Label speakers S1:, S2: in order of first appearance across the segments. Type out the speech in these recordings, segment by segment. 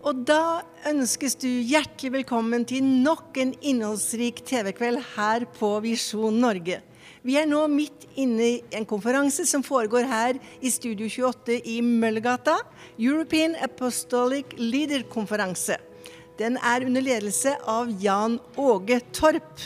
S1: Og da ønskes du hjertelig velkommen til nok en innholdsrik TV-kveld her på Visjon Norge. Vi er nå midt inne i en konferanse som foregår her i Studio 28 i Møllergata. European Apostolic Leader-konferanse. Den er under ledelse av Jan Åge Torp.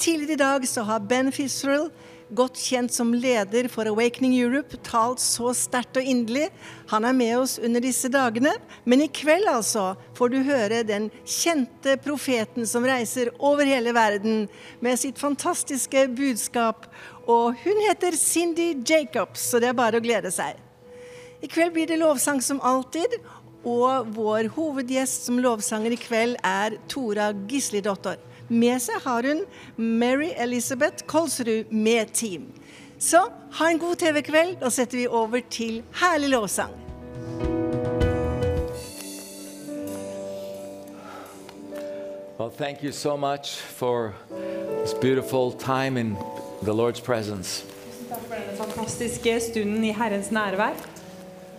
S1: Tidligere i dag så har Ben Fitzgerald, godt kjent som leder for Awakening Europe, talt så sterkt og inderlig. Han er med oss under disse dagene, men i kveld altså får du høre den kjente profeten som reiser over hele verden med sitt fantastiske budskap. Og hun heter Cindy Jacobs, så det er bare å glede seg. I kveld blir det lovsang som alltid, og vår hovedgjest som lovsanger i kveld er Tora Gislidottir. Med seg har hun Mary Elizabeth Kolsrud med team. Så ha en god TV-kveld. Da setter vi over til herlig lovsang.
S2: Well, thank you so much for this beautiful time in the Lord's presence.
S3: Takk for denne fantastiske stunden i Herrens nærvær.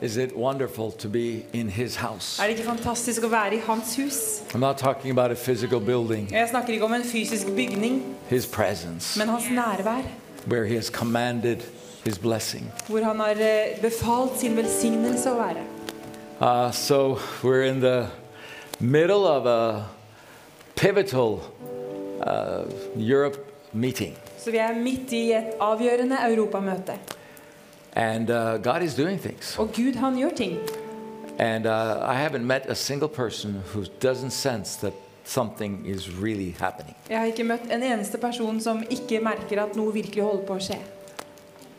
S2: Is it wonderful to be in His house?
S3: Er det ikke fantastisk å være i Hans hus?
S2: I'm not talking about a physical building,
S3: Og Jeg snakker ikke om en fysisk bygning,
S2: His presence,
S3: men hans nærvær.
S2: where He has commanded His blessing.
S3: Hvor han har eh, befalt sin velsignelse å være.
S2: Uh, so we're in the middle of a pivotal uh, Europe meeting,
S3: Så vi er midt i et avgjørende europamøte.
S2: and uh, God is doing things.
S3: Og Gud, han gjør ting.
S2: And uh, I haven't met a single person who doesn't sense that something is really happening.
S3: Jeg har ikke møtt en eneste person som ikke merker at noe virkelig holder på å skje.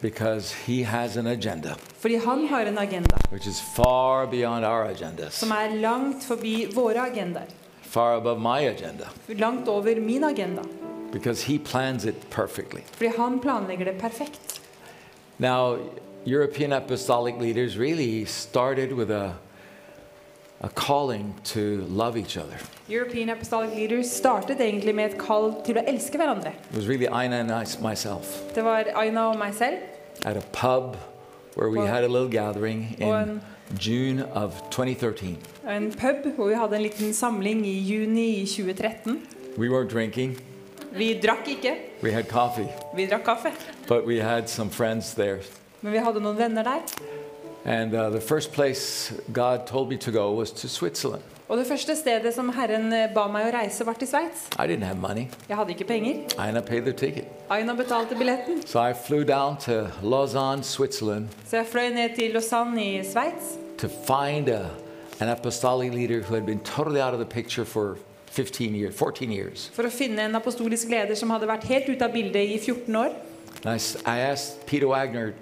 S2: because he has an agenda
S3: Fordi han har en agenda
S2: which is far beyond our
S3: som
S2: agendas,
S3: er langt forbi våre agendaer.
S2: far above my agenda,
S3: Langt over min agenda.
S2: because he plans it perfectly.
S3: Fordi han planlegger det perfekt.
S2: Now, European apostolic leaders really started with a, a calling to love each other.
S3: European Apostolic Leaders startet egentlig med et kall til å elske hverandre.
S2: It was really Ina and I, myself
S3: Det var Aina og meg selv.
S2: at a pub where we
S3: Well-
S2: had a little gathering in
S3: Well-
S2: June of 2013.
S3: og En pub hvor vi hadde en liten samling i juni i 2013.
S2: We weren't drinking,
S3: Vi drakk ikke,
S2: we had coffee,
S3: vi drakk kaffe.
S2: but we had some friends there
S3: Men vi hadde noen venner der.
S2: And uh, the first place God told me to go was to Switzerland.
S3: Og det første stedet som Herren eh, ba meg å reise, var til Sveits.
S2: I didn't have money.
S3: Jeg hadde ikke penger.
S2: Aina paid the ticket.
S3: Aina betalte billetten,
S2: So I flew down to Lausanne, Switzerland
S3: så jeg fløy ned til Lausanne i Sveits
S2: to find a, an apostolic leader who had been totally out of the picture for 15 years, 14 years.
S3: for å finne en apostolisk leder som hadde vært helt ute av bildet i 14 år.
S2: And I, s- I asked Peter Wagner,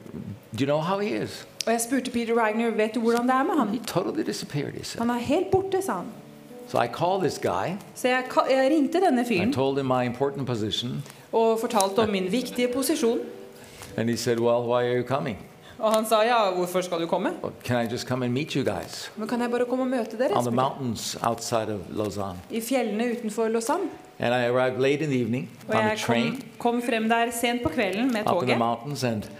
S2: Do you know how he is?
S3: Og jeg spurte Peter Wagner vet du hvordan det er med han.
S2: He totally disappeared, he said.
S3: Han er helt borte, sa han.
S2: So I called this guy.
S3: Så jeg, ka- jeg ringte denne
S2: I
S3: fyren
S2: told him my important position.
S3: og fortalte om min viktige posisjon.
S2: And he said, Well, why are you coming?
S3: Og han sa ja, hvorfor skal du komme?
S2: Well, can I just come and meet you guys
S3: Men kan jeg bare komme og møte dere?
S2: on the
S3: spurte jeg.
S2: mountains outside of Lausanne?
S3: I fjellene utenfor Lausanne.
S2: And I arrived late in the evening
S3: Og
S2: on a
S3: jeg kom,
S2: train
S3: kom frem der sent på kvelden med
S2: up in the
S3: toget.
S2: mountains, and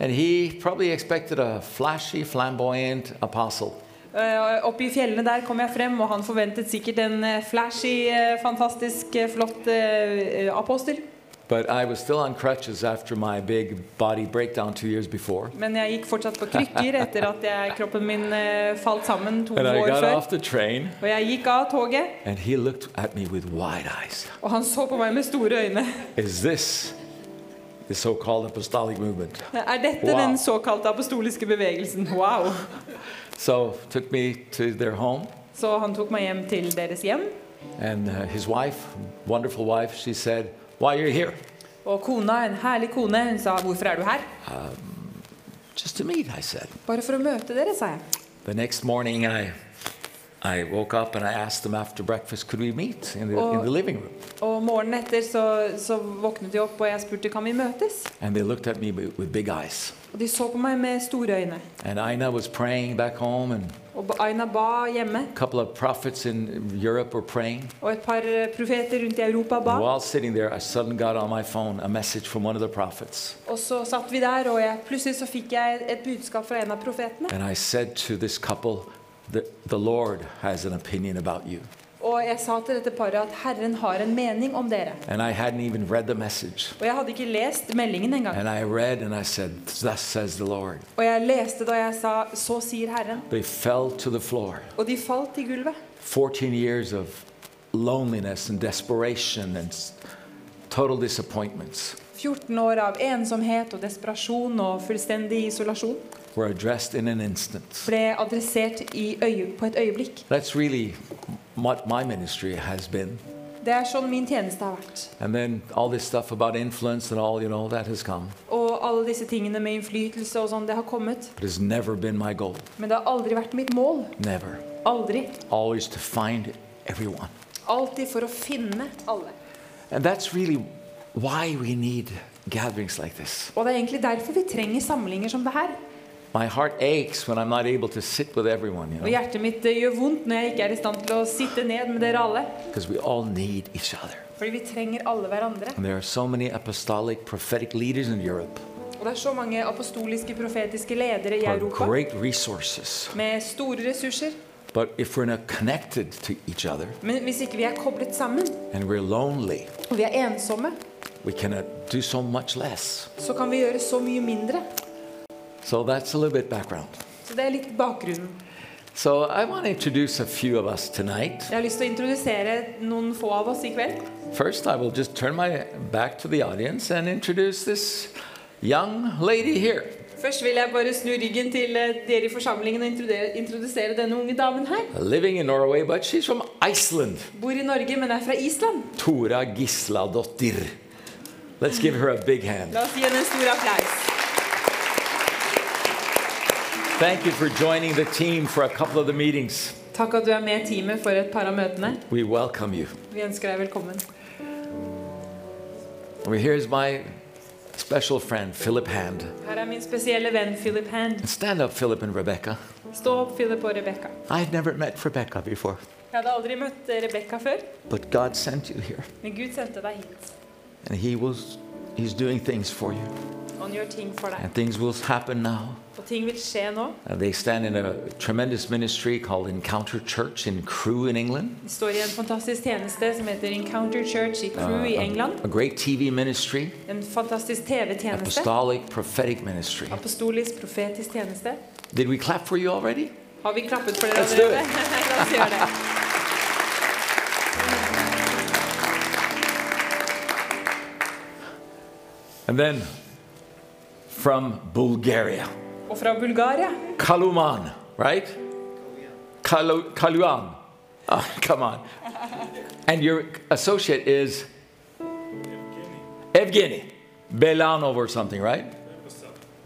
S2: and he probably expected a flashy, flamboyant apostle.
S3: Eh, Oppe i fjellene der kom jeg frem, og han forventet sikkert en eh, flashy, eh, fantastisk eh, flott eh, eh, apostel.
S2: But I was still on crutches after my big body breakdown two years before.
S3: Men jeg gikk fortsatt på krykker etter at jeg, kroppen min eh, falt sammen to
S2: And I
S3: år
S2: got
S3: før.
S2: off the train,
S3: Og jeg gikk av toget,
S2: and he looked at me with wide eyes.
S3: og han så på meg med store øyne.
S2: Is this the so-called apostolic movement?
S3: Er dette
S2: Wow.
S3: den såkalte apostoliske bevegelsen? Wow!
S2: So took me to their home,
S3: Så han tok meg hjem til deres hjem.
S2: and uh, his wife, wonderful wife, she said, "Why are you here?
S3: Og kona, en herlig kone, hun sa 'Hvorfor er du her?'
S2: Just to meet." I said.
S3: Bare for å møte dere, sa jeg.
S2: The next morning, I, I woke up and I asked them after breakfast, could we meet in the, in the living room?
S3: Og morgenen etter så, så våknet de opp, og jeg spurte 'Kan vi møtes?'
S2: And they looked at me with, with big eyes.
S3: Og de så på meg med store øyne.
S2: And Aina was praying back home, and
S3: Og ba- Aina ba hjemme,
S2: a couple of prophets in Europe were praying.
S3: og et par eh, profeter rundt i Europa ba.
S2: And while sitting there, I suddenly got on my phone a message from one of the prophets.
S3: Og så satt vi der, og jeg, plutselig så fikk jeg et budskap fra en av profetene.
S2: And I said to this couple, the, the Lord has an opinion about you.
S3: Og jeg sa til dette paret at Herren har en mening om dere.
S2: And I hadn't even read the message.
S3: Og jeg hadde ikke lest meldingen engang.
S2: And I read and I said, Thus says the Lord.
S3: Og jeg leste da jeg sa 'Så sier Herren'.
S2: They fell to the floor.
S3: Og de falt til gulvet.
S2: 14 years of loneliness and desperation and s- total disappointments
S3: 14 år av ensomhet og desperasjon og fullstendig isolasjon
S2: were addressed in an instant.
S3: ble adressert i øye, på et øyeblikk.
S2: That's really what my ministry has been.
S3: Det er sånn min tjeneste har vært.
S2: And then all this stuff about influence and all, you know, that has come.
S3: Og alle disse tingene med innflytelse og sånn, det har kommet.
S2: But it's never been my goal.
S3: Men det har aldri vært mitt mål.
S2: Never.
S3: Aldri.
S2: Always to find everyone.
S3: Alltid for å finne alle.
S2: And that's really why we need gatherings like this.
S3: Og det er egentlig derfor vi trenger samlinger som det her.
S2: My heart aches when I'm not able to sit with everyone, you
S3: Og
S2: know,
S3: hjertet mitt eh, gjør vondt når jeg ikke er i stand til å sitte ned med dere alle.
S2: because we all need each other.
S3: Fordi vi trenger alle hverandre.
S2: And there are so many apostolic, prophetic leaders in Europe
S3: Og det er så mange apostoliske, profetiske ledere i
S2: who are
S3: Europa
S2: great resources.
S3: med store ressurser.
S2: But if we're not connected to each other
S3: Men hvis ikke vi er koblet sammen,
S2: and we're lonely,
S3: og vi er ensomme,
S2: we cannot do so much less.
S3: så kan vi gjøre så mye mindre.
S2: So that's a little bit background.
S3: Så det er litt bakgrunnen.
S2: So I want to introduce a few of us tonight.
S3: Jeg har lyst til å introdusere noen få av oss i kveld.
S2: First, I will just turn my back to the audience and introduce this young lady here.
S3: Først vil jeg bare snu ryggen til eh, dere i forsamlingen og introdusere, introdusere denne unge damen her.
S2: Living in Norway, but she's from Iceland.
S3: Bor i Norge, men er fra Island.
S2: Tora Gisladottir. Let's give her a big hand.
S3: La oss gi henne en stor applaus.
S2: Thank you for joining the team for a couple of the meetings.
S3: Takk at du er med i teamet for et par av møtene.
S2: We welcome you.
S3: Vi ønsker deg velkommen.
S2: Well, Here's my special friend, Philip Hand.
S3: Her er min spesielle venn Philip Hand.
S2: Stand up, Philip and Rebecca.
S3: Stå opp, Philip og Rebekka.
S2: I've never met Rebecca before,
S3: Jeg hadde aldri møtt Rebekka før,
S2: but God sent you here,
S3: men Gud sendte deg hit.
S2: and He was, He's doing things for you,
S3: Og han gjør ting for deg.
S2: and things will happen now.
S3: Og ting vil skje nå.
S2: Uh, they stand in a tremendous ministry called Encounter Church in Crewe, in England.
S3: Vi står i en fantastisk tjeneste som heter Encounter Church i
S2: Uh,
S3: Crew i England.
S2: a great TV ministry,
S3: En fantastisk TV-tjeneste.
S2: apostolic, prophetic ministry.
S3: Apostolisk, profetisk tjeneste.
S2: Did we clap for you already?
S3: Har vi klappet for dere
S2: Let's do it.
S3: allerede? La oss gjøre det.
S2: And then from Bulgaria,
S3: Og fra Bulgaria.
S2: Kaluman, right? Kalu, Kaluan. Oh, come on. And your associate is Evgeny Belanov or something, right?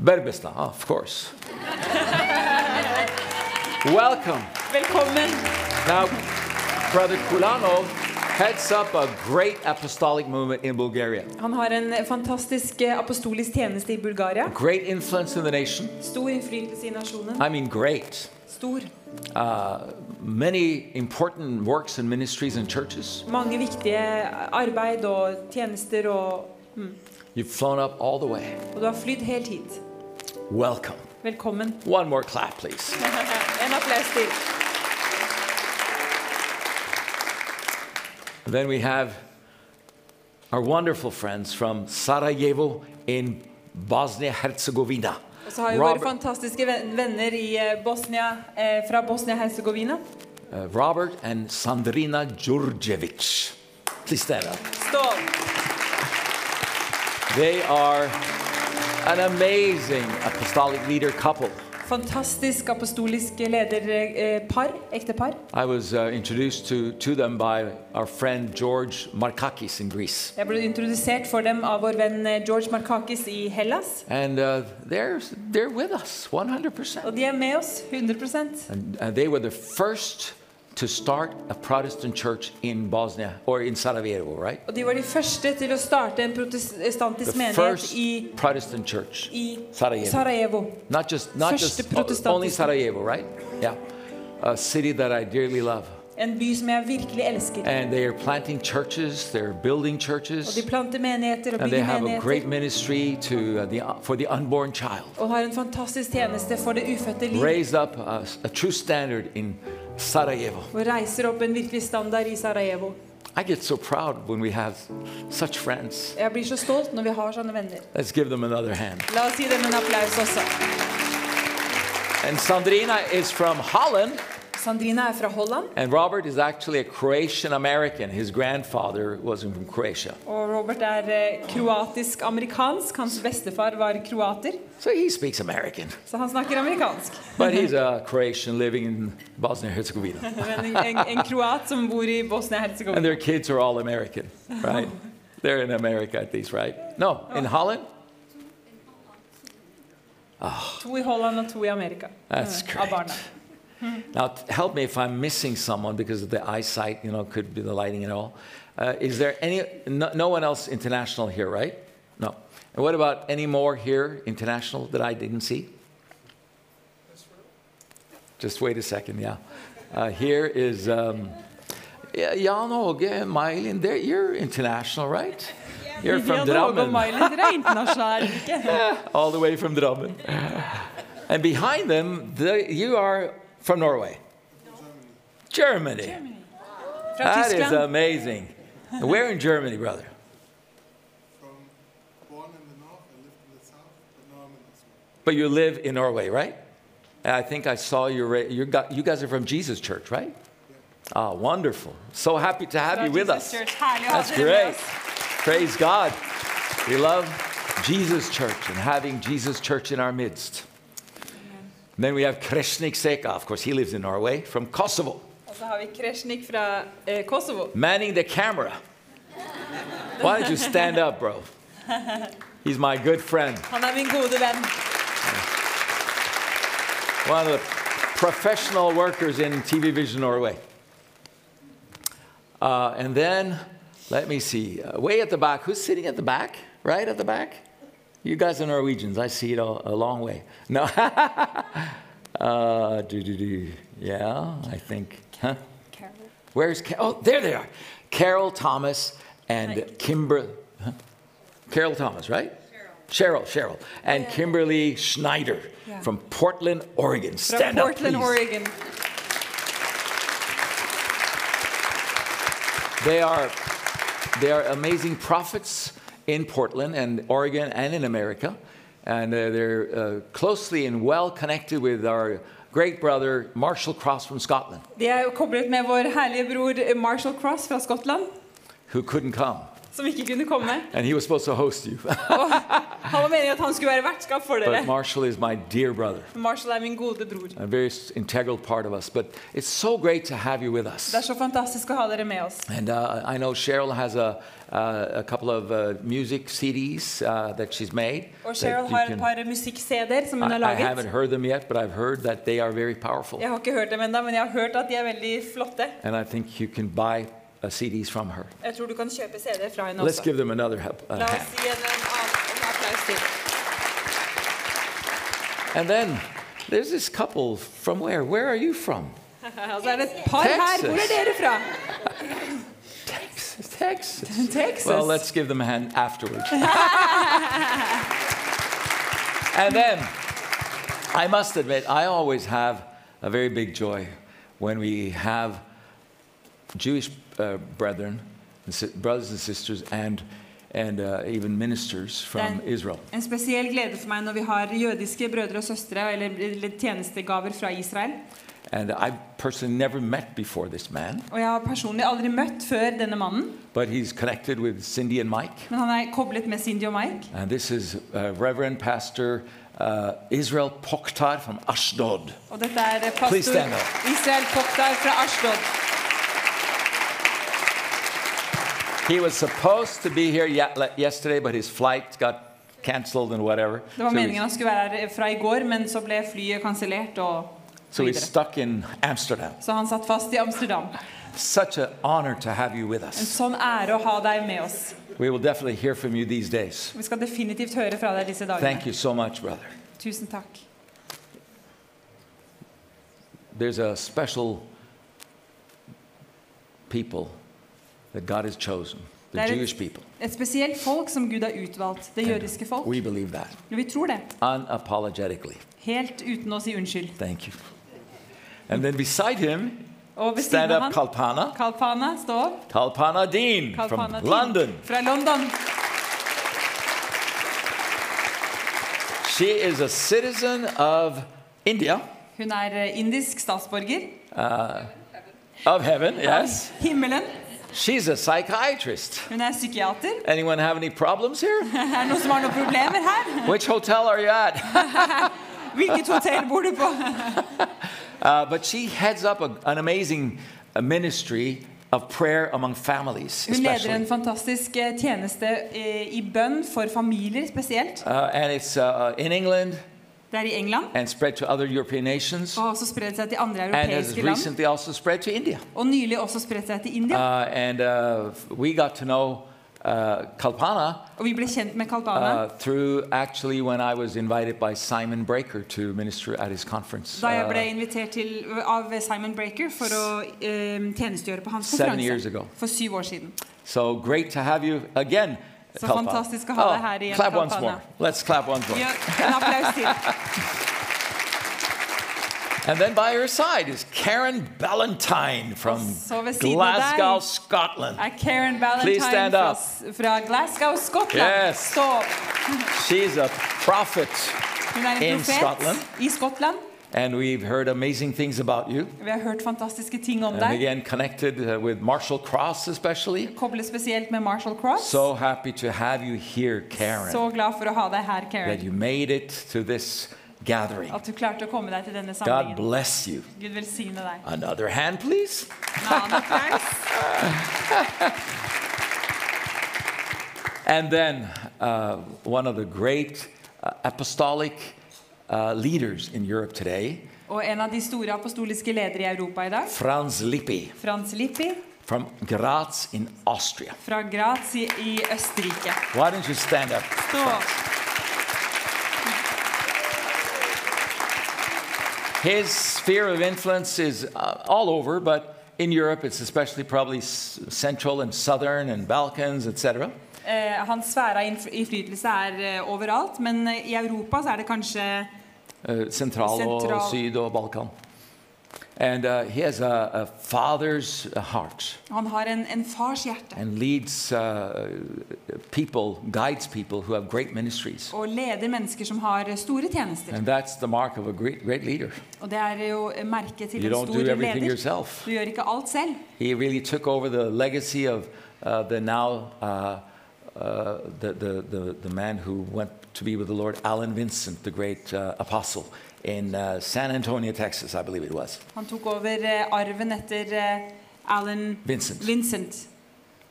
S2: Berbesta, oh, of course. Welcome.
S3: Velkommen.
S2: Now, Brother Kulanov heads up a great apostolic movement in Bulgaria.
S3: Han har en fantastisk eh, apostolisk tjeneste i Bulgaria.
S2: Great influence in the nation.
S3: Stor innflytelse i nasjonen.
S2: I mean, great.
S3: Stor.
S2: uh, many important works and ministries and churches.
S3: Mange viktige arbeid og tjenester og mm.
S2: You've flown up all the way.
S3: Og du har flydd helt hit.
S2: Welcome.
S3: Velkommen.
S2: One more clap, please.
S3: En applaus til.
S2: Then we have our wonderful friends from Sarajevo in Bosnia Herzegovina.
S3: Og så har vi våre fantastiske ven- venner i eh, Bosnia, eh, fra Bosnia-Hercegovina.
S2: uh, Robert and Sandrina Djurjevic. Please stand up.
S3: Stål.
S2: They are an amazing apostolic leader couple.
S3: Fantastisk apostolisk eh, lederpar, ektepar.
S2: I was uh, introduced to, to them by our friend George Markakis in Greece.
S3: Jeg ble introdusert for dem av vår venn eh, George Markakis i Hellas.
S2: And uh, they're, they're with us
S3: Og
S2: 100%.
S3: de er med oss 100
S2: And uh, they were the first to start a Protestant church in Bosnia or in Sarajevo, right?
S3: Og de var de første til å starte en protestantisk
S2: The
S3: menighet
S2: first
S3: i,
S2: Protestant church.
S3: i
S2: Sarajevo.
S3: e- Sarajevo.
S2: Not just, not
S3: Første
S2: just o- only
S3: protestantiske-
S2: Sarajevo, right? Yeah. A city that I dearly love.
S3: En by som jeg virkelig elsker.
S2: And they are planting churches, they're building
S3: Og de
S2: churches,
S3: planter menigheter og
S2: and they
S3: bygger
S2: have a great
S3: menigheter.
S2: ministry to, uh, the, for the unborn child.
S3: Og har en fantastisk tjeneste for det ufødte liv.
S2: Raise up a, a true standard in Sarajevo.
S3: Og reiser opp en virkelig standard i Sarajevo.
S2: I get so proud when we have such friends.
S3: Jeg blir så stolt når vi har sånne venner.
S2: Let's give them another hand.
S3: La oss gi dem en applaus også.
S2: And Sandrina is from Holland,
S3: Sandrina er fra Holland,
S2: and Robert is actually a Croatian American. His grandfather was from Croatia.
S3: og Robert er eh, kroatisk-amerikansk. Hans bestefar var kroater,
S2: So he speaks American,
S3: så han snakker amerikansk.
S2: but he's a Croatian living in Bosnia and Herzegovina.
S3: Men en, en, en kroat som bor i Bosnia-Hercegovina.
S2: And their kids are all American, right? They're in America at least, right? No, in Holland?
S3: To i Holland og to i Amerika.
S2: That's
S3: eh, Av
S2: great.
S3: barna.
S2: Now, t- help me if I'm missing someone because of the eyesight, you know, could be the lighting and all. Uh, is there any, no, no one else international here, right? No. And what about any more here international that I didn't see? Just wait a second, yeah. Uh, here is um, yeah, Jan Åge Mylin. There, you're international, right? You're from
S3: Jan Åge og
S2: Drammen.
S3: Miley, dere er internasjonale, er dere ikke?
S2: All the way from Drammen. And behind them, the, you are from Norway. Germany.
S3: Fra
S2: That is
S3: Tyskland.
S2: amazing. Where in Germany, brother?
S4: from born in the north, I lived in the south, but now I'm in the south.
S2: But you live in Norway, right? And I think I saw your, ra- you, got, you guys are from Jesus Church, right? Ah, wonderful. So happy to have
S3: Fra
S2: you with
S3: Jesus
S2: us.
S3: Church. Herlig å ha
S2: That's
S3: dere med
S2: great.
S3: oss.
S2: Praise God. We love Jesus Church and having Jesus Church in our midst. And then we have Kreshnik Seka, of course, he lives in Norway, from Kosovo,
S3: Og så har vi Kresjnik fra eh, Kosovo.
S2: manning the camera. Why don't you stand up, bro? He's my good friend,
S3: Han er min gode venn.
S2: one of the professional workers in TV Vision Norway. Uh, and then, let me see, uh, way at the back, who's sitting at the back? Right at the back? You guys are Norwegians. I see it a, a long way. No. uh, do, do, do. Yeah, I think. Huh? Where's Ca- Oh, there they are. Carol Thomas and Kimber. huh? Carol Thomas, right? Cheryl, Cheryl, and Kimberly Schneider
S3: Yeah.
S2: from Portland, Oregon.
S3: Fra
S2: Stand
S3: Portland,
S2: up, please.
S3: Oregon.
S2: They are, they are amazing prophets in Portland and Oregon and in America. And uh, they're uh, closely and well connected with our great brother, Marshall Cross from Scotland,
S3: De er jo koblet med vår herlige bror eh, Marshall Cross fra Skottland,
S2: who couldn't come.
S3: som ikke kunne komme.
S2: And he was supposed to host you.
S3: Han var meningen at han skulle være vertskap for dere.
S2: but Marshall is my dear brother,
S3: Marshall er min gode bror.
S2: a very s- integral part of us. But it's so great to have you with
S3: Det er
S2: us.
S3: så fantastisk å ha dere med oss.
S2: And uh, I know Cheryl has a, uh, a couple of uh, music CDs uh, that she's made.
S3: Og
S2: that
S3: Cheryl
S2: you
S3: har
S2: can-
S3: et par musikk-CD-er som hun
S2: I,
S3: har
S2: I haven't
S3: laget.
S2: heard them yet, but I've heard that they are very powerful.
S3: Jeg har ikke hørt dem ennå, men jeg har hørt at de er veldig flotte.
S2: And I think you can buy uh, CDs from her.
S3: Jeg tror du kan kjøpe CD-er fra henne
S2: Let's
S3: også.
S2: give them another help, uh,
S3: La oss
S2: hand.
S3: gi henne en, annen- en applaus til.
S2: And then there's this couple from where? Where are you from?
S3: Og så altså, er det et par her. Hvor er dere fra?
S2: Texas. Texas.
S3: Texas.
S2: Well, let's give them a hand afterwards. and then I must admit, I always have a very big joy when we have Jewish uh, brethren, and si- brothers and sisters, and, and uh, even ministers from
S3: Then-
S2: Israel.
S3: En spesiell glede for meg når vi har jødiske brødre og søstre eller, eller tjenestegaver fra Israel.
S2: And I personally never met before this man,
S3: Og jeg har personlig aldri møtt før denne mannen,
S2: but he's connected with Cindy and Mike.
S3: men han er koblet med Cindy og Mike.
S2: And this is uh, Reverend Pastor uh, Israel Pokhtar from Ashdod.
S3: Og dette er eh,
S2: Please
S3: pastor
S2: stand up.
S3: Israel Pokhtar fra Ashdod.
S2: He was supposed to be here ye- le- yesterday, but his flight got canceled and whatever.
S3: Det var
S2: so,
S3: meningen
S2: he's,
S3: han skulle være her eh, fra i går, men så ble flyet kansellert. og
S2: so he's
S3: så videre.
S2: stuck in Amsterdam.
S3: Så han satt fast i Amsterdam.
S2: Such an honor to have you with
S3: En
S2: us.
S3: sånn ære å ha deg med oss.
S2: We will definitely hear from you these days.
S3: Vi skal definitivt høre fra deg disse
S2: Thank
S3: dagene.
S2: you so much, brother.
S3: Tusen takk.
S2: There's a special people that God has chosen, the
S3: That is-
S2: Jewish people.
S3: Et spesielt folk som Gud har utvalgt, det jødiske folk.
S2: We believe that
S3: Vi tror det,
S2: unapologetically.
S3: helt uten å si unnskyld.
S2: Thank you. And then beside him,
S3: Og ved
S2: stand
S3: siden
S2: up
S3: av han,
S2: Kalpana.
S3: Kalpana, stå opp.
S2: Kalpana Dean from
S3: Kalpana Tin,
S2: London.
S3: Fra London.
S2: She is a citizen of India,
S3: Hun er eh, indisk statsborger.
S2: of heaven, yes.
S3: Himmelen.
S2: She's a psychiatrist.
S3: Hun er psykiater.
S2: Anyone have any problems here?
S3: Er det noen som har noen problemer her?
S2: Which hotel are you at?
S3: Hvilket hotell bor du på?
S2: Uh, but she heads up a, an amazing uh, ministry of prayer among families,
S3: Hun leder en
S2: especially.
S3: fantastisk eh, tjeneste eh, i bønn for familier spesielt.
S2: Uh, and it's uh, in England
S3: Det er i England,
S2: and spread to other European nations.
S3: og har også spredt seg til andre
S2: And has
S3: europeiske land.
S2: recently also spread to India.
S3: Og nylig også spredt seg til India.
S2: Uh, and uh, we got to know uh, Kalpana
S3: Og vi ble kjent med Kalpana
S2: uh, through actually when I was invited by Simon Breaker to minister at his conference
S3: da jeg
S2: uh,
S3: ble invitert til, av Simon Breaker for å eh, tjenestegjøre på hans
S2: seven years
S3: konferanse
S2: ago.
S3: for syv år siden.
S2: So great to have you again.
S3: Så
S2: Kalpana.
S3: fantastisk å ha deg
S2: Oh,
S3: her igjen,
S2: clap once
S3: Kalpana.
S2: more. Let's clap once more.
S3: Gi en applaus til.
S2: And then by her side is Karen Ballantyne from
S3: Så ved siden av deg-
S2: Glasgow, Scotland.
S3: Er Karen
S2: Please stand
S3: Ballantyne fra,
S2: up.
S3: fra Glasgow, Skottland.
S2: Yes.
S3: Stå opp.
S2: She's a prophet,
S3: Hun er
S2: In
S3: en
S2: Scotland.
S3: profet i Skottland.
S2: and we've heard amazing things about you.
S3: Vi har hørt fantastiske ting om
S2: And
S3: deg.
S2: again, connected uh, with Marshall Cross, especially.
S3: Koble spesielt med Marshall Cross.
S2: So happy to have you here, Karen.
S3: Så glad for å ha deg her,
S2: that
S3: Karen.
S2: you made it to this gathering.
S3: At du klarte å komme deg til denne
S2: God
S3: samlingen.
S2: bless you.
S3: Gud velsigne deg.
S2: Another hand, please.
S3: En annen applaus.
S2: And then uh, one of the great uh, apostolic uh, leaders in Europe today,
S3: Og en av de store apostoliske ledere i Europa i dag,
S2: Franz Lippi
S3: Frans Lippi
S2: from Graz in Austria.
S3: fra Graz i i Østerrike.
S2: Why don't you stand up?
S3: Så
S2: His sphere of influence is uh, all over, but in Europe, it's especially probably s- central and southern and Balkans, etc.
S3: eh, hans sfære av innf- innflytelse er eh, overalt, men eh, i Europa så er det kanskje
S2: Uh, Central,
S3: Central.
S2: or Syd or Balkan. And uh, he has a, a father's heart
S3: Han har en, en fars hjerte
S2: and leads uh, people, guides people who have great ministries.
S3: og leder mennesker som har store tjenester.
S2: And that's the mark of a great, great leader.
S3: Og det er jo merket til
S2: You
S3: en
S2: don't do
S3: stor
S2: everything
S3: leder.
S2: yourself.
S3: Du gjør ikke alt selv.
S2: He really took over the legacy of uh, the now uh, uh, the, the, the, the man who went to be with the Lord, Alan Vincent, the great uh, apostle in uh, San Antonio, Texas, I believe it was.
S3: Han tok over eh, arven etter eh, Alan
S2: Vincent.
S3: Vincent.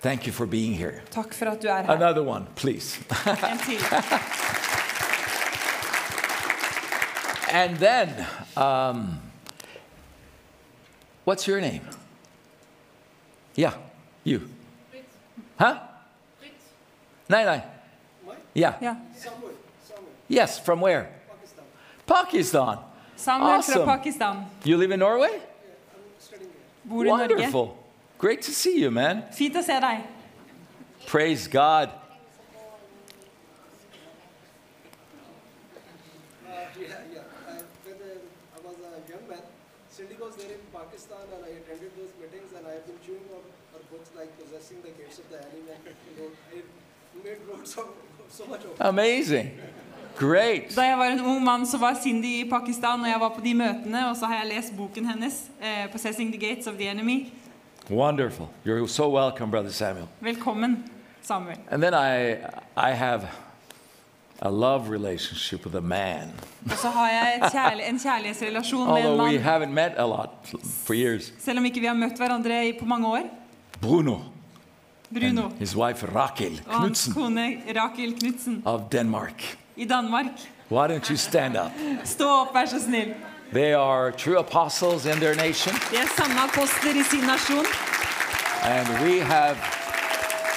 S2: Thank you for being here.
S3: Takk for at du er her.
S2: Another one, please.
S3: En til.
S2: And then, um, what's your name? Yeah, you. Huh? Nine nine. Yeah.
S3: Ja.
S2: Yes, from where? Pakistan.
S3: Samuel
S2: Awesome.
S3: fra Pakistan.
S2: You live in Norway?
S3: Bor i Norge.
S2: Wonderful. Great to see you, man.
S3: Fint å se deg.
S2: Praise God.
S4: Uh, yeah, yeah. I, with, uh, I was a young man. Syndicos there in Pakistan, and I attended those meetings, and I have been chewing on her books like possessing the gates of the enemy. You know, it made roads of so much of.
S2: Amazing. Great.
S3: Da jeg var en ung mann, så var Cindy i Pakistan, og jeg var på de møtene, og så har jeg lest boken hennes, eh, 'Possessing the Gates of the Enemy'.
S2: Wonderful. You're so welcome, Brother Samuel.
S3: Velkommen, Samuel.
S2: And then I, I have a love relationship with a man.
S3: Og så har jeg et kjærli en kjærlighetsrelasjon med en
S2: Although we
S3: mann,
S2: haven't met a lot for years,
S3: selv om ikke vi har møtt hverandre i- på mange år.
S2: Bruno,
S3: Bruno
S2: and his wife Rakel
S3: og hans
S2: Knudsen
S3: kone Rakel Knutsen
S2: of Denmark.
S3: i Danmark.
S2: Why don't you stand up?
S3: Stå opp, vær så snill.
S2: They are true apostles in their nation,
S3: De er sanne apostler i sin nasjon.
S2: and we have,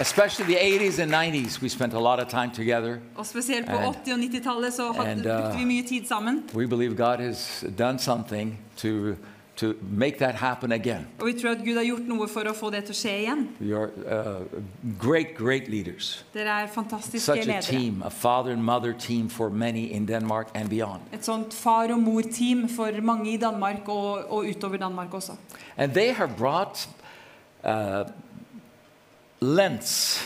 S2: especially the 80s and 90s, we spent a lot of time together.
S3: Og spesielt på
S2: And-
S3: 80- og 90-tallet så hadde,
S2: and, uh,
S3: brukte vi mye tid sammen.
S2: We believe God has done something to to make that happen again.
S3: Og vi tror at Gud har gjort noe for å få det til å skje igjen.
S2: You're uh, great, great leaders.
S3: Dere er fantastiske
S2: Such a
S3: ledere.
S2: team, a father and mother team for many in Denmark and beyond.
S3: Et sånt far- og mor-team for mange i Danmark og, og utover Danmark også.
S2: And they have brought uh, lents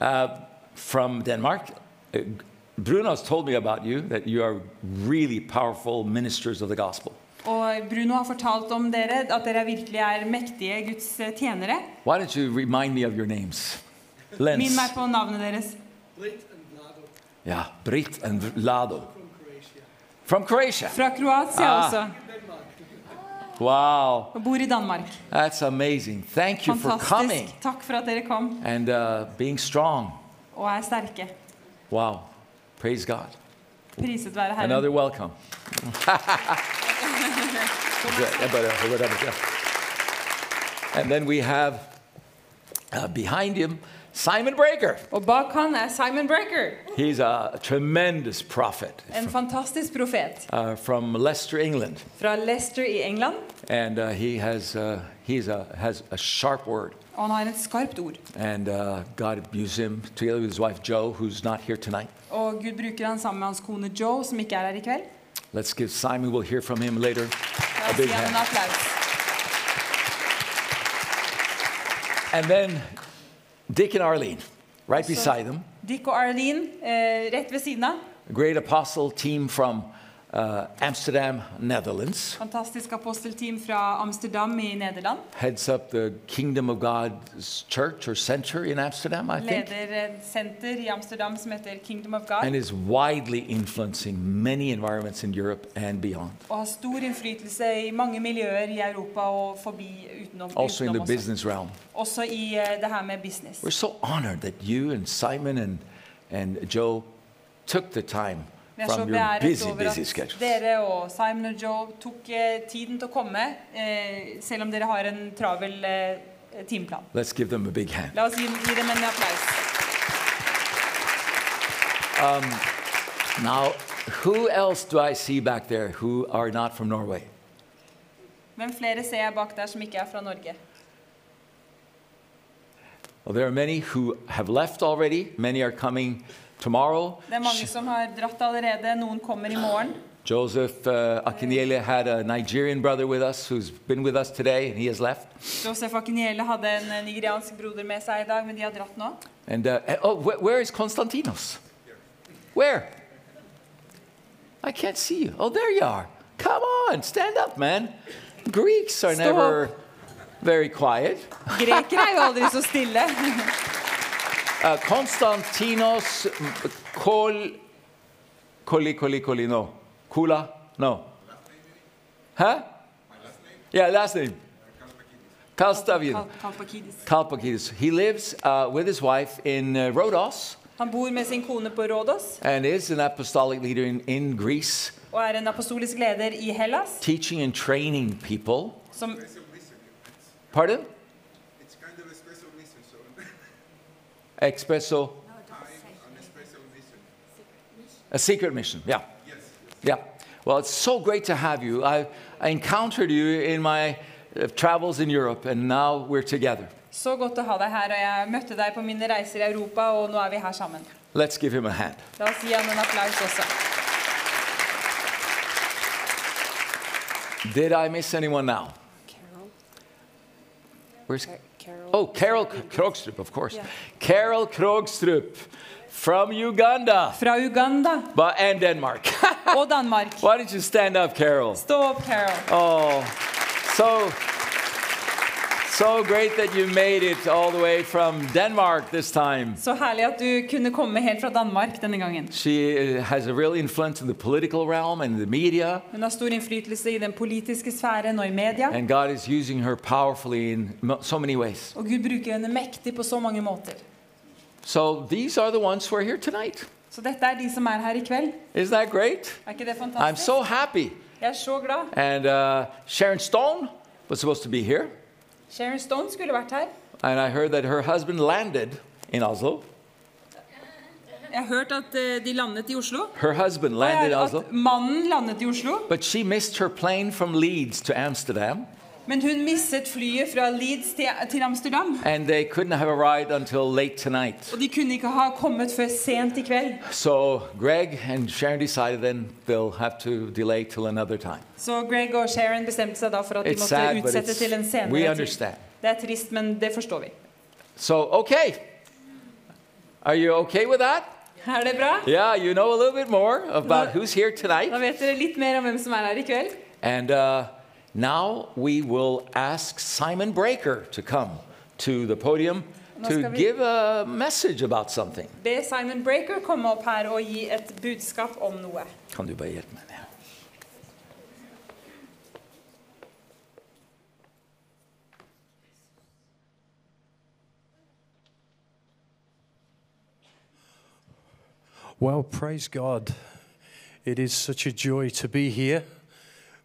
S2: uh, from Denmark. Uh, Bruno's told me about you that you are really powerful ministers of the gospel.
S3: Og Bruno har fortalt om dere at dere virkelig er mektige Guds eh, tjenere.
S2: Why don't you remind me of your names?
S3: Minn
S2: Lens.
S3: meg på navnet deres.
S4: Brit and Vlado
S2: Yeah, Brit and Lado.
S4: from Croatia.
S2: From Croatia.
S3: Fra Kroatia
S2: Ah.
S3: også.
S2: Wow,
S3: Og bor i Danmark.
S2: that's amazing. Thank you for coming
S3: Fantastisk. Takk for at dere kom
S2: and uh, being strong.
S3: og er sterke.
S2: Wow, praise God.
S3: Priset være Herren.
S2: Another welcome. Yeah, yeah, but, uh, whatever, yeah. And then we have uh, behind him Simon Breaker.
S5: Og bak han er Simon Breaker,
S2: He's a tremendous prophet
S5: en fantastisk profet
S2: uh, from Leicester, England.
S5: fra Leicester i England.
S2: And uh, he has, uh, he's a, has a sharp word.
S3: Og han har et skarpt ord.
S2: And uh, God used him together with his wife Jo, who's not here tonight.
S3: Og Gud bruker han sammen med hans kone Joe, som ikke er her i kveld.
S2: Let's give Simon, we'll hear from him later,
S3: La
S2: a
S3: oss
S2: big
S3: gi ham en
S2: hand.
S3: applaus.
S2: And then Dick and Arlene, right beside them.
S3: Dick og Arlene eh, rett ved siden av.
S2: great apostle team from uh, Amsterdam, Netherlands,
S3: Fantastisk apostelteam fra Amsterdam i Nederland.
S2: heads up the Kingdom of God's church or center in Amsterdam, I think,
S3: Leder et senter i Amsterdam som heter Kingdom of God.
S2: and is widely influencing many environments in Europe and beyond,
S3: Og har stor innflytelse i mange miljøer i Europa og forbi utenom.
S2: also in the
S3: utenom også.
S2: business realm.
S3: Også i eh, det her med business.
S2: We're so honored that you and Simon and, and Joe took the time
S3: Vi er så
S2: from your
S3: beæret
S2: busy,
S3: over
S2: busy
S3: at
S2: schedules.
S3: dere og Simon og Joe tok eh, tiden til å komme, eh, selv om dere har en travel eh, timeplan.
S2: Let's give them a big hand.
S3: La oss gi, gi dem en applaus.
S2: Now, who else do I see back there who are not from Norway?
S3: Hvem flere ser jeg bak der som ikke er fra Norge?
S2: Well, there are many who have left already. Many are coming tomorrow.
S3: Det er mange som har dratt allerede. Noen kommer i morgen.
S2: Joseph uh, Akinyele had a Nigerian brother with us who's been with us today, and he has left.
S3: Josef Akiniele hadde en eh, nigeriansk broder med seg i dag, men de har dratt nå.
S2: And uh, eh, oh, wh- where is Konstantinos? Where? I can't see you. Oh, there you are. Come on, stand up, man. Greeks are
S5: Stå
S2: never very quiet.
S5: Grekere er jo aldri så stille.
S2: Uh, Konstantinos Kol Koli Koli Koli no. Kula? No. Huh? Yeah, last name. Kalstavian.
S3: Kal- Kalpakidis.
S2: Kalpakidis. He lives uh, with his wife in uh, Rhodos
S3: Han bor med sin kone på Rådos
S2: and is an apostolic leader in, in Greece,
S3: og er en apostolisk leder i Hellas.
S2: teaching and training people.
S3: Som,
S6: It's a reason. It's,
S2: Pardon?
S6: it's kind of a special reason. So
S2: Expresso.
S6: an special reason.
S2: A secret mission. Yeah.
S6: Yes.
S2: Yeah. Well, it's so great to have you. I, I encountered you in my uh, travels in Europe, and now we're together.
S3: så godt å ha deg her, og jeg møtte deg på mine reiser i Europa, og nå er vi her sammen.
S2: Let's give him a hand.
S3: La oss gi ham en applaus også.
S2: Did I miss anyone now? Where's Carol? Oh, Carol K- Krogstrup, of course. Carol Krogstrup from Uganda
S3: Fra Uganda
S2: but, and Denmark.
S3: og Danmark.
S2: Why don't you stand up, Carol?
S3: Stå opp, Carol.
S2: Oh, so so great that you made it all the way from Denmark this time.
S3: Så herlig at du kunne komme helt fra Danmark denne gangen.
S2: She uh, has a real influence in the political realm and the media,
S3: Hun har stor innflytelse i den politiske sfæren og i media.
S2: and God is using her powerfully in mo- so many ways.
S3: Og Gud bruker henne mektig på så mange måter.
S2: So these are the ones who are here tonight.
S3: Så dette er de som er her i kveld.
S2: Isn't that great?
S3: Er ikke det
S2: I'm
S3: fantastisk?
S2: so happy.
S3: Jeg er så glad.
S2: And uh, Sharon Stone was supposed to be here,
S3: Sharon Stone skulle vært her.
S2: and I heard that her husband landed in Oslo.
S3: Jeg har hørt at eh, de landet i Oslo.
S2: Her husband
S3: Og jeg
S2: landed in
S3: har-
S2: Oslo,
S3: At mannen landet i Oslo,
S2: but she missed her plane from Leeds to Amsterdam,
S3: men hun mistet flyet fra Leeds til, til Amsterdam.
S2: and they couldn't have arrived until late tonight.
S3: Og de kunne ikke ha kommet før sent i kveld.
S2: So Greg and Sharon decided then they'll have to delay till another time.
S3: Så Greg og Sharon bestemte seg da for at de
S2: It's
S3: måtte
S2: sad, but
S3: utsette
S2: it's-
S3: til en
S2: we
S3: senere tid.
S2: understand.
S3: Det er trist, men det forstår vi.
S2: So, okay. Are you okay with that?
S3: Er det bra?
S2: Yeah, you know a little bit more about who's here
S3: Da
S2: tonight.
S3: vet dere litt mer om hvem som er her i kveld.
S2: And uh, now we will ask Simon Breaker to come to the podium
S3: Nå
S2: to
S3: skal vi-
S2: give a message about something.
S3: Be Simon Breaker komme opp her og gi et budskap om noe.
S2: Kan du bare hjelpe meg med?
S7: Well, praise God. It is such a joy to be here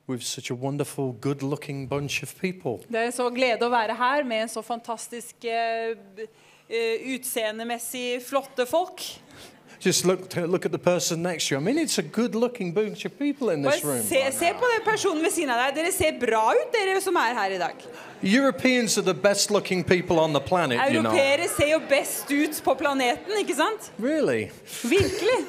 S7: with such a wonderful, good looking bunch of people.
S3: Det er så glede å være her med en så fantastisk eh, b- eh, utseendemessig flotte folk.
S7: Just look, look at the person next to you. I mean, it's a good looking bunch of people in this
S3: Bare
S7: room.
S3: se, se på den personen ved siden av deg. Dere ser bra ut, dere som er her i dag.
S7: Europeans are the best looking people on the planet, you know.
S3: Europeere ser jo best ut på planeten, ikke sant?
S7: Really?
S3: Virkelig.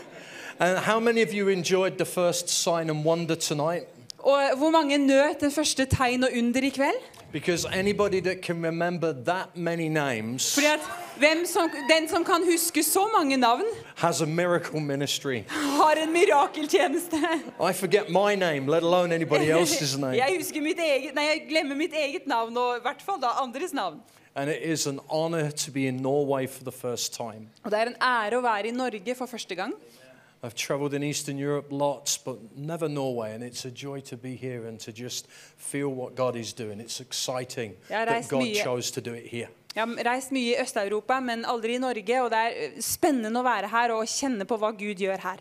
S7: And how many of you enjoyed the first sign and wonder tonight?
S3: Og hvor mange nøt det første tegn og under i kveld?
S7: Because anybody that can remember that many names
S3: Fordi at hvem som, Den som kan huske så mange navn,
S7: has a miracle ministry.
S3: har en mirakeltjeneste.
S7: I forget my name, let alone anybody else's name.
S3: Jeg husker mitt eget, nei, jeg glemmer mitt eget navn, og i hvert fall da andres navn.
S7: And it is an honor to be in Norway for the first time.
S3: Og Det er en ære å være i Norge for første gang.
S7: I've traveled in Eastern Europe lots, but never Norway, and it's a joy to be here and to just feel what God is doing. It's exciting
S3: Yeah,
S7: that
S3: nice to
S7: God
S3: meet you.
S7: chose to do it here.
S3: Jeg har reist mye i Øst-Europa, men aldri i Norge. Og det er eh, spennende å være her og kjenne på hva Gud gjør her.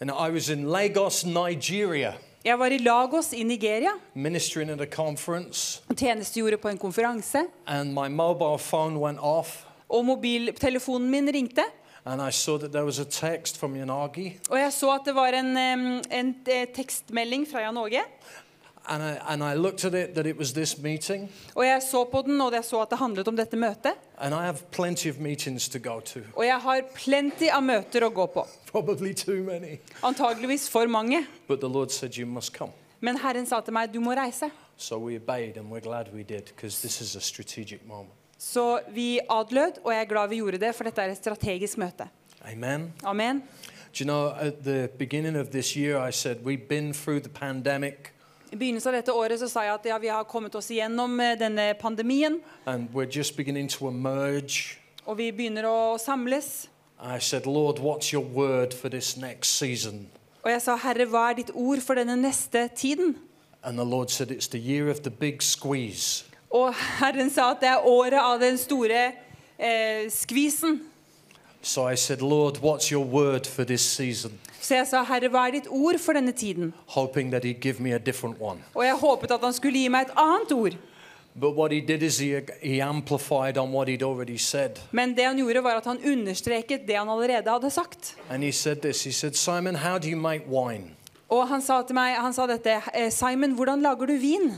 S7: And I was in Lagos, Nigeria,
S3: Jeg var i Lagos i Nigeria
S7: ministering at a conference,
S3: og tjenestegjorde på en konferanse.
S7: and my mobile phone went off,
S3: Og mobiltelefonen min ringte.
S7: and I saw that there was a text from Yanagi,
S3: Og jeg så at det var en, em, en eh, tekstmelding fra Jan Åge.
S7: and I, and I looked at it that it was this meeting,
S3: Og jeg så på den, og jeg så at det handlet om dette møtet.
S7: and I have plenty of meetings to go to,
S3: Og jeg har plenty av møter å gå på.
S7: probably too many.
S3: Antageligvis for mange.
S7: But the Lord said, You must come.
S3: Men Herren sa til meg, du må reise.
S7: So we obeyed and we're glad we did because this is a strategic moment.
S3: Så vi adlød, og jeg er glad vi gjorde det, for dette er et strategisk møte.
S7: Amen.
S3: Amen.
S7: Do you know, at the beginning of this year, I said, We've been through the pandemic
S3: I begynnelsen av dette året så sa jeg at ja, vi har kommet oss igjennom eh, denne pandemien,
S7: and we're just beginning to emerge.
S3: og vi begynner å samles.
S7: I said, Lord, what's your word for this next season?
S3: Og jeg sa, Herre, hva er ditt ord for denne neste tiden?
S7: And the Lord said, It's the year of the big squeeze.
S3: Og Herren sa at det er året av den store eh, skvisen.
S7: So I said, Lord, what's your word for this season?
S3: Så jeg sa, Herre, hva er ditt ord for denne tiden?
S7: Hoping that He'd give me a different one.
S3: Og jeg håpet at han skulle gi meg et annet ord.
S7: But what He did is He, he amplified on what He'd already said.
S3: Men det han gjorde, var at han understreket det han allerede hadde sagt.
S7: And He said this He said, Simon, how do you make wine?
S3: Og han sa til meg, han sa dette, «Eh, Simon, hvordan lager du vin?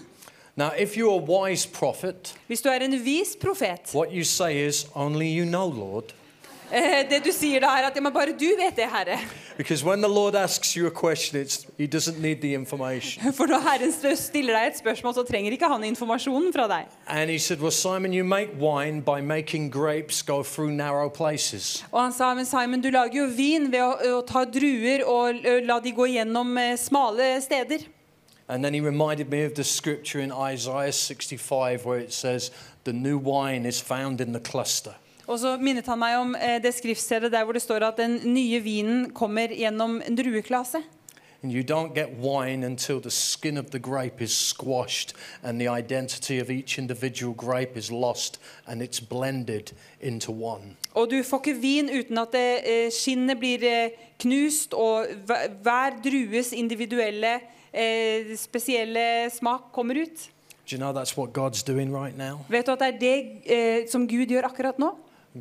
S7: Now, if you're a wise prophet,
S3: Hvis du er en vis profet,
S7: what you say is, Only you know, Lord.
S3: eh, det du sier da er at, ja, men bare du vet det, Herre.
S7: Because when the Lord asks you a question, it's, He doesn't need the information.
S3: For når Herren stø- stiller deg et spørsmål, så trenger ikke han informasjonen fra deg.
S7: And He said, Well, Simon, you make wine by making grapes go through narrow places.
S3: Og han sa, men Simon, du lager jo vin ved å, å ta druer og ø, la de gå gjennom eh, smale steder.
S7: And then He reminded me of the scripture in Isaiah 65 where it says, The new wine is found in the cluster.
S3: Og så minnet han meg om eh, det skriftstedet der hvor det står at den nye vinen kommer gjennom en drueklase.
S7: And you don't get wine until the skin of the grape is squashed and the identity of each individual grape is lost and it's blended into one.
S3: Og du får ikke vin uten at det, eh, skinnet blir eh, knust, og hver- hver drues individuelle, eh, spesielle smak kommer ut.
S7: Do you know that's what God's doing right now?
S3: Vet du at det er det eh, som Gud gjør akkurat nå?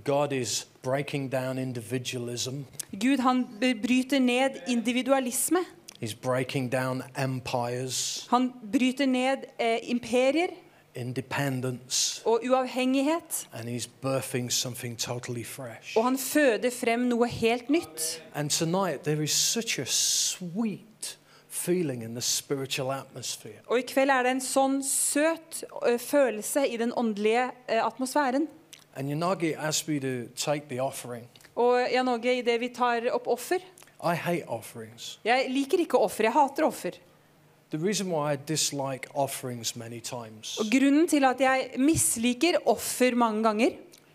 S7: God is breaking down individualism,
S3: Gud han b- bryter ned individualisme.
S7: He's breaking down empires,
S3: Han bryter ned eh, imperier
S7: independence,
S3: og uavhengighet.
S7: and He's birthing something totally fresh.
S3: Og han føder frem noe helt nytt.
S7: And tonight, there is such a sweet feeling in the spiritual atmosphere.
S3: Og i kveld er det en sånn søt eh, følelse i den åndelige eh, atmosfæren.
S7: And Yanagi asked me to take the offering.
S3: Og Jan Åge, idet vi tar opp offer
S7: I hate offerings.
S3: Jeg liker ikke offer. Jeg hater offer.
S7: The reason why I dislike offerings many times
S3: Og Grunnen til at jeg misliker offer mange ganger,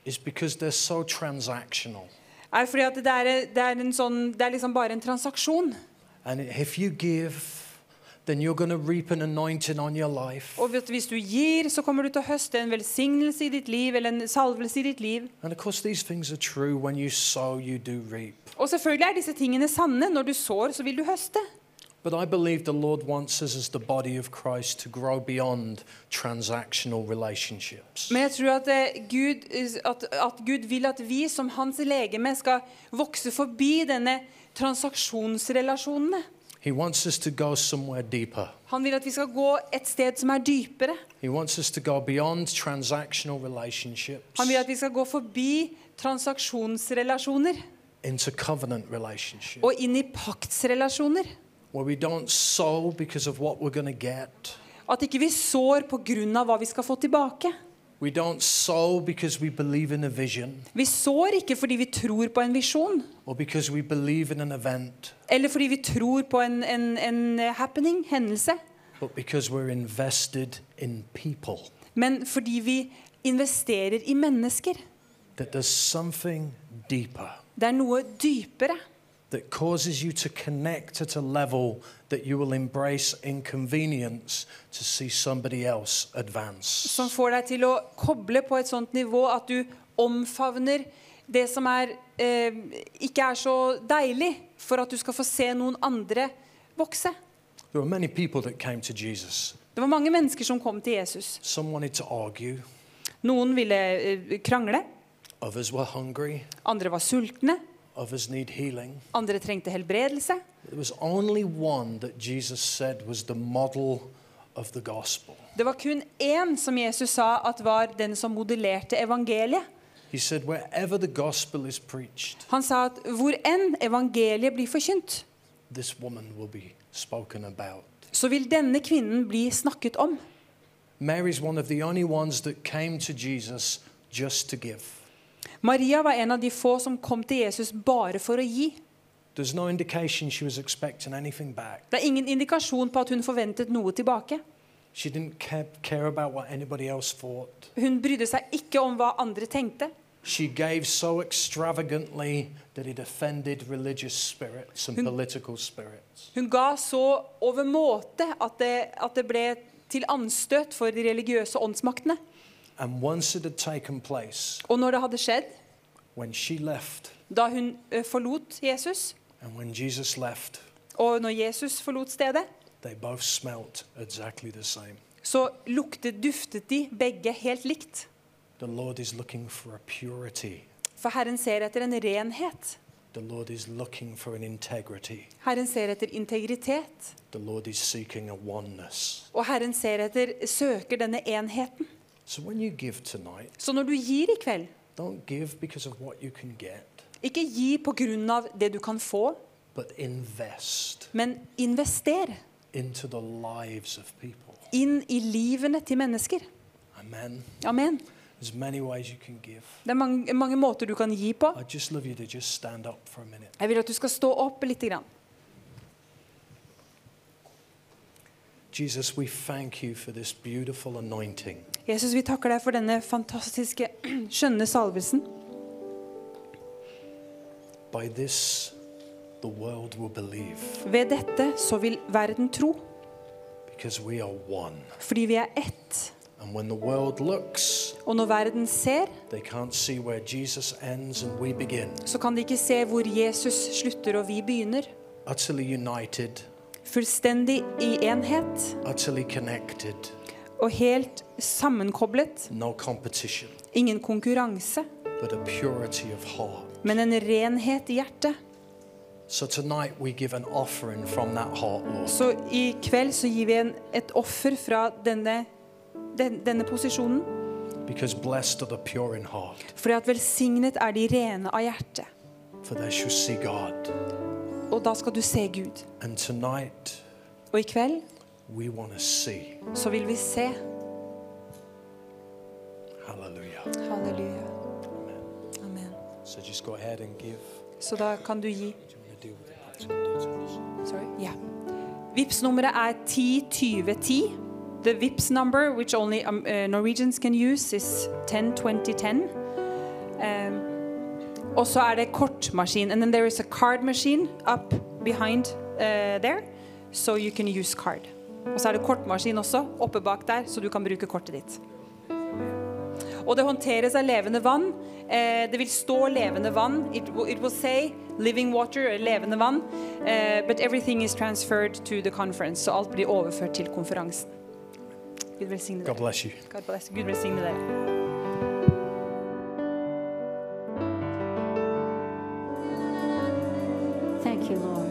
S7: is because they're so transactional.
S3: er fordi at det er, det er, en sånn, det er liksom bare en transaksjon.
S7: And if you give, then you're going to reap an anointing on your life.
S3: Og vet du, Hvis du gir, så kommer du til å høste en velsignelse i ditt liv eller en salvelse i ditt liv.
S7: And of course, these things are true. When you sow, you do reap.
S3: Og selvfølgelig er disse tingene sanne. Når du sår, så vil du høste.
S7: But I believe the Lord wants us as the body of Christ to grow beyond transactional relationships.
S3: Men jeg tror at eh, Gud, at, at Gud vil at vi som hans legeme skal vokse forbi denne transaksjonsrelasjonene.
S7: He wants us to go somewhere deeper.
S3: Han vil at vi skal gå et sted som er dypere.
S7: He wants us to go beyond transactional relationships
S3: Han vil at vi skal gå forbi transaksjonsrelasjoner
S7: into covenant relationships.
S3: og inn i paktsrelasjoner.
S7: where we don't sow because of what we're going to get.
S3: At ikke vi sår pga. hva vi skal få tilbake.
S7: We don't sow because we believe in a vision
S3: Vi sår ikke fordi vi tror på en visjon,
S7: or because we believe in an event,
S3: eller fordi vi tror på en, en, en happening, hendelse,
S7: but because we're invested in people.
S3: men fordi vi investerer i mennesker.
S7: That there's something deeper
S3: Det er noe dypere
S7: that causes you to connect at a level that you will embrace inconvenience to see somebody else advance.
S3: som får deg til å koble på et sånt nivå at du omfavner det som er, eh, ikke er så deilig, for at du skal få se noen andre vokse.
S7: There were many people that came to Jesus.
S3: Det var mange mennesker som kom til Jesus.
S7: Some wanted to argue,
S3: Noen ville eh, krangle,
S7: others were hungry,
S3: andre var sultne,
S7: others need healing.
S3: andre trengte helbredelse.
S7: There was only one that Jesus said was the model of the gospel.
S3: Det var kun én som Jesus sa at var den som modellerte evangeliet.
S7: He said, Wherever the gospel is preached,
S3: Han sa at hvor enn evangeliet blir forkynt,
S7: this woman will be spoken about.
S3: så vil denne kvinnen bli snakket om.
S7: Mary's one of the only ones that came to Jesus just to give.
S3: Maria var en av de få som kom til Jesus bare for å gi.
S7: There's no indication she was expecting anything back.
S3: Det er ingen indikasjon på at hun forventet noe tilbake.
S7: She didn't ca- care about what anybody else thought.
S3: Hun brydde seg ikke om hva andre tenkte.
S7: She gave so extravagantly that it offended religious spirits and political spirits.
S3: Hun ga så overmåte at det, at det ble til anstøt for de religiøse åndsmaktene.
S7: And once it had taken place,
S3: Og når det hadde skjedd,
S7: when she left,
S3: da hun ø, forlot Jesus,
S7: And when Jesus left,
S3: og når Jesus forlot stedet,
S7: they both smelt exactly the same.
S3: så luktet, duftet de begge helt likt.
S7: The Lord is looking for a purity.
S3: For Herren ser etter en renhet.
S7: The Lord is looking for an integrity.
S3: Herren ser etter integritet.
S7: The Lord is seeking a oneness.
S3: Og Herren ser etter, søker denne enheten.
S7: So when you give tonight,
S3: Så når du gir i kveld,
S7: don't give because of what you can get,
S3: ikke gi pga. det du kan få,
S7: but invest
S3: men invester
S7: into the lives of people.
S3: inn i livene til mennesker.
S7: Amen.
S3: Amen.
S7: There's many ways you can give.
S3: Det er mange, mange måter du kan gi på.
S7: I'd just love you to just stand up for a minute.
S3: Jeg vil at du skal stå opp litt. Grann.
S7: Jesus, we thank you for this beautiful anointing.
S3: Jesus, vi takker deg for denne fantastiske, skjønne salvelsen.
S7: By this, the world will believe.
S3: Ved dette så vil verden tro,
S7: Because we are one.
S3: fordi vi er ett.
S7: And when the world looks,
S3: Og når verden ser,
S7: they can't see where Jesus ends and we begin.
S3: så kan de ikke se hvor Jesus slutter og vi begynner.
S7: Utterly united,
S3: Fullstendig i enhet
S7: utterly connected,
S3: og helt sammenkoblet.
S7: no competition,
S3: Ingen konkurranse,
S7: but a purity of heart.
S3: men en renhet i hjertet.
S7: So tonight we give an offering from that heart, Lord.
S3: Så i kveld så gir vi en, et offer fra denne, den, denne posisjonen.
S7: Because blessed are the pure in heart,
S3: Fordi at velsignet er de rene av hjerte.
S7: for they shall see God.
S3: Og da skal du se Gud.
S7: And tonight
S3: Og i kveld
S7: we want to see.
S3: så vil vi se.
S7: Hallelujah.
S3: Halleluja. Amen.
S7: So just go ahead and give.
S3: Så da kan du gi.
S7: Do you want to deal with the practical details?
S3: Sorry. Ja. Vips-nummeret er 102010. The Vips number, which only um, uh, Norwegians can use, is 102010. Um, og så er det kortmaskin. And then there is a card machine up behind uh, there, so you can use card. Og så er det kortmaskin også oppe bak der, så du kan bruke kortet ditt. Og det håndteres av levende vann. Eh, det vil stå levende vann. It, will- it will say living water, eh, levende vann. Eh, but everything is transferred to the conference. Så alt blir overført til konferansen. Gud velsigne
S7: God
S3: dere.
S7: bless you.
S3: God bless. Gud velsigne dere.
S8: Thank you, Lord.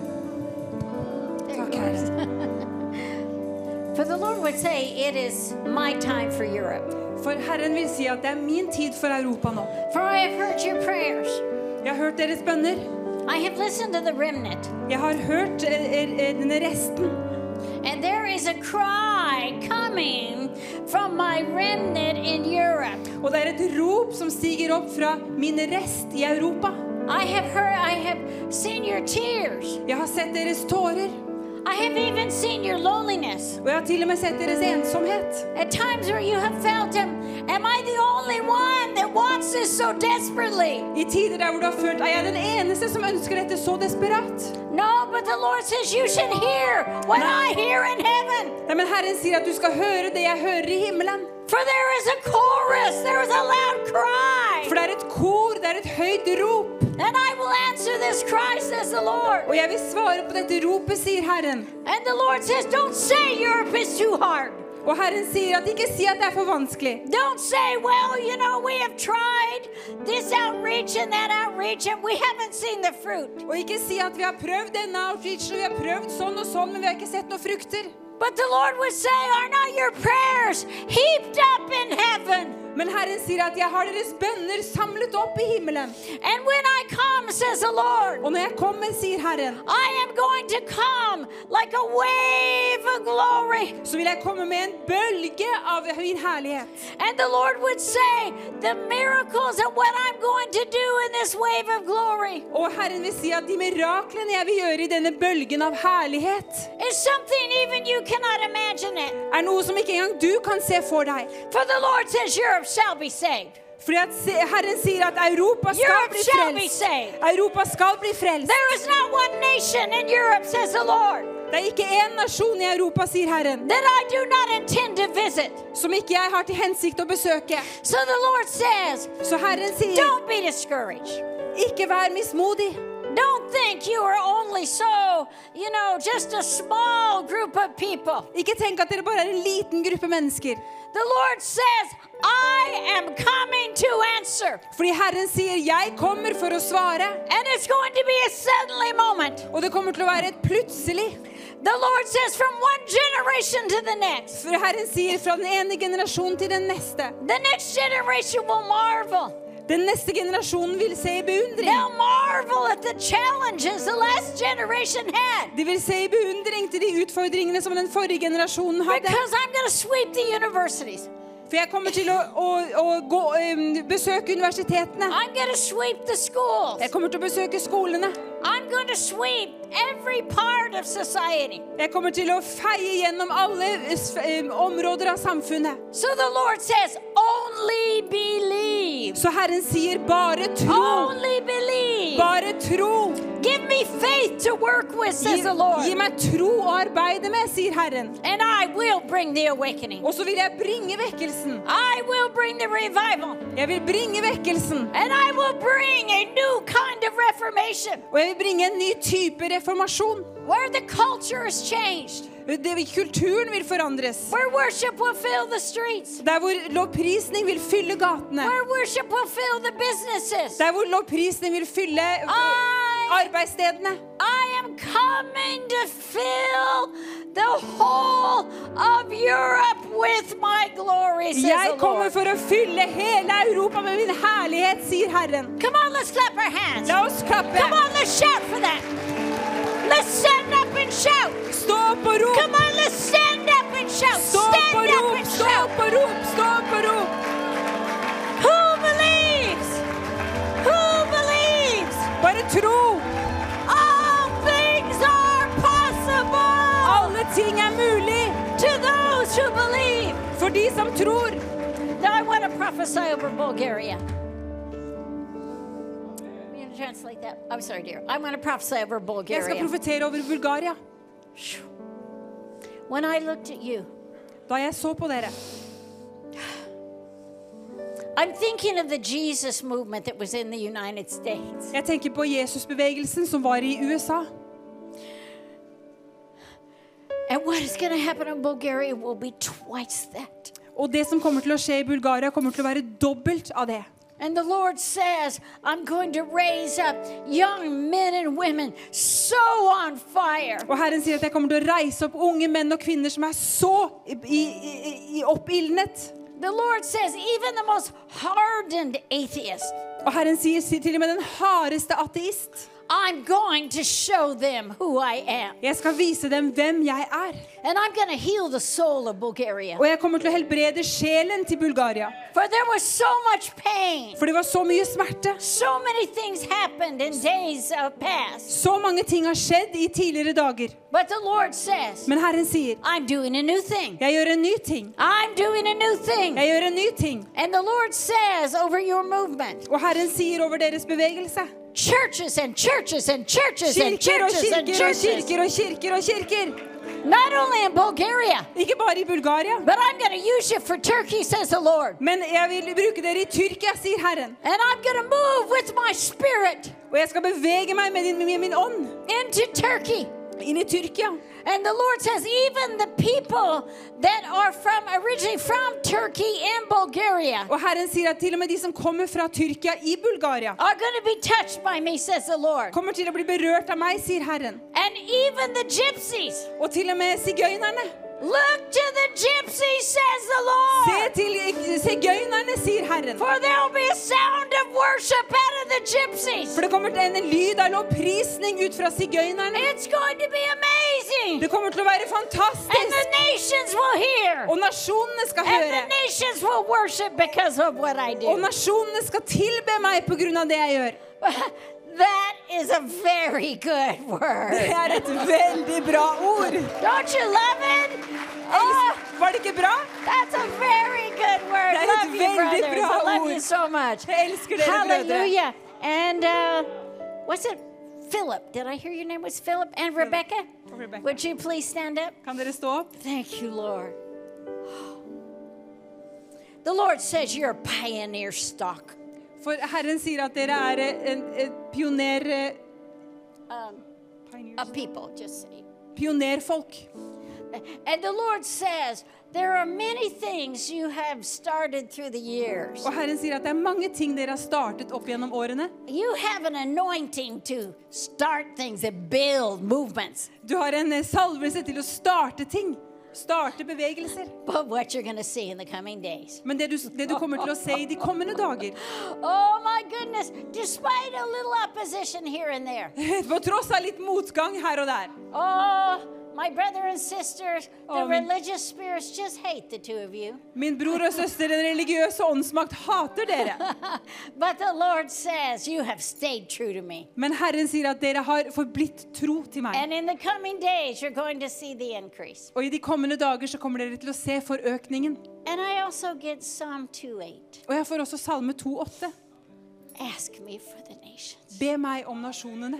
S8: There
S3: Takk,
S8: it
S3: Herre.
S8: goes. For the Lord would say, It is my time for Europe.
S3: For Herren vil si at det er min tid for Europa nå.
S8: For I have heard your prayers.
S3: Jeg har hørt deres bønner.
S8: I have listened to the remnant.
S3: Jeg har hørt eh, eh, denne resten.
S8: And there is a cry coming from my remnant in Europe.
S3: Og det er et rop som stiger opp fra min rest i Europa.
S8: I have heard, I have seen your tears.
S3: Jeg har sett deres tårer.
S8: I have even seen your loneliness.
S3: Og jeg har til og med sett deres ensomhet.
S8: At times where you have felt, am, am I the only one that wants this so desperately?
S3: I tider der hvor du har følt at jeg er den eneste som ønsker dette så desperat.
S8: No, but the Lord says you should hear what I hear in heaven.
S3: Nei, men Herren sier at du skal høre det jeg hører i himmelen.
S8: For there is a chorus, there is a loud cry.
S3: For det er et kor, det er et høyt rop.
S8: And I will answer this cry, says the Lord.
S3: Og jeg vil svare på dette ropet, sier Herren.
S8: And the Lord says, Don't say Europe is too hard.
S3: Og Herren sier at ikke si at det er for vanskelig.
S8: Don't say, Well, you know, we have tried this outreach and that outreach, and we haven't seen the fruit.
S3: Og ikke si at vi har prøvd denne outreachen, og vi har prøvd sånn og sånn, men vi har ikke sett noen frukter.
S8: But the Lord would say, Are not your prayers heaped up in heaven?
S3: Men Herren sier at jeg har deres bønner samlet opp i himmelen.
S8: And when I come, says the Lord,
S3: Og når jeg kommer, sier Herren,
S8: I am going to come like a wave of glory.
S3: så vil jeg komme med en bølge av min herlighet.
S8: And the Lord would say, The miracles and what I'm going to do in this wave of glory
S3: Og Herren vil si at de miraklene jeg vil gjøre i denne bølgen av herlighet,
S8: is something even you cannot imagine it.
S3: er noe som ikke engang du kan se for deg.
S8: For the Lord says, Europe shall be saved.
S3: Fordi at se- Herren sier at Europa skal
S8: Europe
S3: bli
S8: shall be
S3: frelst.
S8: saved.
S3: Europa skal bli frelst.
S8: There is not one nation in Europe, says the Lord,
S3: Det er ikke én nasjon i Europa, sier Herren,
S8: that I do not intend to visit.
S3: som ikke jeg har til hensikt å besøke.
S8: So the Lord says,
S3: Så Herren sier,
S8: Don't be discouraged.
S3: ikke vær mismodig.
S8: Don't think you are only so, you know, just a small group of people.
S3: Ikke tenk at dere bare er en liten gruppe mennesker.
S8: The Lord says, I am coming to answer.
S3: Fordi Herren sier, jeg kommer for å svare.
S8: And it's going to be a suddenly moment.
S3: Og det kommer til å være et plutselig.
S8: The Lord says, from one generation to the next,
S3: For Herren sier, fra den ene generasjonen til den neste.
S8: the next generation will marvel.
S3: Den neste generasjonen vil se i beundring.
S8: They'll marvel at the challenges the last generation had.
S3: De vil se i beundring til de utfordringene som den forrige generasjonen hadde.
S8: Because I'm going to sweep the universities,
S3: For jeg kommer til å, å, å gå, øhm, besøke universitetene.
S8: I'm going to sweep the schools,
S3: Jeg kommer til å besøke skolene.
S8: I'm going to sweep every part of society.
S3: Jeg kommer til å feie gjennom alle eh, s- øhm, områder av samfunnet.
S8: So the Lord says, only believe.
S3: Så Herren sier, bare tro.
S8: Only believe.
S3: Bare tro.
S8: Give me faith to work with,
S3: Gi,
S8: says the Lord.
S3: gi meg tro å arbeide med, sier Herren.
S8: And I will bring the awakening.
S3: Og så vil jeg bringe vekkelsen.
S8: I will bring the revival.
S3: Jeg vil bringe vekkelsen.
S8: And I will bring a new kind of reformation
S3: Og jeg vil bringe en ny type reformasjon.
S8: where the culture is changed,
S3: det, kulturen vil forandres.
S8: Where worship will fill the streets.
S3: Der hvor lovprisning vil fylle gatene.
S8: Where worship will fill the businesses.
S3: Der hvor lovprisning vil fylle eh,
S8: I-
S3: arbeidsstedene.
S8: I am coming to fill the whole of Europe with my glory, says
S3: Jeg
S8: the
S3: kommer
S8: Lord.
S3: for å fylle hele Europa med min herlighet, sier Herren.
S8: Come on, let's clap our hands.
S3: La oss klappe.
S8: Come on, let's shout for that. Let's stand up and shout.
S3: Stå opp og
S8: Come
S3: rop.
S8: on, let's stand up and shout.
S3: Stå opp og
S8: Stand up
S3: rop.
S8: and
S3: Stå
S8: shout.
S3: opp og rop. Stå opp og rop.
S8: Who believes? Who believes?
S3: Bare tro.
S8: All things are possible
S3: Alle ting er mulig
S8: to those who believe.
S3: for de som tror.
S8: Now I want to prophesy over Bulgaria. We're going to translate that. I'm sorry, dear. I want to prophesy over
S3: Jeg skal
S8: Bulgaria.
S3: profetere over Bulgaria.
S8: When I looked at you,
S3: Da jeg så på dere,
S8: I'm thinking of the Jesus movement that was in the United States.
S3: jeg tenker på Jesusbevegelsen som var i USA.
S8: And what is going to happen in Bulgaria will be twice that.
S3: Og det som kommer til å skje i Bulgaria, kommer til å være dobbelt av det.
S8: And the Lord says, I'm going to raise up young men and women so on fire.
S3: Og Herren sier at jeg kommer til å reise opp unge menn og kvinner som er så i, i, i, i oppildnet.
S8: The Lord says, even the most hardened atheist,
S3: Og Herren sier sier til og med den hardeste ateist.
S8: I'm going to show them who I am.
S3: Jeg skal vise dem hvem jeg er.
S8: And I'm going to heal the soul of Bulgaria.
S3: Og jeg kommer til å helbrede sjelen til Bulgaria.
S8: For there was so much pain.
S3: For det var så mye smerte.
S8: So many things happened in days uh, past.
S3: Så mange ting har skjedd i tidligere dager.
S8: But the Lord says,
S3: Men Herren sier,
S8: I'm doing a new thing.
S3: jeg gjør en ny ting.
S8: I'm doing a new thing.
S3: Jeg gjør en ny ting.
S8: And the Lord says over your movement,
S3: Og Herren sier over deres bevegelse.
S8: churches and churches and churches and
S3: Kirker og
S8: churches and
S3: kirker og
S8: churches.
S3: kirker og kirker og kirker.
S8: Not only in Bulgaria,
S3: Ikke bare i Bulgaria,
S8: but I'm going to use you for Turkey, says the Lord.
S3: men jeg vil bruke dere i Tyrkia, sier Herren.
S8: And I'm going to move with my spirit
S3: Og jeg skal bevege meg med, din, med min ånd
S8: into Turkey.
S3: inn i Tyrkia.
S8: And the Lord says, even the people that are from originally from Turkey and Bulgaria
S3: Og Herren sier at til og med de som kommer fra Tyrkia i Bulgaria,
S8: are going to be touched by me, says the Lord.
S3: kommer til å bli berørt av meg, sier Herren.
S8: And even the gypsies.
S3: Og til og med sigøynerne.
S8: Look to the gypsies, says the
S3: Se
S8: Lord.
S3: til sigøynerne, sier Herren.
S8: For there will be a sound of worship out of the gypsies.
S3: For det kommer til en lyd av lovprisning ut fra sigøynerne.
S8: It's going to be amazing.
S3: Det kommer til å være
S8: And the
S3: fantastisk.
S8: nations will hear.
S3: Og nasjonene skal
S8: And
S3: høre.
S8: the nations will worship because of what I
S3: Og
S8: do.
S3: nasjonene skal tilbe meg på grunn av det jeg gjør.
S8: That is a very good
S3: Det
S8: word.
S3: er et veldig bra ord.
S8: Don't you love it?
S3: Els-
S8: Oh,
S3: Var det ikke bra?
S8: that's a very good word.
S3: Det er et
S8: Love you,
S3: veldig
S8: brothers.
S3: bra
S8: I love
S3: ord.
S8: you so much.
S3: Jeg elsker dere, brødre.
S8: Hallelujah. And uh, what's it? Philip. Did I hear your name was Philip? And Rebecca?
S3: Rebecca.
S8: Would you please stand up?
S3: Kan dere stå opp?
S8: Thank you, Lord. The Lord says you're a pioneer stock.
S3: For Herren sier at dere er eh, en, en pioner... eh,
S8: Um, a people, just say.
S3: Pionerfolk.
S8: And the Lord says there are many things you have started through the years.
S3: Og Herren sier at det er mange ting dere har startet opp gjennom årene.
S8: You have an anointing to start things and build movements.
S3: Du har en eh, salvelse til å starte ting. Starte bevegelser.
S8: But what you're going to see in the coming days.
S3: Men det du, det du kommer til å se i de kommende dager
S8: Oh my goodness, despite a little opposition here and there.
S3: På tross av litt motgang her og der.
S8: Oh, my brother and sisters, the
S3: Oh, man.
S8: religious spirits just hate the two of you.
S3: Min bror og søster, den religiøse åndsmakt, hater dere.
S8: But the Lord says, You have stayed true to me.
S3: Men Herren sier at dere har forblitt tro til meg.
S8: And in the coming days, you're going to see the increase.
S3: Og i de kommende dager så kommer dere til å se forøkningen.
S8: And I also get Psalm 2 8.
S3: Og jeg får også Salme 2,8.
S8: Ask me for the nations.
S3: Be meg om nasjonene.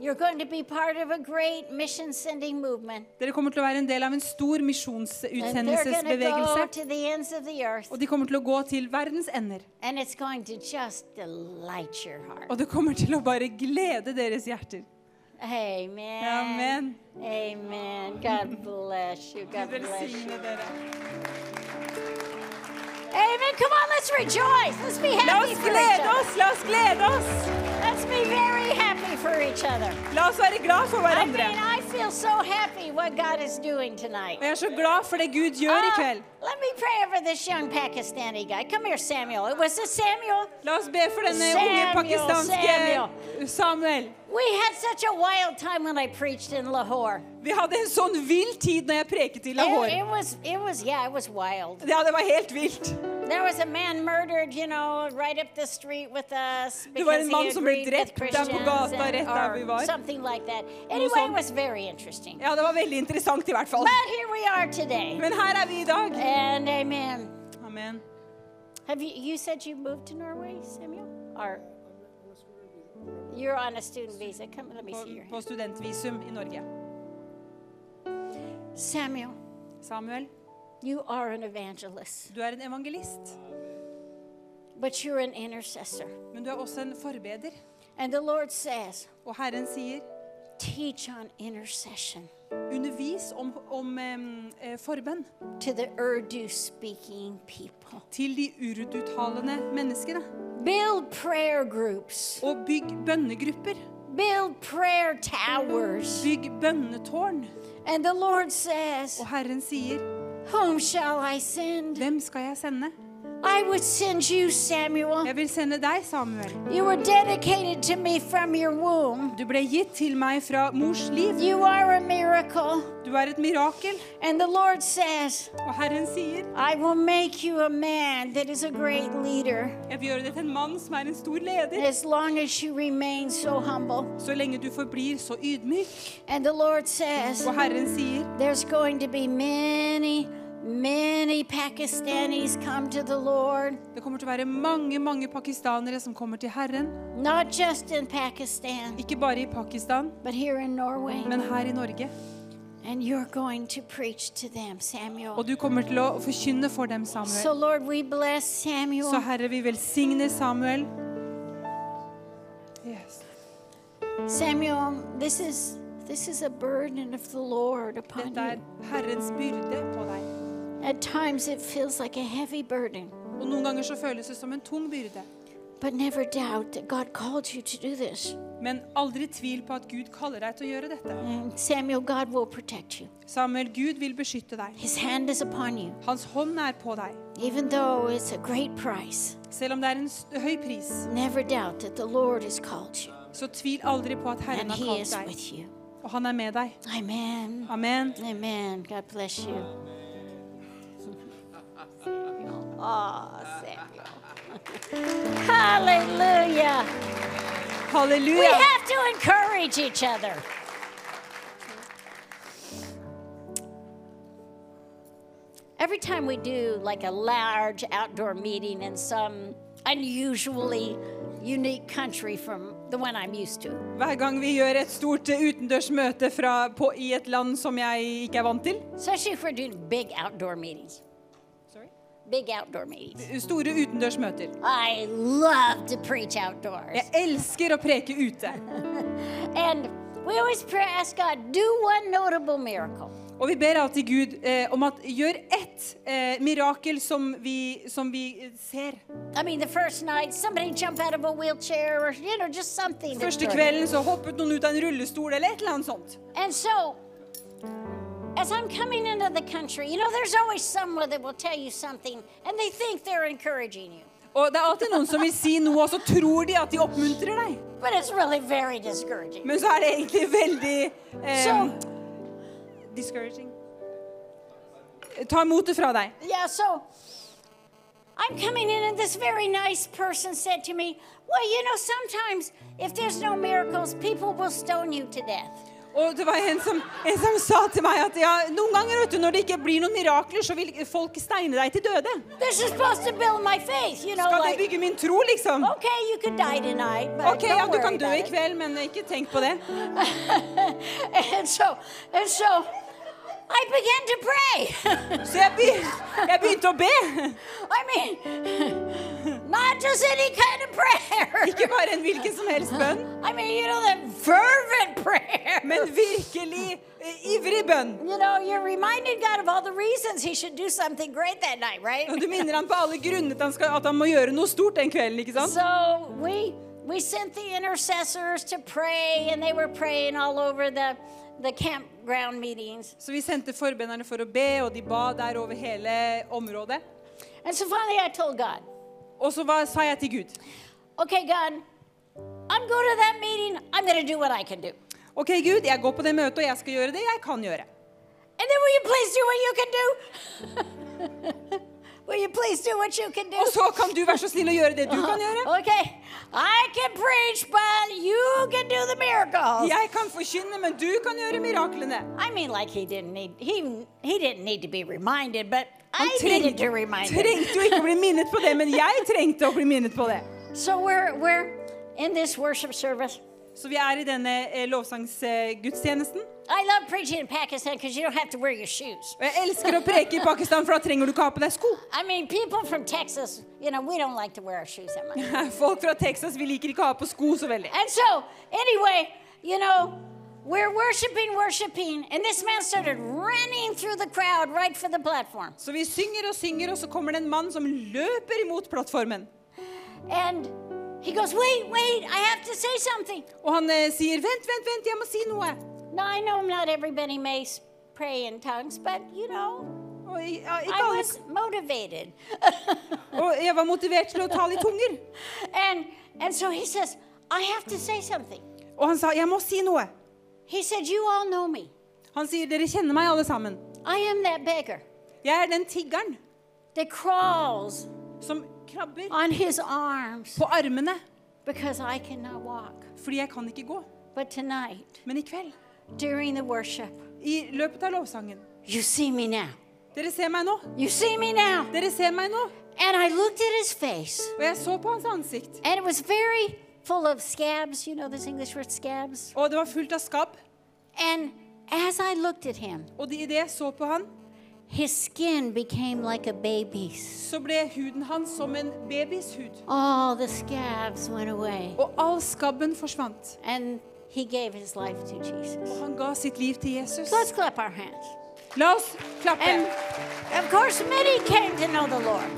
S8: You're going to be part of a great mission sending movement.
S3: Dere kommer til å være en del av en stor
S8: And they're going to go
S3: misjonsutsendelsesbevegelse.
S8: to the ends of the earth.
S3: Og de kommer til å gå til verdens ender.
S8: And it's going to just delight your heart.
S3: Oh. Og det kommer til å bare glede deres hjerter.
S8: Amen.
S3: Amen.
S8: Amen. God bless you. God
S3: Gud
S8: bless you.
S3: velsigne dere.
S8: Amen. Come on, let's rejoice. Let's be
S3: La
S8: happy
S3: oss
S8: for each
S3: glede
S8: other.
S3: oss! La oss glede oss!
S8: Let's be very happy for each other.
S3: La oss være glad for
S8: I
S3: hverandre.
S8: mean, I feel so happy what God is doing tonight.
S3: Og jeg er så glad for det Gud gjør i
S8: Uh,
S3: kveld.
S8: let me pray over this young Pakistani guy. Come here, Samuel. It was it Samuel.
S3: La oss be for denne unge
S8: Samuel,
S3: pakistanske Samuel.
S8: We had such a wild time when I preached in Lahore.
S3: Vi hadde en sånn vill tid når jeg preket i
S8: It,
S3: Lahore.
S8: it was, it was, yeah, it was wild.
S3: Ja, det var helt vilt.
S8: There was a man murdered, you know, right up the street with us
S3: Det var
S8: because
S3: en
S8: he
S3: mann som ble
S8: agreed with
S3: drept der på
S8: Christians
S3: gata rett
S8: and,
S3: der vi
S8: or
S3: var.
S8: something like that. Anyway, it
S3: sånt.
S8: was very interesting.
S3: Ja, det var veldig interessant i hvert fall.
S8: But here we are today.
S3: Men her er vi i dag.
S8: And amen.
S3: Amen.
S8: Have you you said you moved to Norway, Samuel? Or you're on a student visa. Come let me
S3: På,
S8: see your hand.
S3: på studentvisum i Norge.
S8: Samuel,
S3: Samuel,
S8: you are an evangelist,
S3: du er en evangelist,
S8: but you're an intercessor.
S3: men du er også en forbeder.
S8: And the Lord says,
S3: Og Herren sier,
S8: teach on intercession
S3: undervis om, om em, eh, forbønn
S8: to the Urdu speaking people.
S3: til de urututtalende menneskene.
S8: Build prayer groups.
S3: Og bygg bønnegrupper.
S8: Build prayer towers.
S3: Bygg bønnetårn.
S8: And the Lord says,
S3: Og Herren sier,
S8: Whom shall I send?
S3: hvem skal jeg sende?
S8: I would send you, Samuel.
S3: Jeg vil sende deg, Samuel.
S8: You were dedicated to me from your womb.
S3: Du ble gitt til meg fra mors liv.
S8: You are a miracle.
S3: Du er et mirakel.
S8: And the Lord says,
S3: Og Herren sier,
S8: I will make you a man that is a great leader
S3: jeg vil gjøre deg til en mann som er en stor leder.
S8: as long as you remain so humble.
S3: Så lenge du forblir så ydmyk.
S8: And the Lord says,
S3: Og Herren sier,
S8: There's going to be many, many Pakistanis come to the Lord,
S3: det kommer til å være mange, mange pakistanere som kommer til Herren.
S8: not just in Pakistan,
S3: Ikke bare i Pakistan,
S8: but here in Norway.
S3: men her i Norge.
S8: And you're going to preach to them, Samuel.
S3: Og du kommer til å forkynne for dem,
S8: So,
S3: Samuel.
S8: Lord, we bless
S3: Så
S8: Samuel.
S3: Herre, vi velsigner Samuel. Yes.
S8: Samuel, this is. This is a burden of the Lord upon
S3: Dette
S8: you.
S3: er Herrens byrde på deg.
S8: At times it feels like a heavy burden,
S3: Og noen ganger så føles det som en tung byrde.
S8: but never doubt that God called you to do this.
S3: Men aldri tvil på at Gud kaller deg til å gjøre dette.
S8: And Samuel, God will protect you.
S3: Samuel, Gud vil beskytte deg.
S8: His hand is upon you,
S3: Hans hånd er på deg.
S8: even though it's a great price.
S3: Selv om det er en s- høy pris,
S8: Never doubt that the Lord has called you
S3: så tvil aldri på at Herren
S8: and
S3: har
S8: He
S3: kalt
S8: is
S3: deg.
S8: with you.
S3: Og han er med deg.
S8: Amen.
S3: Amen.
S8: Amen. God bless you. Aw, Samuel. Hallelujah. We
S3: Halleluja.
S8: have to encourage each other. Every time we do like a large outdoor meeting in some unusually unique country from the one I'm used to,
S3: Hver gang vi gjør et stort eh, utendørs møte fra, på, i et land som jeg ikke er vant til
S8: especially if we're doing big outdoor meetings,
S3: Sorry.
S8: big outdoor meetings,
S3: Store utendørs møter.
S8: I love to preach outdoors.
S3: Jeg elsker å preke ute.
S8: And we always pray, ask God, do one notable miracle.
S3: Og vi ber alltid Gud eh, om at gjør ett eh, mirakel som vi, som vi eh, ser.
S8: I mean, the first night, somebody jump out of a wheelchair or, you know, just something.
S3: Første
S8: extraordinary.
S3: kvelden så hoppet noen ut av en rullestol eller et eller annet sånt.
S8: And so, as I'm coming into the country, you know, there's always someone that will tell you something and they think they're encouraging you.
S3: Og det er alltid noen som vil si noe, og så tror de at de oppmuntrer deg.
S8: But it's really very discouraging.
S3: Men så er det egentlig veldig eh,
S8: So-
S3: Discouraging. Ta imot det fra deg.
S8: Yeah, so I'm coming in, and this very nice person said to me, Well, you know, sometimes if there's no miracles, people will stone you to death.
S3: Og det var en som, en som sa til meg at ja, noen ganger vet du, når det ikke blir noen mirakler, så vil folk steine deg til døde.
S8: This is supposed to build my faith, you know,
S3: Skal det
S8: like,
S3: bygge min tro, liksom?
S8: okay, you could die tonight, but
S3: OK,
S8: don't
S3: ja, du
S8: worry
S3: kan dø
S8: about
S3: i
S8: it."
S3: kveld, men ikke tenk på det.
S8: and so and so I began to pray.
S3: Så jeg, begy- jeg begynte å be.
S8: I mean, Not just any kind of prayer.
S3: Ikke bare en hvilken som helst bønn,
S8: I mean, you know, that fervent prayer.
S3: men virkelig eh, ivrig bønn.
S8: You know, you're reminding God of all the reasons He should do something great that night, right?
S3: Og du minner han på alle grunner til han skal, at han må gjøre noe stort den kvelden, ikke sant?
S8: So we we sent the intercessors to pray, and they were praying all over the the campground meetings.
S3: Så vi sendte forbenderne for å be, og de ba der over hele området.
S8: And so finally, I told God,
S3: Og så var, sa jeg til Gud,
S8: "Okay, God, I'm going to that meeting. I'm going to do what I can do. And
S3: ok Gud, jeg går på det møtet, og jeg skal gjøre det jeg kan gjøre.
S8: then will you please do what you can do? will you please do what you can do?"
S3: Og så kan du være så snill å gjøre det du kan gjøre.
S8: Okay, I can preach, but you can do the miracles.
S3: Jeg kan forkynne, men du kan gjøre miraklene.
S8: I mean, like he didn't need he he didn't need to be reminded, but
S3: Han
S8: I
S3: treng-
S8: needed to remind him.
S3: trengte jo ikke å bli minnet på det, men jeg trengte å bli minnet på det.
S8: So we're we're in this worship service.
S3: Så vi er i denne eh, lovsangsgudstjenesten.
S8: I love preaching in Pakistan because you don't have to wear your shoes.
S3: Og jeg elsker å preke i Pakistan, for da trenger du ikke ha på deg sko.
S8: I mean, people from Texas, you know, we don't like to wear our shoes that much.
S3: Folk fra Texas vi liker ikke å ha på sko så veldig.
S8: And so, anyway, you know, we're worshiping, worshiping, and this man started running through the crowd right for the platform.
S3: Så vi synger og synger, og så kommer det en mann som løper imot plattformen.
S8: And he goes, "Wait, wait! I have to say something."
S3: Og han eh, sier 'vent, vent, vent, jeg må si noe'.
S8: Now I know not everybody may s- pray in tongues, but you know,
S3: Og, i- ja, ikke
S8: I
S3: alle,
S8: was motivated.
S3: og jeg var motivert til å tale i tunger.
S8: and and so he says, I have to say something.
S3: Og han sa 'jeg må si noe'.
S8: He said, You all know me.
S3: Han sier 'dere kjenner meg alle sammen'.
S8: I am that beggar
S3: Jeg er den tiggeren
S8: that crawls
S3: som krabber
S8: on his arms
S3: på armene
S8: because I cannot walk.
S3: fordi jeg kan ikke gå.
S8: But tonight,
S3: Men i kveld,
S8: during the worship,
S3: i løpet av lovsangen
S8: you see me now.
S3: Dere ser meg nå.
S8: You see me now.
S3: Dere ser meg nå.
S8: And I looked at his face,
S3: Og jeg så på hans ansikt,
S8: and it was very full of scabs. You know this English word scabs?
S3: og det var fullt av skabb.
S8: And as I looked at him,
S3: Og de- idet jeg så på han,
S8: his skin became like a baby's.
S3: så ble huden hans som en babys hud.
S8: All the scabs went away,
S3: Og all skabben forsvant.
S8: and he gave his life to Jesus.
S3: Og han ga sitt liv til Jesus.
S8: So let's clap our hands.
S3: La oss klappe.
S8: And of course, many came to know the Lord.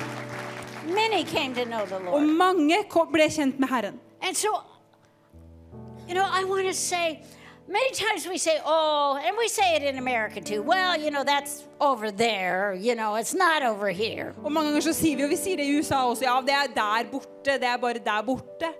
S8: Many came to know the
S3: Og
S8: Lord.
S3: mange ko- ble kjent med Herren.
S8: And so, you know, I want to say, many times we say, oh, and we say it in America too, well, you know, that's over there, you know, it's not over here.
S3: Og mange ganger så sier vi, og vi sier det i USA også, ja, det er der borte, det er bare der borte.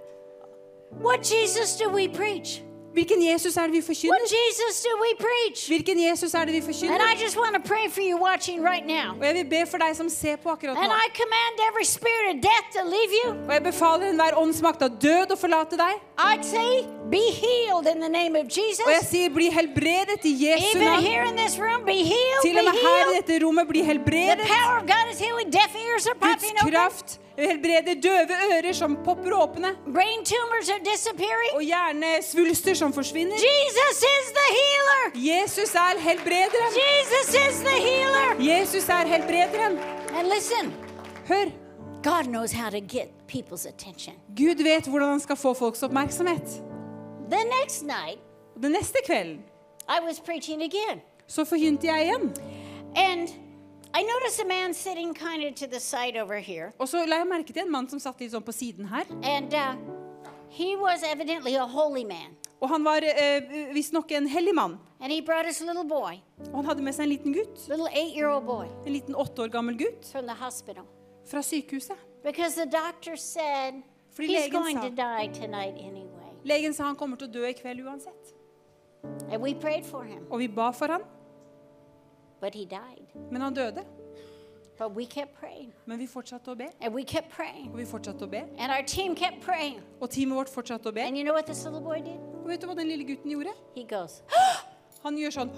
S8: What Jesus do we preach?
S3: Hvilken Jesus er det vi
S8: What
S3: forkynner?
S8: Jesus do we preach?
S3: Hvilken Jesus er det vi
S8: And I
S3: forkynner?
S8: just want to pray for you watching right now.
S3: Og jeg vil be for deg som ser på akkurat
S8: And I
S3: nå.
S8: command every spirit of death to leave you.
S3: Og jeg befaler enhver åndsmakt av død å forlate deg.
S8: I say, be healed in the name of
S3: Og jeg
S8: Jesus.
S3: sier, bli helbredet i Jesu
S8: Even
S3: navn.
S8: here in this room, be healed, be
S3: Til og med her i
S8: healed.
S3: dette rommet blir
S8: The
S3: helbredet.
S8: power of God is healing. Deaf ears are
S3: Guds
S8: popping open.
S3: kraft helbreder døve ører som popper åpne,
S8: Brain tumors are disappearing.
S3: og hjernesvulster som forsvinner.
S8: Jesus is the healer.
S3: Jesus er helbrederen.
S8: Jesus is the healer.
S3: Jesus er helbrederen.
S8: And listen,
S3: Hør,
S8: God knows how to get people's attention.
S3: Gud vet hvordan han skal få folks oppmerksomhet.
S8: The next night,
S3: Og Den neste kvelden
S8: I was preaching again.
S3: så forkynte jeg igjen,
S8: And I noticed a man sitting kind of to the side over here.
S3: og så la jeg merke til en mann som satt litt sånn på siden her,
S8: And uh, he was evidently a holy man.
S3: og han var eh, visstnok en hellig mann.
S8: And he brought his little boy,
S3: Og han hadde med seg en liten gutt,
S8: little eight year old boy
S3: en liten åtte år gammel gutt,
S8: from the hospital.
S3: fra sykehuset.
S8: Because the doctor said
S3: Fordi
S8: he's
S3: legen
S8: going
S3: sa-
S8: to die tonight anyway.
S3: Legen sa han kommer til å dø i kveld uansett.
S8: And we prayed for him,
S3: Og vi ba for han,
S8: but he died.
S3: men han døde.
S8: But we kept praying,
S3: Men vi fortsatte å be,
S8: and we kept praying,
S3: og vi fortsatte å be.
S8: and our team kept praying.
S3: Og teamet vårt fortsatte å be.
S8: And you know what this little boy did?
S3: Og vet du hva den lille gutten gjorde?
S8: He goes,
S3: Han gjør sånn,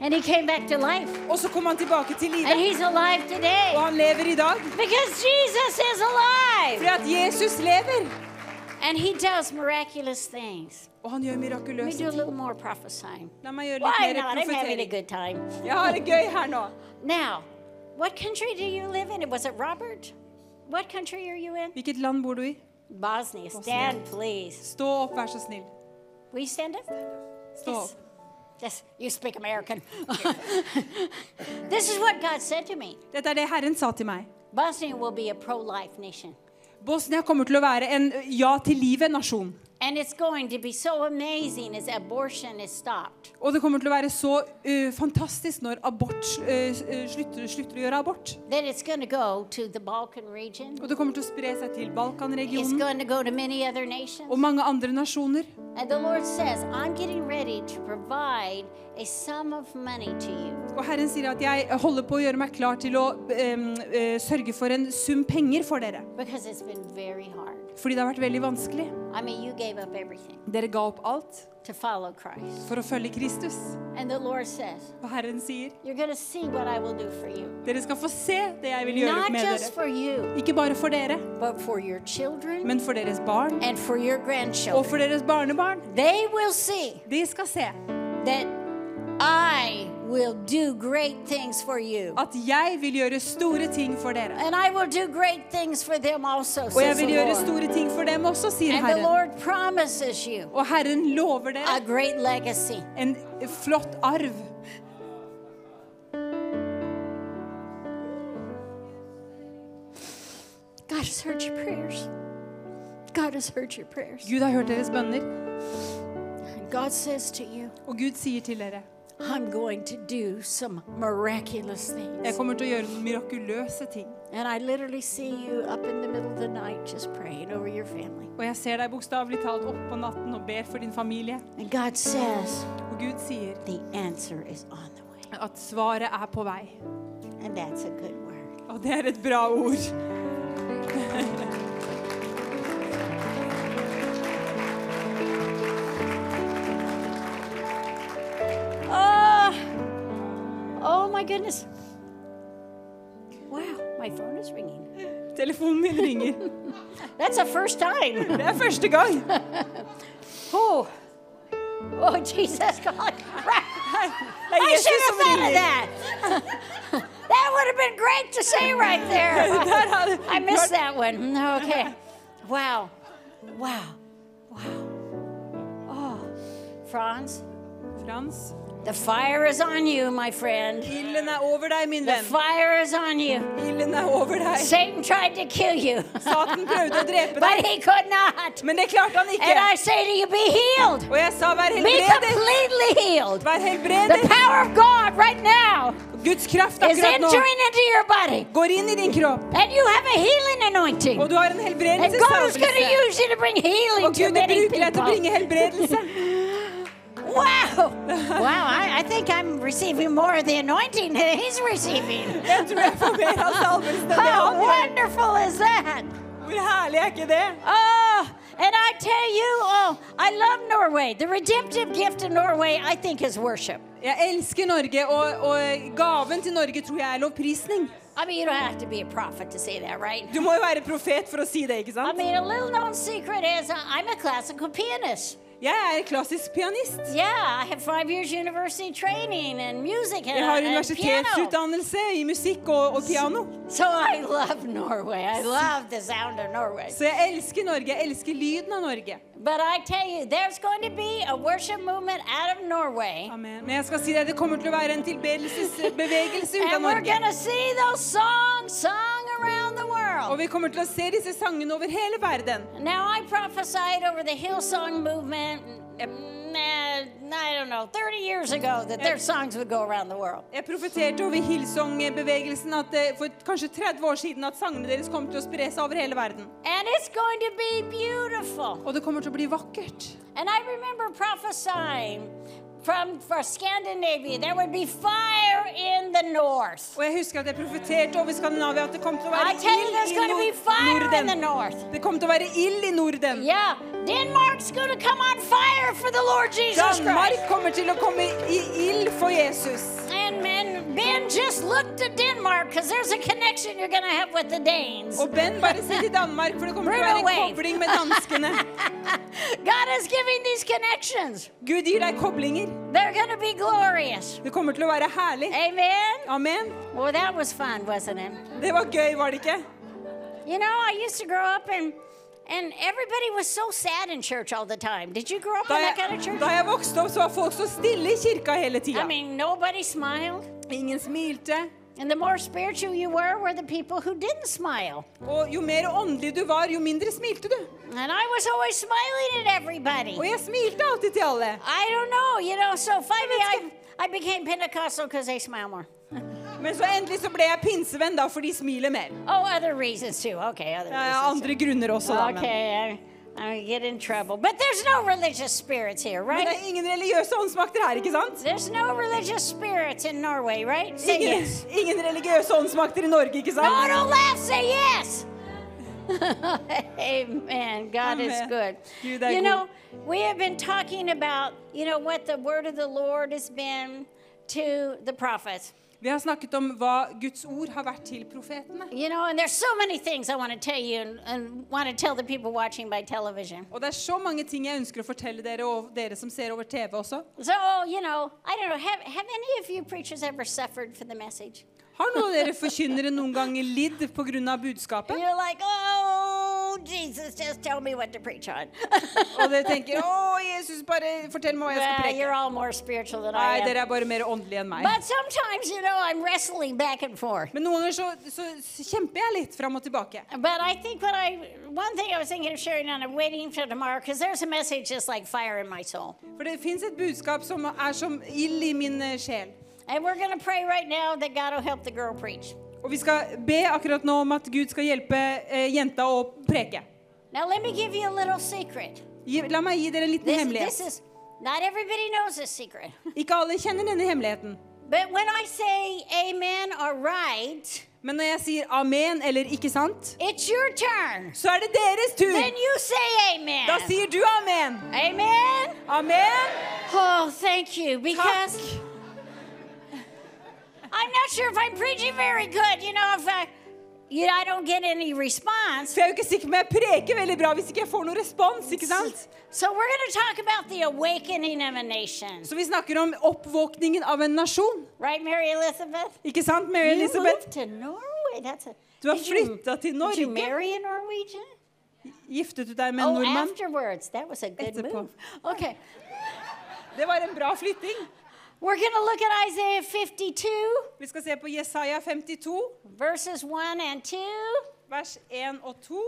S8: and he came back to life.
S3: og så kom han tilbake til
S8: And
S3: livet.
S8: he's alive
S3: Og
S8: today
S3: han lever i dag.
S8: because Jesus is alive.
S3: Fordi at Jesus lever.
S8: And he does miraculous things.
S3: Og han gjør
S8: Let me
S3: mirakuløse
S8: do a
S3: ting.
S8: little more prophesying.
S3: La meg gjøre
S8: Why
S3: litt mer
S8: not? I'm having a
S3: profetering.
S8: good time.
S3: Jeg har det gøy her nå.
S8: Now, what country do you live in? Was it Robert? What country are you in?
S3: Hvilket land bor du i?
S8: Bosnia. Stand, please.
S3: Stå opp, vær så snill.
S8: Will you stand up?
S3: Stå
S8: Yes.
S3: opp.
S8: Yes, you speak American. this is what God said to me.
S3: Dette er det Herren sa til meg.
S8: Bosnia will be a pro life nation.
S3: Bosnia kommer til å være en ja til livet-nasjon.
S8: And it's going to be so amazing as abortion is stopped.
S3: Og det kommer til å være så eh, fantastisk når abort eh, s- eh, slutter, slutter å gjøre abort.
S8: Then it's going to go to the Balkan region.
S3: Og det kommer til å spre seg til
S8: It's
S3: Balkanregionen
S8: going to go to many other nations.
S3: og mange andre nasjoner.
S8: And the Lord says, I'm getting ready to provide a sum of money to you.
S3: Og Herren sier at jeg holder på å gjøre meg klar til å em, eh, sørge for en sum penger for dere.
S8: Because it's been very hard.
S3: Fordi det har vært veldig vanskelig.
S8: I mean, you gave up everything
S3: Dere ga opp alt
S8: to follow Christ.
S3: for å følge Kristus.
S8: And the Lord says,
S3: Og Herren sier,
S8: You're going to see what I will do for you.
S3: dere skal få se det jeg vil gjøre
S8: Not
S3: med
S8: just
S3: dere.
S8: for you,
S3: Ikke bare for dere,
S8: but for your children
S3: men for deres barn
S8: and for your
S3: og
S8: grandchildren.
S3: for deres barnebarn.
S8: They will see
S3: De skal se
S8: that I will do great things for you.
S3: at jeg vil gjøre store ting for dere.
S8: And I will do great things for them also,
S3: Og jeg
S8: says
S3: vil
S8: the
S3: gjøre
S8: Lord.
S3: store ting for dem også, sier
S8: And the
S3: Herren.
S8: Lord promises you
S3: Og Herren lover dere
S8: a great legacy.
S3: en flott arv.
S8: God has heard your prayers. God has heard your prayers.
S3: Gud har hørt deres bønner,
S8: And God says to you,
S3: og Gud sier til dere
S8: I'm going to do some miraculous
S3: Jeg
S8: things.
S3: kommer til å gjøre noen mirakuløse ting.
S8: And I literally see you up in the middle of the night just praying over your family.
S3: Og jeg ser deg bokstavelig talt opp på natten og ber for din familie.
S8: And God says,
S3: Og Gud sier
S8: the answer is on the way.
S3: at svaret er på vei.
S8: And that's a good word.
S3: Og det er et bra ord.
S8: Oh, oh my goodness. Wow, my phone is ringing.
S3: Telefonen min ringer.
S8: That's the first time.
S3: Det er første gang.
S8: Oh, oh Jesus God.
S3: Det er
S8: I
S3: Jesus
S8: should have
S3: som
S8: thought of
S3: ringer.
S8: that. that would have been great to say right there.
S3: Der hadde-
S8: I missed that one. Okay. Wow. Wow. Wow. Oh, Franz,
S3: Frans,
S8: the fire is on you, my friend.
S3: ilden er over deg, min
S8: The
S3: venn.
S8: fire is on you.
S3: Ilden er over deg.
S8: Satan tried to kill you,
S3: Satan prøvde å drepe
S8: but
S3: deg,
S8: he could not.
S3: men det klarte han
S8: And I
S3: ikke.
S8: say to you, be healed.
S3: Og jeg sa vær
S8: Be
S3: helbreder.
S8: completely healed.
S3: Vær helbreder.
S8: The power of God right now
S3: Guds kraft
S8: is
S3: akkurat nå
S8: entering into your body,
S3: går inn i din kropp,
S8: and you have a healing anointing.
S3: og du har en
S8: And God is going to
S3: helbredelsessalvelse.
S8: use you to bring healing
S3: Og
S8: to
S3: Gud vil
S8: many
S3: bruke deg til å bringe
S8: people.
S3: helbredelse.
S8: Wow! Wow, I, I think I'm receiving more of the anointing than he's receiving.
S3: Jeg tror jeg får mer av salvelsen enn det
S8: How
S3: han gjør.
S8: wonderful is that?
S3: Hvor herlig er ikke det?
S8: Oh, and I tell you, oh, I love Norway. The redemptive gift of Norway, I think, is worship.
S3: Jeg elsker Norge, og, og gaven til Norge tror jeg er lovprisning.
S8: I mean, you don't have to be a prophet to say that, right?
S3: Du må jo være profet for å si det, ikke
S8: I
S3: sant?
S8: mean, a little known secret is uh, I'm a classical pianist.
S3: Jeg er klassisk pianist.
S8: Yeah, I have five years university training and music and, uh,
S3: Jeg har
S8: and piano.
S3: universitetsutdannelse i musikk og, og piano.
S8: So I love Norway. I love the sound of Norway.
S3: Så jeg elsker Norge. Jeg elsker lyden av Norge.
S8: But I tell you, there's going to be a worship movement out of Norway.
S3: Amen. Men jeg skal si deg, det kommer til å være en tilbedelsesbevegelse ut av
S8: And we're
S3: Norge.
S8: going to see those songs sung around the
S3: Og
S8: world.
S3: vi kommer til å se disse sangene over hele verden.
S8: Now, I prophesied over the Hillsong movement, mm, uh, I don't know, 30 years ago that their songs would go around the world.
S3: Jeg profeterte over Hillsong-bevegelsen at eh, for kanskje 30 år siden at sangene deres kom til å spre seg over hele verden.
S8: And it's going to be beautiful.
S3: Og det kommer til å bli vakkert.
S8: And I remember prophesying from for Scandinavia there would be fire in the north.
S3: Og jeg husker at jeg profeterte over Skandinavia at det kom til å
S8: I
S3: være
S8: tell you, there's
S3: ild i
S8: going to be
S3: nor-
S8: fire in the
S3: Norden.
S8: north.
S3: Det kom til å være ild i Norden.
S8: Yeah, Denmark's going to come on fire for the Lord Jesus
S3: Danmark
S8: Christ.
S3: kommer til å komme i ild for Jesus.
S8: And, and Ben just looked to Denmark because there's a connection you're going to have with the Danes.
S3: Og Ben, bare se til Danmark, for det kommer til å være en
S8: Brewer wave.
S3: kobling med danskene.
S8: God is giving these connections.
S3: Gud gir deg koblinger.
S8: They're going to be glorious.
S3: Det kommer til å være herlig.
S8: Amen.
S3: Amen.
S8: Well, that was fun, wasn't it?
S3: Det var gøy, var det ikke?
S9: You know, I used to grow up and and everybody was so sad in church all the time. Did you grow up
S3: Da
S9: in that kind of
S3: jeg, da
S9: church?
S3: jeg vokste opp, så var folk så stille i kirka hele tida.
S9: I mean, nobody smiled.
S3: Ingen smilte.
S9: And the more spiritual you were, were the people who didn't smile.
S3: Og jo mer åndelig du var, jo mindre smilte du.
S9: And I was always smiling at everybody.
S3: Og jeg smilte alltid til alle.
S9: I don't know, you know, so finally I, I became Pentecostal because they smile more.
S3: Men så endelig så ble jeg pinsevenn, da, for de smiler mer.
S9: Oh, other reasons too. Okay, other
S3: Eh,
S9: reasons.
S3: Andre grunner også, da. Men.
S9: Okay, I, I get in trouble. But there's no religious spirits here,
S3: men det
S9: right?
S3: er ingen religiøse åndsmakter her, ikke sant?
S9: There's no religious spirits in Norway, right? Say
S3: Ingen,
S9: yes.
S3: ingen religiøse åndsmakter i Norge, ikke
S9: No,
S3: sant?
S9: don't laugh. Say yes. Amen. God is
S3: Amen.
S9: good.
S3: Gud er god.
S9: you know, we have been talking about, you know, what the word of the Lord has been to the prophets.
S3: Vi har snakket om hva Guds ord har vært til profetene.
S9: You know, and there's so many things I want to tell you and, and want to tell the people watching by television.
S3: Og det er så mange ting jeg ønsker å fortelle dere, og dere som ser over TV også.
S9: So, you know, I don't know, have, have any of you preachers ever suffered for the message?
S3: Har noen av dere forkynnere noen gang lidd pga.
S9: And
S3: budskapet?
S9: you're like, oh, Jesus, just tell me what to preach on.
S3: Og dere tenker 'Å, Jesus, bare fortell meg hva jeg skal
S9: Well, you're
S3: preke'.
S9: all more spiritual than I
S3: Nei,
S9: am.
S3: dere er bare mer åndelige enn meg.
S9: But sometimes, you know, I'm wrestling back and forth.
S3: Men noen ganger så, så kjemper jeg litt fram og tilbake.
S9: But I think what I, one thing I was thinking of sharing, and I'm waiting for tomorrow because there's a message just like fire in my soul.
S3: For det fins et budskap som er som ild i min eh, sjel.
S9: And we're going to pray right now that God will help the girl preach.
S3: Og vi skal be akkurat nå om at Gud skal hjelpe eh, jenta å preke.
S9: Now, let me give you a little secret.
S3: Gi, la meg gi dere en liten
S9: This, this
S3: hemmelighet.
S9: is, not everybody knows this secret.
S3: Ikke alle kjenner denne hemmeligheten.
S9: But when I say amen or right,
S3: Men når jeg sier amen eller ikke sant,
S9: it's your turn.
S3: så er det deres
S9: Then
S3: tur.
S9: you say amen.
S3: Da sier du amen.
S9: Amen.
S3: Amen.
S9: Oh, thank you. Because I'm not sure if I'm preaching very good. You know, if I, you know, I don't get any response.
S3: For jeg er jo ikke sikker på om jeg preker veldig bra hvis ikke jeg får noen respons. ikke sant?
S9: So we're going to talk about the awakening of a nation,
S3: Så vi snakker om oppvåkningen av en nasjon.
S9: right, Mary Elizabeth?
S3: Ikke sant, Mary
S9: You
S3: Elizabeth?
S9: moved to Norway. That's a.
S3: Du har
S9: Did you-
S3: flyttet til
S9: Did you
S3: Norge.
S9: marry a Norwegian?
S3: Giftet du deg med en
S9: Oh,
S3: nordmann?
S9: afterwards. That was a good
S3: Etterpå.
S9: move. Okay.
S3: Det var en bra flytting.
S9: We're going to look at Isaiah 52,
S3: Vi skal se på Jesaja 52,
S9: verses 1 and 2.
S3: vers 1 og 2.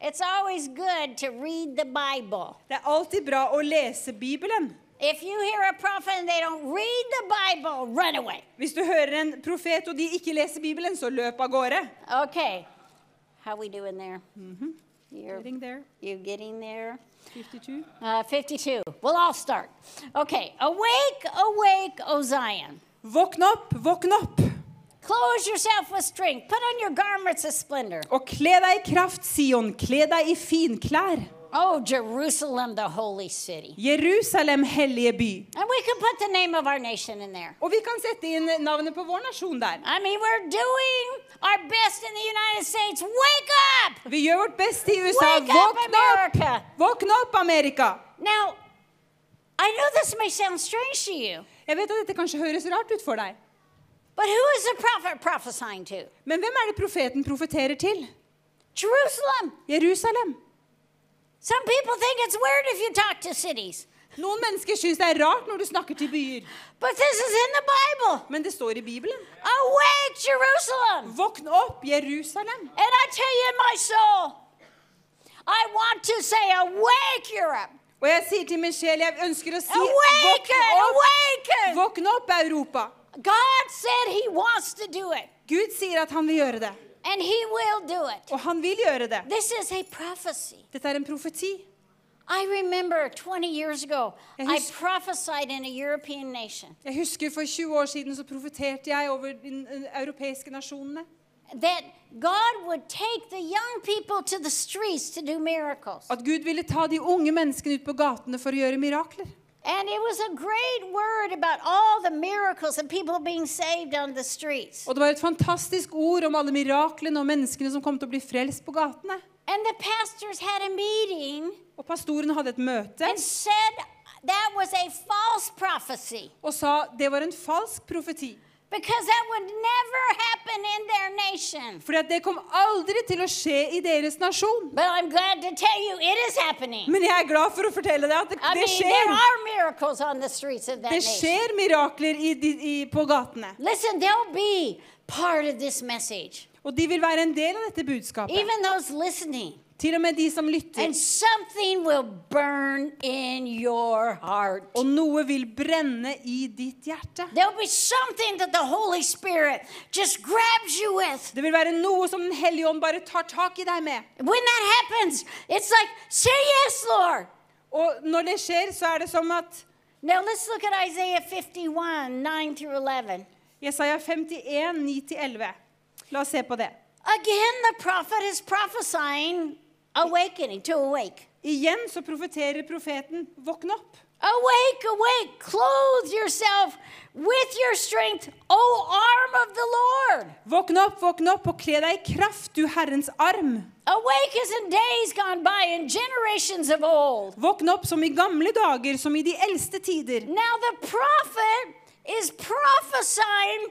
S9: It's always good to read the Bible.
S3: Det er alltid bra å lese Bibelen.
S9: If you hear a prophet and they don't read the Bible, run away.
S3: Hvis du hører en profet og de ikke leser Bibelen, så løp av gårde.
S9: Okay. How we doing there? Mm-hmm. You're,
S3: Getting there,
S9: you getting there?
S3: 52.
S9: Uh, 52. We'll all start. Okay. Awake, awake, O Zion.
S3: Våkn opp, våkn opp,
S9: Close yourself with strength. Put on your garments of splendor.
S3: og kle deg i kraft, Sion. Kle deg i finklær.
S9: Oh, Jerusalem, the holy city.
S3: Jerusalem, hellige by.
S9: And we can put the name of our nation in there.
S3: Og vi kan sette inn navnet på vår nasjon der.
S9: I mean, we're doing our best in the United States. Wake up!
S3: Vi gjør vårt beste i USA.
S9: Wake up,
S3: Våkn opp!
S9: America!
S3: Våkn opp, Amerika!
S9: Now, I know this may sound strange to you,
S3: Jeg vet at dette kanskje høres rart ut for deg,
S9: but who is the prophet prophesying to?
S3: men hvem er det profeten profeterer til?
S9: Jerusalem.
S3: Jerusalem.
S9: Some people think it's weird if you talk to cities,
S3: Noen mennesker syns det er rart når du snakker til byer,
S9: but this is in the Bible.
S3: men det står i Bibelen.
S9: Awake, Jerusalem.
S3: Våkn opp, Jerusalem.
S9: And I tell you in my soul, I want to say, Awake, Europe.
S3: Og jeg sier til min sjel, jeg ønsker å si
S9: Awaken,
S3: våkn opp,
S9: awaken.
S3: våkn opp, Europa.
S9: God said He wants to do it,
S3: Gud sier at han vil gjøre det,
S9: and He will do it.
S3: og han vil gjøre det.
S9: This is a prophecy.
S3: Dette er en profeti.
S9: I remember 20 years ago,
S3: Ja,
S9: I
S3: hus-
S9: prophesied in a European nation
S3: Jeg husker for 20 år siden så profeterte jeg over de europeiske nasjonene.
S9: that God would take the young people to the streets to do miracles.
S3: At Gud ville ta de unge menneskene ut på gatene for å gjøre mirakler.
S9: And it was a great word about all the miracles and people being saved on the streets.
S3: Og det var et fantastisk ord om alle miraklene og menneskene som kom til å bli frelst på gatene.
S9: And the pastors had a meeting
S3: Og pastoren hadde et møte
S9: and said that was a false prophecy
S3: og sa det var en falsk profeti.
S9: because that would never happen in their nation.
S3: Fordi at det kom aldri til å skje i deres nasjon.
S9: But I'm glad to tell you it is happening.
S3: Men jeg er glad for å fortelle deg at det, det
S9: I mean, there
S3: skjer.
S9: are miracles on the streets of that
S3: Det
S9: nation.
S3: skjer mirakler i, de- i, på gatene.
S9: Listen, they'll be part of this message,
S3: Og de vil være en del av dette budskapet.
S9: even those listening.
S3: Til og med de som lytter.
S9: And something will burn in your heart.
S3: Og noe vil brenne i ditt hjerte.
S9: There'll be something that the Holy Spirit just grabs you with.
S3: Det vil være noe som Den hellige ånd bare tar tak i deg med.
S9: When that happens, it's like, say yes, Lord.
S3: Og når det skjer, så er det som at
S9: Now let's look at Isaiah 51 9 through 11.
S3: Jesaja 51, 9-11. La oss se på det.
S9: Again, the prophet is prophesying awakening, to awake.
S3: Igjen så profeterer profeten 'våkn opp'.
S9: Awake, awake, clothe yourself with your strength, O arm of the Lord.
S3: Våkn opp, våkn opp og kle deg i kraft, du Herrens arm.
S9: Awake as in days gone by, in generations of old.
S3: Våkn opp som i gamle dager, som i de eldste tider.
S9: Now the prophet is prophesying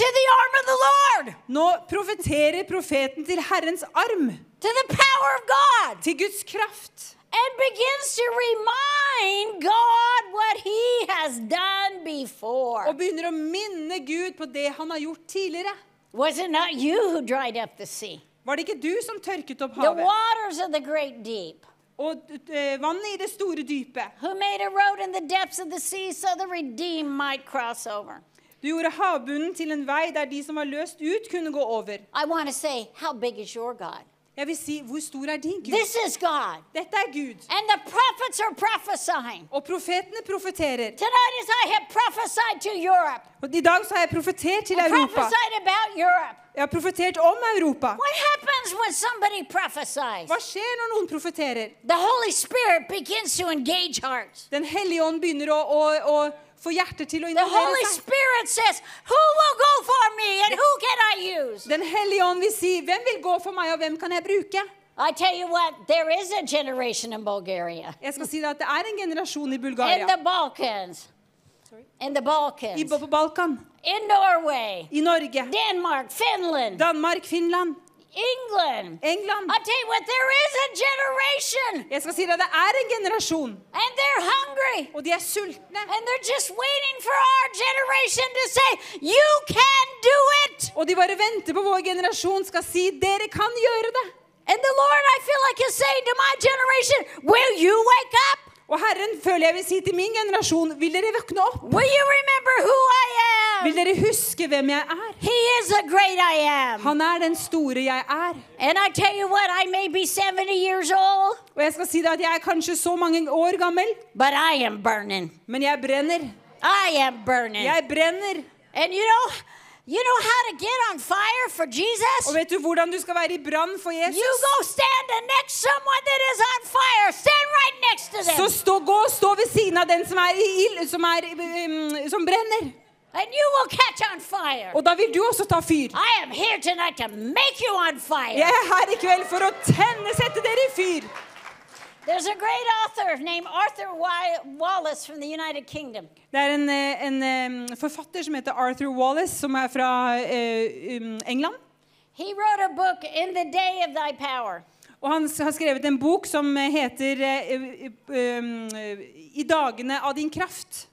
S9: to the arm of the Lord,
S3: Nå profeterer profeten til Herrens arm,
S9: to the power of God,
S3: til Guds kraft.
S9: and begins to remind God what he has done
S3: Og
S9: before.
S3: begynner å minne Gud på det han har gjort tidligere.
S9: Was it not you who dried up the sea?
S3: Var det ikke du som tørket opp
S9: The
S3: havet?
S9: waters of the great deep,
S3: og eh, vannet i det store dypet.
S9: who made a road in the depths of the sea so the redeemed might cross over.
S3: Du gjorde havbunnen til en vei der de som var løst ut, kunne gå over.
S9: I want to say, how big is your God?
S3: Jeg vil si, hvor stor er din Gud?
S9: This is God.
S3: Dette er Gud.
S9: And the prophets are prophesying.
S3: Og profetene profeterer.
S9: Tonight, as I have prophesied to Europe,
S3: Og I dag så har jeg profetert til
S9: I
S3: Europa.
S9: prophesied about Europe.
S3: Jeg har profetert om Europa.
S9: What happens when somebody prophesies?
S3: Hva skjer når noen profeterer?
S9: The Holy Spirit begins to engage hearts.
S3: Den hellige ånd begynner å, å, å få hjerter til å
S9: The Holy
S3: involvere seg.
S9: Spirit says, Who will go for me and who can I use?
S3: Den hellige ånd vil si, hvem vil gå for meg, og hvem kan jeg bruke?
S9: I tell you what, there is a generation in Bulgaria,
S3: Jeg skal si deg at det er en generasjon i
S9: in
S3: Bulgaria,
S9: the Balkans, in the
S3: i,
S9: Balkans,
S3: på Balkan,
S9: in Norway,
S3: i Norge,
S9: Denmark, Finland,
S3: Danmark, Finland,
S9: England.
S3: England.
S9: I tell you what, there is a generation,
S3: Jeg skal si deg, det er en generasjon,
S9: and they're hungry,
S3: og de er sultne.
S9: and they're just waiting for our generation to say, You can do it.
S3: Og de bare venter på vår generasjon skal si, dere kan gjøre det.
S9: And the Lord, I feel like, is saying to my generation, Will you wake up?
S3: Og Herren føler jeg vil si til min generasjon, vil dere våkne opp?
S9: Will you remember who I
S3: Vil
S9: am?
S3: dere huske hvem jeg er?
S9: He is the great I am.
S3: Han er den store jeg er.
S9: And I tell you what, I may be 70 years old,
S3: Og jeg skal si deg at jeg er kanskje så mange år gammel,
S9: but I am burning.
S3: men jeg brenner.
S9: I am burning.
S3: Jeg brenner.
S9: And you know, you know how to get on fire for Jesus?
S3: Og vet du hvordan du skal være i brann for
S9: You
S3: Jesus?
S9: go stand next someone that is on fire. Stand right next to
S3: Så
S9: them.
S3: stå, gå og stå ved siden av den som er i ild, som, er, um, som brenner.
S9: And you will catch on fire.
S3: Og da vil du også ta fyr.
S9: I am here tonight to make you on fire.
S3: Jeg er her i kveld for å tenne, sette dere i fyr.
S9: There's a great author named Arthur Wy- Wallace from the United Kingdom.
S3: Det er en, eh, en eh, forfatter som heter Arthur Wallace, som er fra eh, um, England.
S9: He wrote a book, In the Day of Thy Power.
S3: Og han s- har skrevet en bok som eh, heter eh, eh, um, eh, I dagene av din kraft.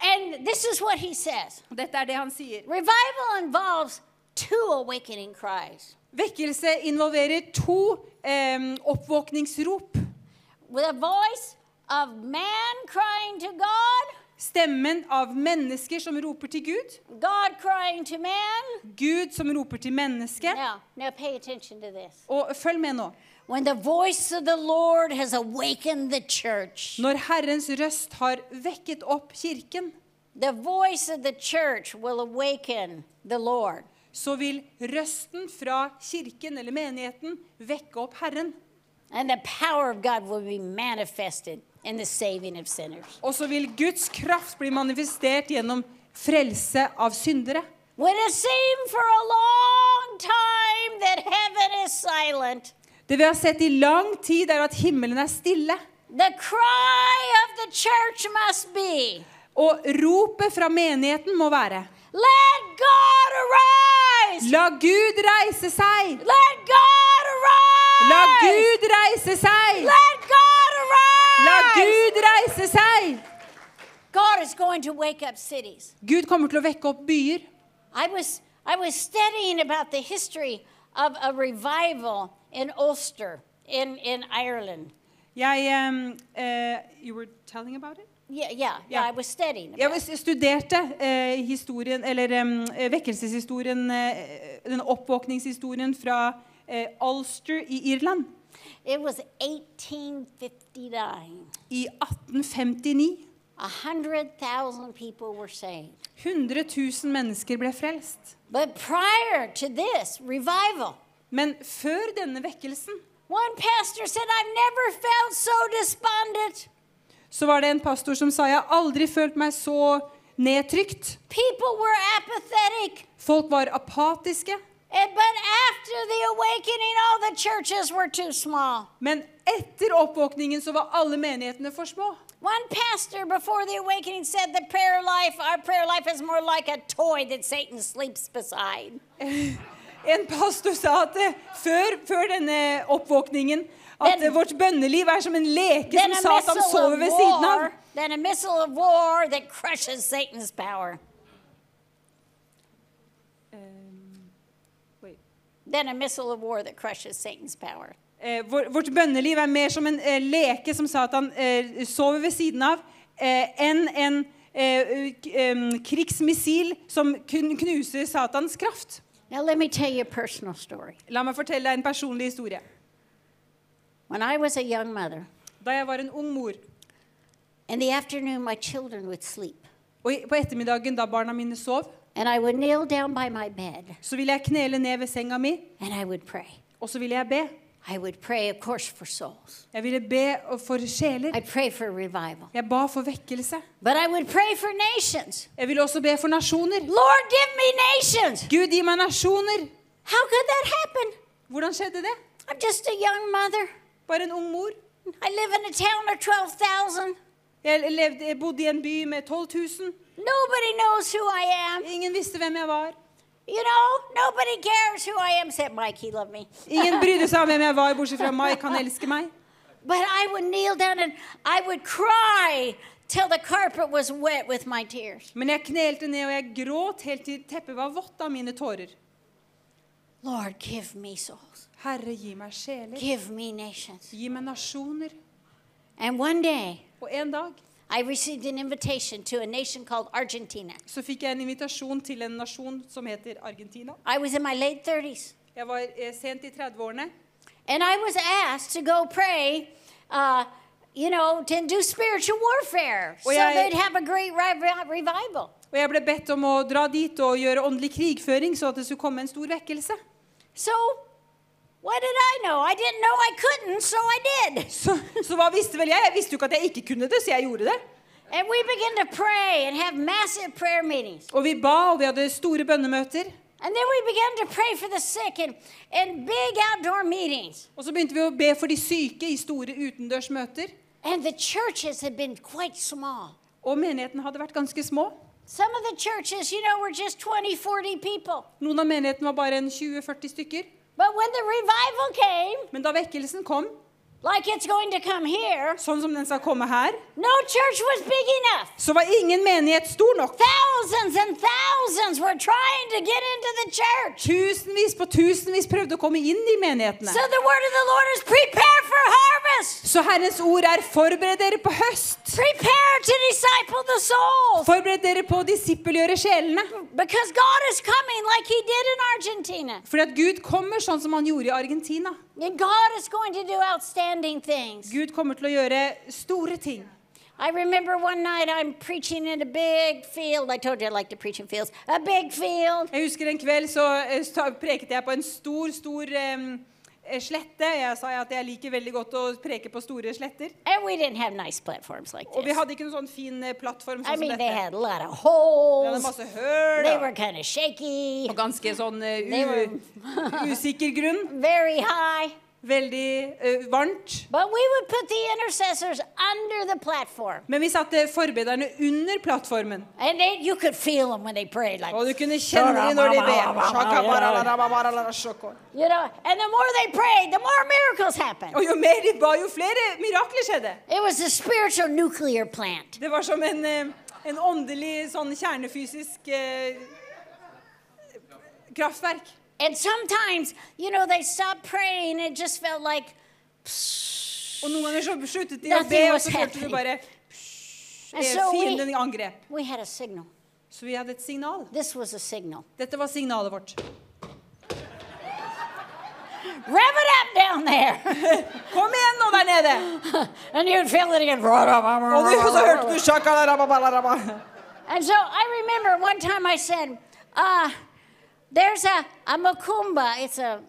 S9: And this is what he says
S3: Og Dette er det han sier.
S9: Revival involves two awakening cries.
S3: Vekkelse involverer to eh, oppvåkningsrop.
S9: With a voice of man crying to God,
S3: Stemmen av mennesker som roper til Gud.
S9: God crying to man.
S3: Gud som roper til mennesket.
S9: Now, now pay attention to this.
S3: Og følg med nå.
S9: When the voice of the Lord has awakened the church,
S3: Når Herrens røst har vekket opp kirken,
S9: the voice of the church will awaken the Lord.
S3: så vil røsten fra kirken eller menigheten vekke opp Herren.
S9: And the power of God will be manifested in the saving of sinners.
S3: Og så vil Guds kraft bli manifestert gjennom frelse av syndere.
S9: When it seemed for a long time that heaven is silent,
S3: Det vi har sett i lang tid, er at himmelen er stille.
S9: the cry of the church must be
S3: Og ropet fra menigheten må være
S8: Let God arise!
S3: La Gud reise seg!
S8: Let God
S3: La
S8: arise!
S3: Gud reise seg!
S8: Let God arise!
S3: La Gud reise seg!
S8: God is going to wake up cities.
S3: Gud kommer til å vekke opp byer.
S8: I was I was studying about the history of a revival in Ulster in, in Ireland.
S3: Jeg um, eh, You were telling about it?
S8: Yeah, yeah, yeah.
S3: Yeah.
S8: I was studying.
S3: Jeg
S8: about it.
S3: s- studerte eh, historien, eller em, eh, vekkelseshistorien, eh, den oppvåkningshistorien fra eh, Ulster i Irland
S8: It was 1859.
S3: i 1859.
S8: A hundred thousand people were saved.
S3: 100 000 mennesker ble frelst.
S8: But prior to this revival,
S3: Men før denne vekkelsen
S8: one pastor said, "I've never felt so despondent.
S3: så var det en pastor som sa jeg har aldri følt meg så nedtrykt.
S8: People were apathetic."
S3: Folk var apatiske.
S8: And, but after the awakening, all the churches were too small.
S3: Men etter oppvåkningen så var alle menighetene for små.
S8: One pastor before the awakening said the prayer life, our prayer life is more like a toy that Satan sleeps beside.
S3: En pastor sa at eh, før, før denne oppvåkningen at
S8: Den-
S3: eh, vårt bønneliv er som en leke
S8: Then
S3: som
S8: a
S3: Satan
S8: missile
S3: sover
S8: of
S3: ved siden av.
S8: war, then a missile of war that crushes Satan's power.
S3: Eh,
S8: Then a missile of war that crushes Satan's power.
S3: Eh, vår- Vårt bønneliv er mer som en eh, leke som Satan eh, sover ved siden av, eh, enn en eh, k- em, krigsmissil som kun knuser Satans kraft.
S8: Now, let me tell you a personal story.
S3: La meg fortelle deg en personlig historie.
S8: When I was a young mother,
S3: Da jeg var en ung mor,
S8: in the afternoon, my children would sleep,
S3: og i- på ettermiddagen da barna mine sov,
S8: and I would kneel down by my bed
S3: så ville jeg knele ned ved senga mi,
S8: and I would pray.
S3: og så ville jeg be.
S8: I would pray, of course, for souls.
S3: Jeg ville be eh, for sjeler.
S8: I pray for revival.
S3: Jeg ba for vekkelse.
S8: But I would pray for nations.
S3: Jeg ville også be for nasjoner.
S8: Lord, give me nations.
S3: Gud, gi meg nasjoner!
S8: How could that happen?
S3: Hvordan skjedde det?
S8: I'm just a young mother.
S3: Bare en ung mor.
S8: I live in a town of 12,000.
S3: Jeg, levde, jeg bodde i en by med 12 000.
S8: Nobody knows who I am.
S3: Ingen visste hvem jeg var.
S8: You know, nobody cares who I am, except Mike. He loved me.
S3: Ingen brydde seg om hvem jeg var, bortsett fra Mike. Han elsker meg.
S8: But I would kneel down and I would cry till the carpet was wet with my tears.
S3: Men jeg knelte ned, og jeg gråt helt til teppet var vått av mine tårer.
S8: Lord, give me souls.
S3: Herre, gi meg sjeler.
S8: Give me nations.
S3: Gi meg nasjoner.
S8: And one day,
S3: Og en dag
S8: I received an invitation to a nation called Argentina.
S3: så fikk jeg en invitasjon til en nasjon som heter Argentina.
S8: I was in my late 30s,
S3: Jeg var eh, sent i 30-årene.
S8: and I was asked to go pray, uh, you know, to do spiritual warfare so
S3: Well, yeah, I-
S8: they'd have a great revi- revival.
S3: Og jeg ble bedt om å dra dit og gjøre åndelig krigføring, så at det skulle komme en stor vekkelse.
S8: So, what did I know? I didn't know I couldn't, so I did.
S3: Så, så hva visste vel jeg? Jeg visste jo ikke at jeg ikke kunne det, så jeg gjorde det.
S8: And we began to pray and have massive prayer meetings.
S3: Og vi ba, og vi hadde store bønnemøter.
S8: And then we began to pray for the sick and, and big outdoor meetings.
S3: Og så begynte vi å be for de syke i store utendørsmøter.
S8: And the churches had been quite small.
S3: Og menigheten hadde vært ganske små.
S8: Some of the churches, you know, were just 20, 40 people.
S3: Noen av menigheten var bare en 20-40 stykker.
S8: But when the revival came,
S3: Men da vekkelsen kom,
S8: like it's going to come here,
S3: sånn som den skal komme her,
S8: no church was big enough.
S3: så var ingen menighet stor nok.
S8: Thousands and thousands were trying to get into the church.
S3: Tusenvis på tusenvis prøvde å komme inn i menighetene.
S8: So the word of the Lord is prepare for harvest,
S3: Så Herrens ord er 'forbered dere på høst'.
S8: prepare to disciple the souls.
S3: Forbered dere på å disippelgjøre sjelene.
S8: Because God is coming like He did in Argentina.
S3: Fordi at Gud kommer sånn som han gjorde i Argentina.
S8: And God is going to do outstanding things.
S3: Gud kommer til å gjøre store ting.
S8: I remember one night I'm preaching in a big field. I told you I like to preach in fields. A big field.
S3: Jeg husker en kveld så eh, sta- preket jeg på en stor, stor em, eh, slette. Jeg sa at jeg liker veldig godt å preke på store sletter.
S8: And we didn't have nice platforms like
S3: Og vi
S8: this.
S3: hadde ikke noen sånn fin eh, plattform
S8: I
S3: sånn
S8: mean,
S3: som
S8: they
S3: dette.
S8: had a lot of
S3: Vi hadde
S8: holes.
S3: masse høl
S8: They
S3: og-
S8: were kind of shaky,
S3: og ganske sånn eh,
S8: They were-
S3: u usikker grunn.
S8: very high.
S3: veldig eh, varmt.
S9: But we would put the intercessors under the platform.
S3: Men vi satte forbederne under plattformen,
S9: And they, you could feel them when they prayed like
S3: og du kunne kjenne dem når de ber.
S9: You know, and the more they prayed, the more miracles happened.
S3: Og jo mer de ba, jo flere mirakler skjedde.
S9: It was a spiritual nuclear plant.
S3: Det var som en, eh, en åndelig sånn kjernefysisk eh, kraftverk.
S9: And sometimes, you know, they stopped praying and it just felt like
S3: Og noen ganger så sluttet de å be, og så følte du bare
S9: and
S3: eh,
S9: so
S3: Fienden
S9: we,
S3: angrep.
S9: we had a signal.
S3: Så vi hadde et signal.
S9: This was a signal.
S3: Dette var signalet vårt.
S9: Rev it up down there.
S3: Kom igjen nå der nede!
S9: and you'd feel it again.
S3: Og du, så hørte du sjakalarababarababa.
S9: And so I remember one time I said, uh, there's a, a makumba, it's a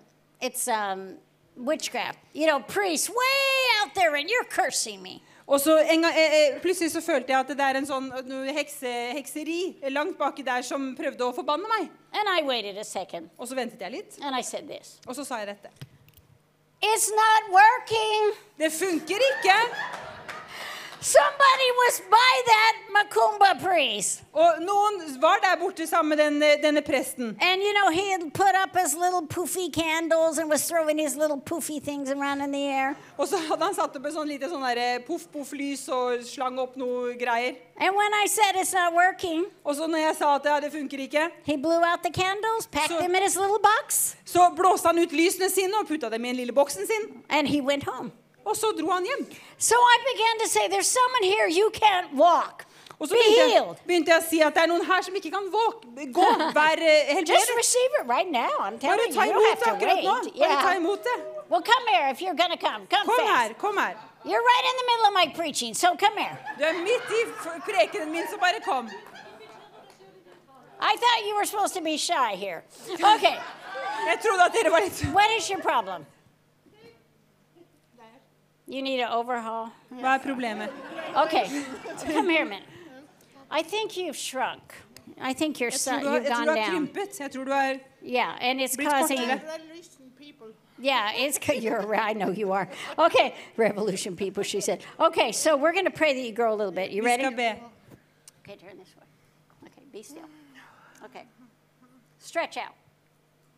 S9: it's um witchcraft, you know, priests way out there and you're cursing me.
S3: Og så en gang, eh, eh, plutselig så følte jeg at det er en sånn eh, noe hekse, hekseri langt baki der som prøvde å forbanne meg.
S9: And I waited a second
S3: Og så ventet jeg litt,
S9: and I said this.
S3: og så sa jeg dette.
S9: It's not working.
S3: Det funker ikke!
S9: Somebody was by that Macumba priest.
S3: Og noen var der borte sammen med den, eh, denne presten.
S9: And you know, he had put up his little poofy candles and was throwing his little poofy things around in the air.
S3: Og så hadde han satt opp et sånn lite sånn derre poff-poff-lys og slang opp noe greier.
S9: And when I said it's not working,
S3: Og så når jeg sa at ja, det funker ikke,
S9: he blew out the candles, packed
S3: So-
S9: them in his little box,
S3: så blåste han ut lysene sine og putta dem i den lille boksen sin.
S9: and he went home.
S3: Og så dro han hjem.
S9: So I began to say, There's someone here, you can't walk.
S3: Og så
S9: Be
S3: begynte jeg,
S9: healed.
S3: begynte jeg å si at det er noen her som ikke kan våk, gå. Vær eh,
S9: Just
S3: helbredet.
S9: receive it right now. I'm telling
S3: Bare ta imot det
S9: you, you don't have to
S3: akkurat nå.
S9: wait.
S3: Bare ta
S9: Yeah.
S3: imot det.
S9: Well, come here if you're going to come. Come
S3: Kom
S9: fast.
S3: her. kom her.
S9: You're right in the middle of my preaching, so come here.
S3: Du er midt i f- prekenen min, så bare kom.
S9: I thought you were supposed to be shy here. Okay,
S3: Jeg trodde at dere var litt
S9: what is your problem? You need an overhaul?
S3: Hva er problemet?
S9: Okay, come here a minute. I think you've shrunk. I think you're
S3: Jeg
S9: so,
S3: tror du har,
S9: you've
S3: jeg tror
S9: gone
S3: du har
S9: down.
S3: krympet. Jeg tror du har
S9: Yeah, and it's
S3: blitt
S9: causing.
S3: kortere.
S9: Yeah, it's 'cause you're. a re- I know you are. Okay, revolution people. She said. Okay, so we're gonna pray that you grow a little bit. You
S3: Vi
S9: ready?
S3: skal be.
S9: Okay, turn this way. Okay, be still. Okay. Stretch out.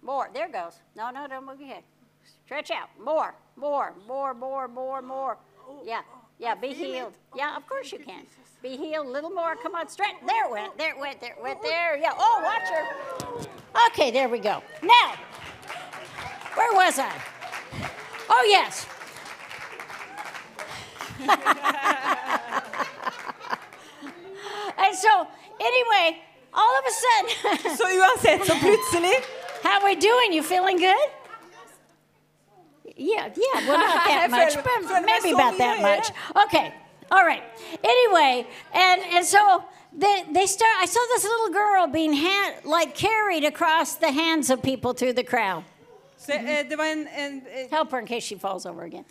S9: More. There goes. No, no, don't move your head. Stretch out. More, more, more, more, more, more. Yeah, yeah, be healed. Yeah, of course you can. Be healed. A little more. Come on, stretch. There it went. There it went. There it went. There. Yeah. Oh, watch her. Okay, there we go. Now, where was I? Oh, yes. And so, anyway, all of a sudden,
S3: Så uansett, så plutselig
S9: How we doing? You feeling good? Yeah, yeah, well, not that
S3: I
S9: much,
S3: feel-
S9: but
S3: feel
S9: maybe
S3: myself
S9: about that
S3: here,
S9: much. Okay, all right. Anyway, and, and so they, they start, I saw this little girl being hand, like carried across the hands of people through the crowd.
S3: så, eh, Det var en, en eh,
S9: Help her in case she falls over again.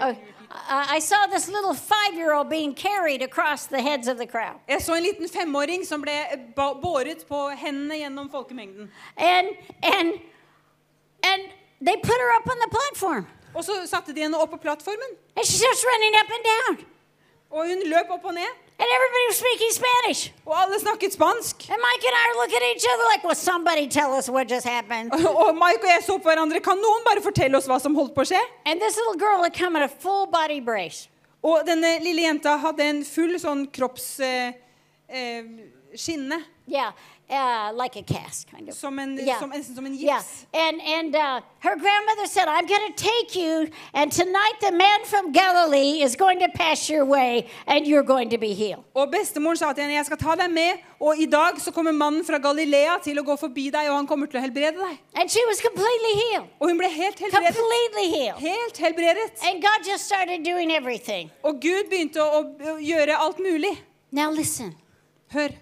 S9: Oh, I I saw this little five year old being carried across the heads of the crowd.
S3: Jeg så en liten femåring som ble eh, ba- båret på hendene gjennom folkemengden.
S9: And, and, and they put her up on the platform,
S3: Og så satte de henne opp på plattformen,
S9: and she starts running up and down.
S3: og hun løp opp og ned.
S9: And everybody was speaking Spanish.
S3: Og alle snakket spansk.
S9: And Mike and I are looking at each other like, well, somebody tell us what just happened.
S3: Og Mike og jeg så på hverandre. Kan noen bare fortelle oss hva som holdt på å skje?
S9: And this little girl had come in a full body brace.
S3: Og denne lille jenta hadde en full sånn kropps... Eh, eh, skinne.
S9: Yeah, uh, like a cast, kind of.
S3: Som en- som- nesten som en gips.
S9: Yeah. And, and uh, her grandmother said, I'm going to take you, and tonight the man from Galilee is going to pass your way, and you're going to be healed.
S3: Og bestemoren sa til henne jeg skal ta deg med, og i dag så kommer mannen fra Galilea til å gå forbi deg, og han kommer til å helbrede deg.
S9: And she was completely healed.
S3: Og hun ble helt helbredet.
S9: Completely healed.
S3: Helt helbredet.
S9: And God just started doing everything.
S3: Og Gud begynte å, å gjøre alt mulig.
S9: Now, listen,
S3: Hør.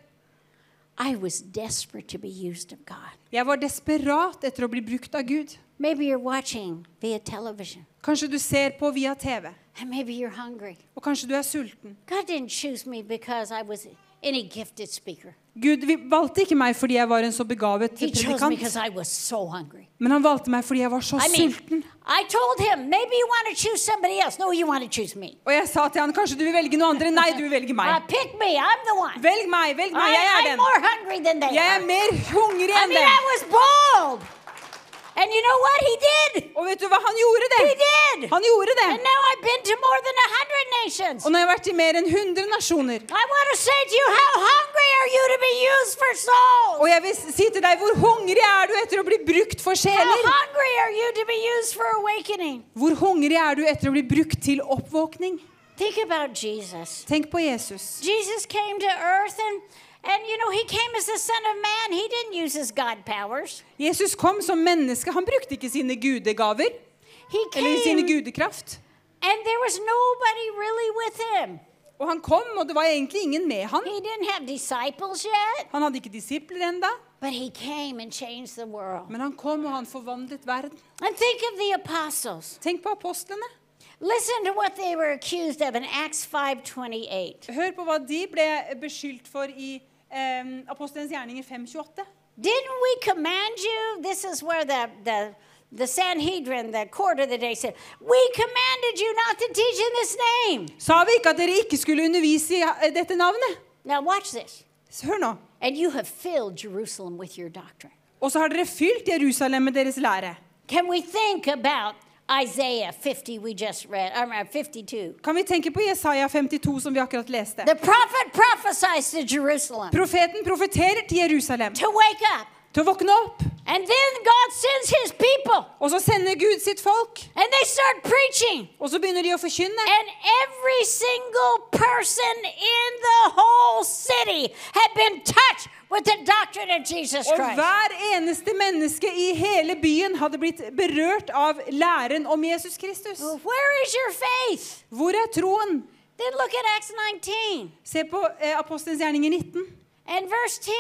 S9: I was desperate to be used of God.
S3: Jeg var desperat etter å bli brukt av Gud.
S9: Maybe you're watching via television,
S3: Kanskje du ser på via TV,
S9: and maybe you're hungry.
S3: og kanskje du er sulten.
S9: God didn't choose me because I was
S8: any gifted speaker.
S3: Gud vi- valgte ikke meg fordi jeg var en så begavet
S8: He chose me because
S3: predikant,
S8: I was so hungry.
S3: men han valgte meg fordi jeg var så
S8: I mean,
S3: sulten.
S8: I told him, maybe you want to choose somebody else. No, you want to choose me.
S3: Og jeg sa til han, kanskje du vil velge noen andre? Nei, du vil velge
S8: Uh,
S3: meg.
S8: pick me. I'm the one.
S3: Velg meg, velg meg, jeg
S8: I,
S3: er
S8: am
S3: den.
S8: more hungry than they
S3: Jeg
S8: are.
S3: er mer hungrig
S8: I
S3: enn
S8: mean,
S3: dem.
S8: I was bold. And you know what? He did.
S3: Og vet du hva, han gjorde
S8: He
S3: det.
S8: did.
S3: Han gjorde det.
S8: And now I've been to more than a hundred nations.
S3: Og nå har jeg vært i mer enn 100 nasjoner.
S8: I want to say to you, how hungry are you to be used for
S3: Og
S8: souls?
S3: jeg vil si til deg, hvor hungrig er du etter å bli brukt for
S8: How
S3: sjeler?
S8: hungry are you to be used for awakening?
S3: Hvor hungrig er du etter å bli brukt til oppvåkning?
S8: Think about Jesus.
S3: Tenk på Jesus.
S8: Jesus came to earth and and you know he came as the son of man. He didn't use his god powers.
S3: Jesus kom som menneske. Han brukte ikke sine gudegaver
S8: He
S3: eller sine
S8: came
S3: gudekraft.
S8: and there was nobody really with him.
S3: Og han kom, og det var egentlig ingen med han.
S8: He didn't have disciples yet,
S3: Han hadde ikke disipler enda,
S8: but he came and changed the world.
S3: men han kom og han forvandlet verden.
S8: And think of the apostles.
S3: Tenk på apostlene.
S8: Listen to what they were accused of in Acts 5:28.
S3: Hør på hva de ble beskyldt for i eh, Apostelens gjerninger 528.
S8: Didn't we command you? This is where the, the, the Sanhedrin, the court of the day, said, We commanded you not to teach in this name.
S3: Sa vi ikke at dere ikke skulle undervise i eh, dette navnet?
S8: Now, watch this.
S3: Så Hør nå.
S8: And you have filled Jerusalem with your doctrine.
S3: Og så har dere fylt Jerusalem med deres lære.
S8: Can we think about Isaiah 50 we just read, I mean, 52?
S3: Kan vi tenke på Jesaja 52, som vi akkurat leste?
S8: The prophet prophesies to Jerusalem
S3: Profeten profeterer til Jerusalem
S8: to wake up.
S3: til å våkne opp.
S8: And then God sends his people,
S3: Og så sender Gud sitt folk,
S8: and they start preaching.
S3: og så begynner de å forkynne.
S8: And every single person in the whole city had been touched with the doctrine of Jesus
S3: Og
S8: Christ.
S3: hver eneste menneske i hele byen hadde blitt berørt av læren om Jesus Kristus.
S8: Where is your faith?
S3: Hvor er troen?
S8: Then look at Acts 19
S3: Se på eh, Apostelens gjerninger 19,
S8: and verse 10.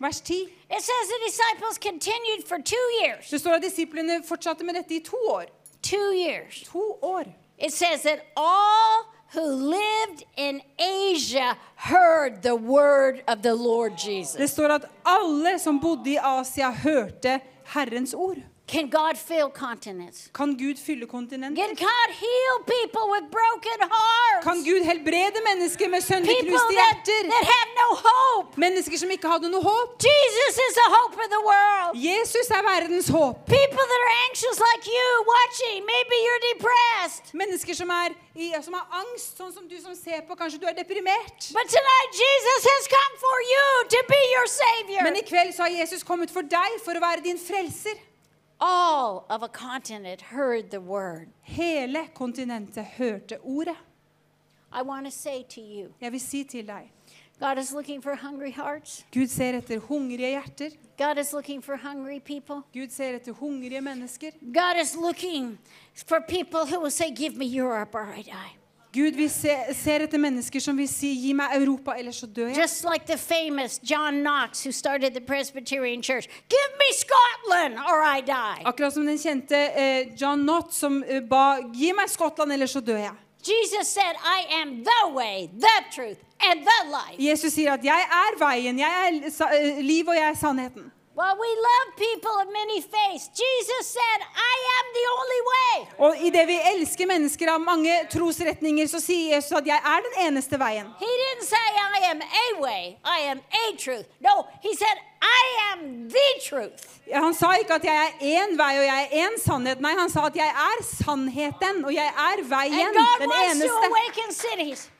S3: vers 10.
S8: It says the disciples continued for two years.
S3: Det står at disiplene fortsatte med dette i to år.
S8: Two years.
S3: To år.
S8: It says that all who lived in Asia heard the word of the Lord Jesus.
S3: Det står at alle som bodde i Asia, hørte Herrens ord.
S8: Can God fill continents?
S3: Kan Gud fylle kontinentet?
S8: Can God heal people with broken hearts?
S3: Kan Gud helbrede mennesker med
S8: people
S3: sønderknuste
S8: that,
S3: hjerter?
S8: that have no hope.
S3: Mennesker som ikke hadde noe håp?
S8: Jesus is the hope of the world.
S3: Jesus er verdens håp.
S8: People that are anxious like you watching, maybe you're depressed.
S3: Mennesker som, er i, som har angst, sånn som du som ser på, kanskje du er deprimert.
S8: But tonight Jesus has come for you to be your
S3: Men i
S8: savior.
S3: kveld så har Jesus kommet for deg for å være din frelser.
S8: All of a continent heard the word.
S3: Hele kontinentet hørte ordet.
S8: I want to say to you,
S3: Jeg vil si til deg,
S8: God is looking for hungry hearts.
S3: Gud ser etter hungrige hjerter.
S8: God is looking for hungry people.
S3: Gud ser etter hungrige mennesker.
S8: God is looking for people who will say, Give me Europe or I die.
S3: Gud vil se, ser etter mennesker som vil si 'gi meg Europa, ellers så dør jeg'.
S8: Just like the famous John Knox who started the Presbyterian Church. Give me Scotland or I die.
S3: Akkurat som den kjente eh, John Knott som eh, ba 'gi meg Skottland, ellers så dør jeg'.
S8: Jesus said, I am the way, the truth, and the life.
S3: Jesus sier at 'jeg er veien, jeg er sa- eh, liv, og jeg er sannheten'.
S8: While we love people of many faiths, Jesus said, I am the only way.
S3: Og idet vi elsker mennesker av mange trosretninger, så sier Jesus at 'jeg er den eneste veien'.
S8: He didn't say, I am a way, I am a truth. No, he said, I am the truth.
S3: Han sa ikke at 'jeg er én vei, og jeg er én sannhet'. Nei, han sa at 'jeg er sannheten, og jeg er
S8: And
S3: veien'.
S8: God
S3: Den
S8: wants to
S3: eneste.
S8: awaken cities.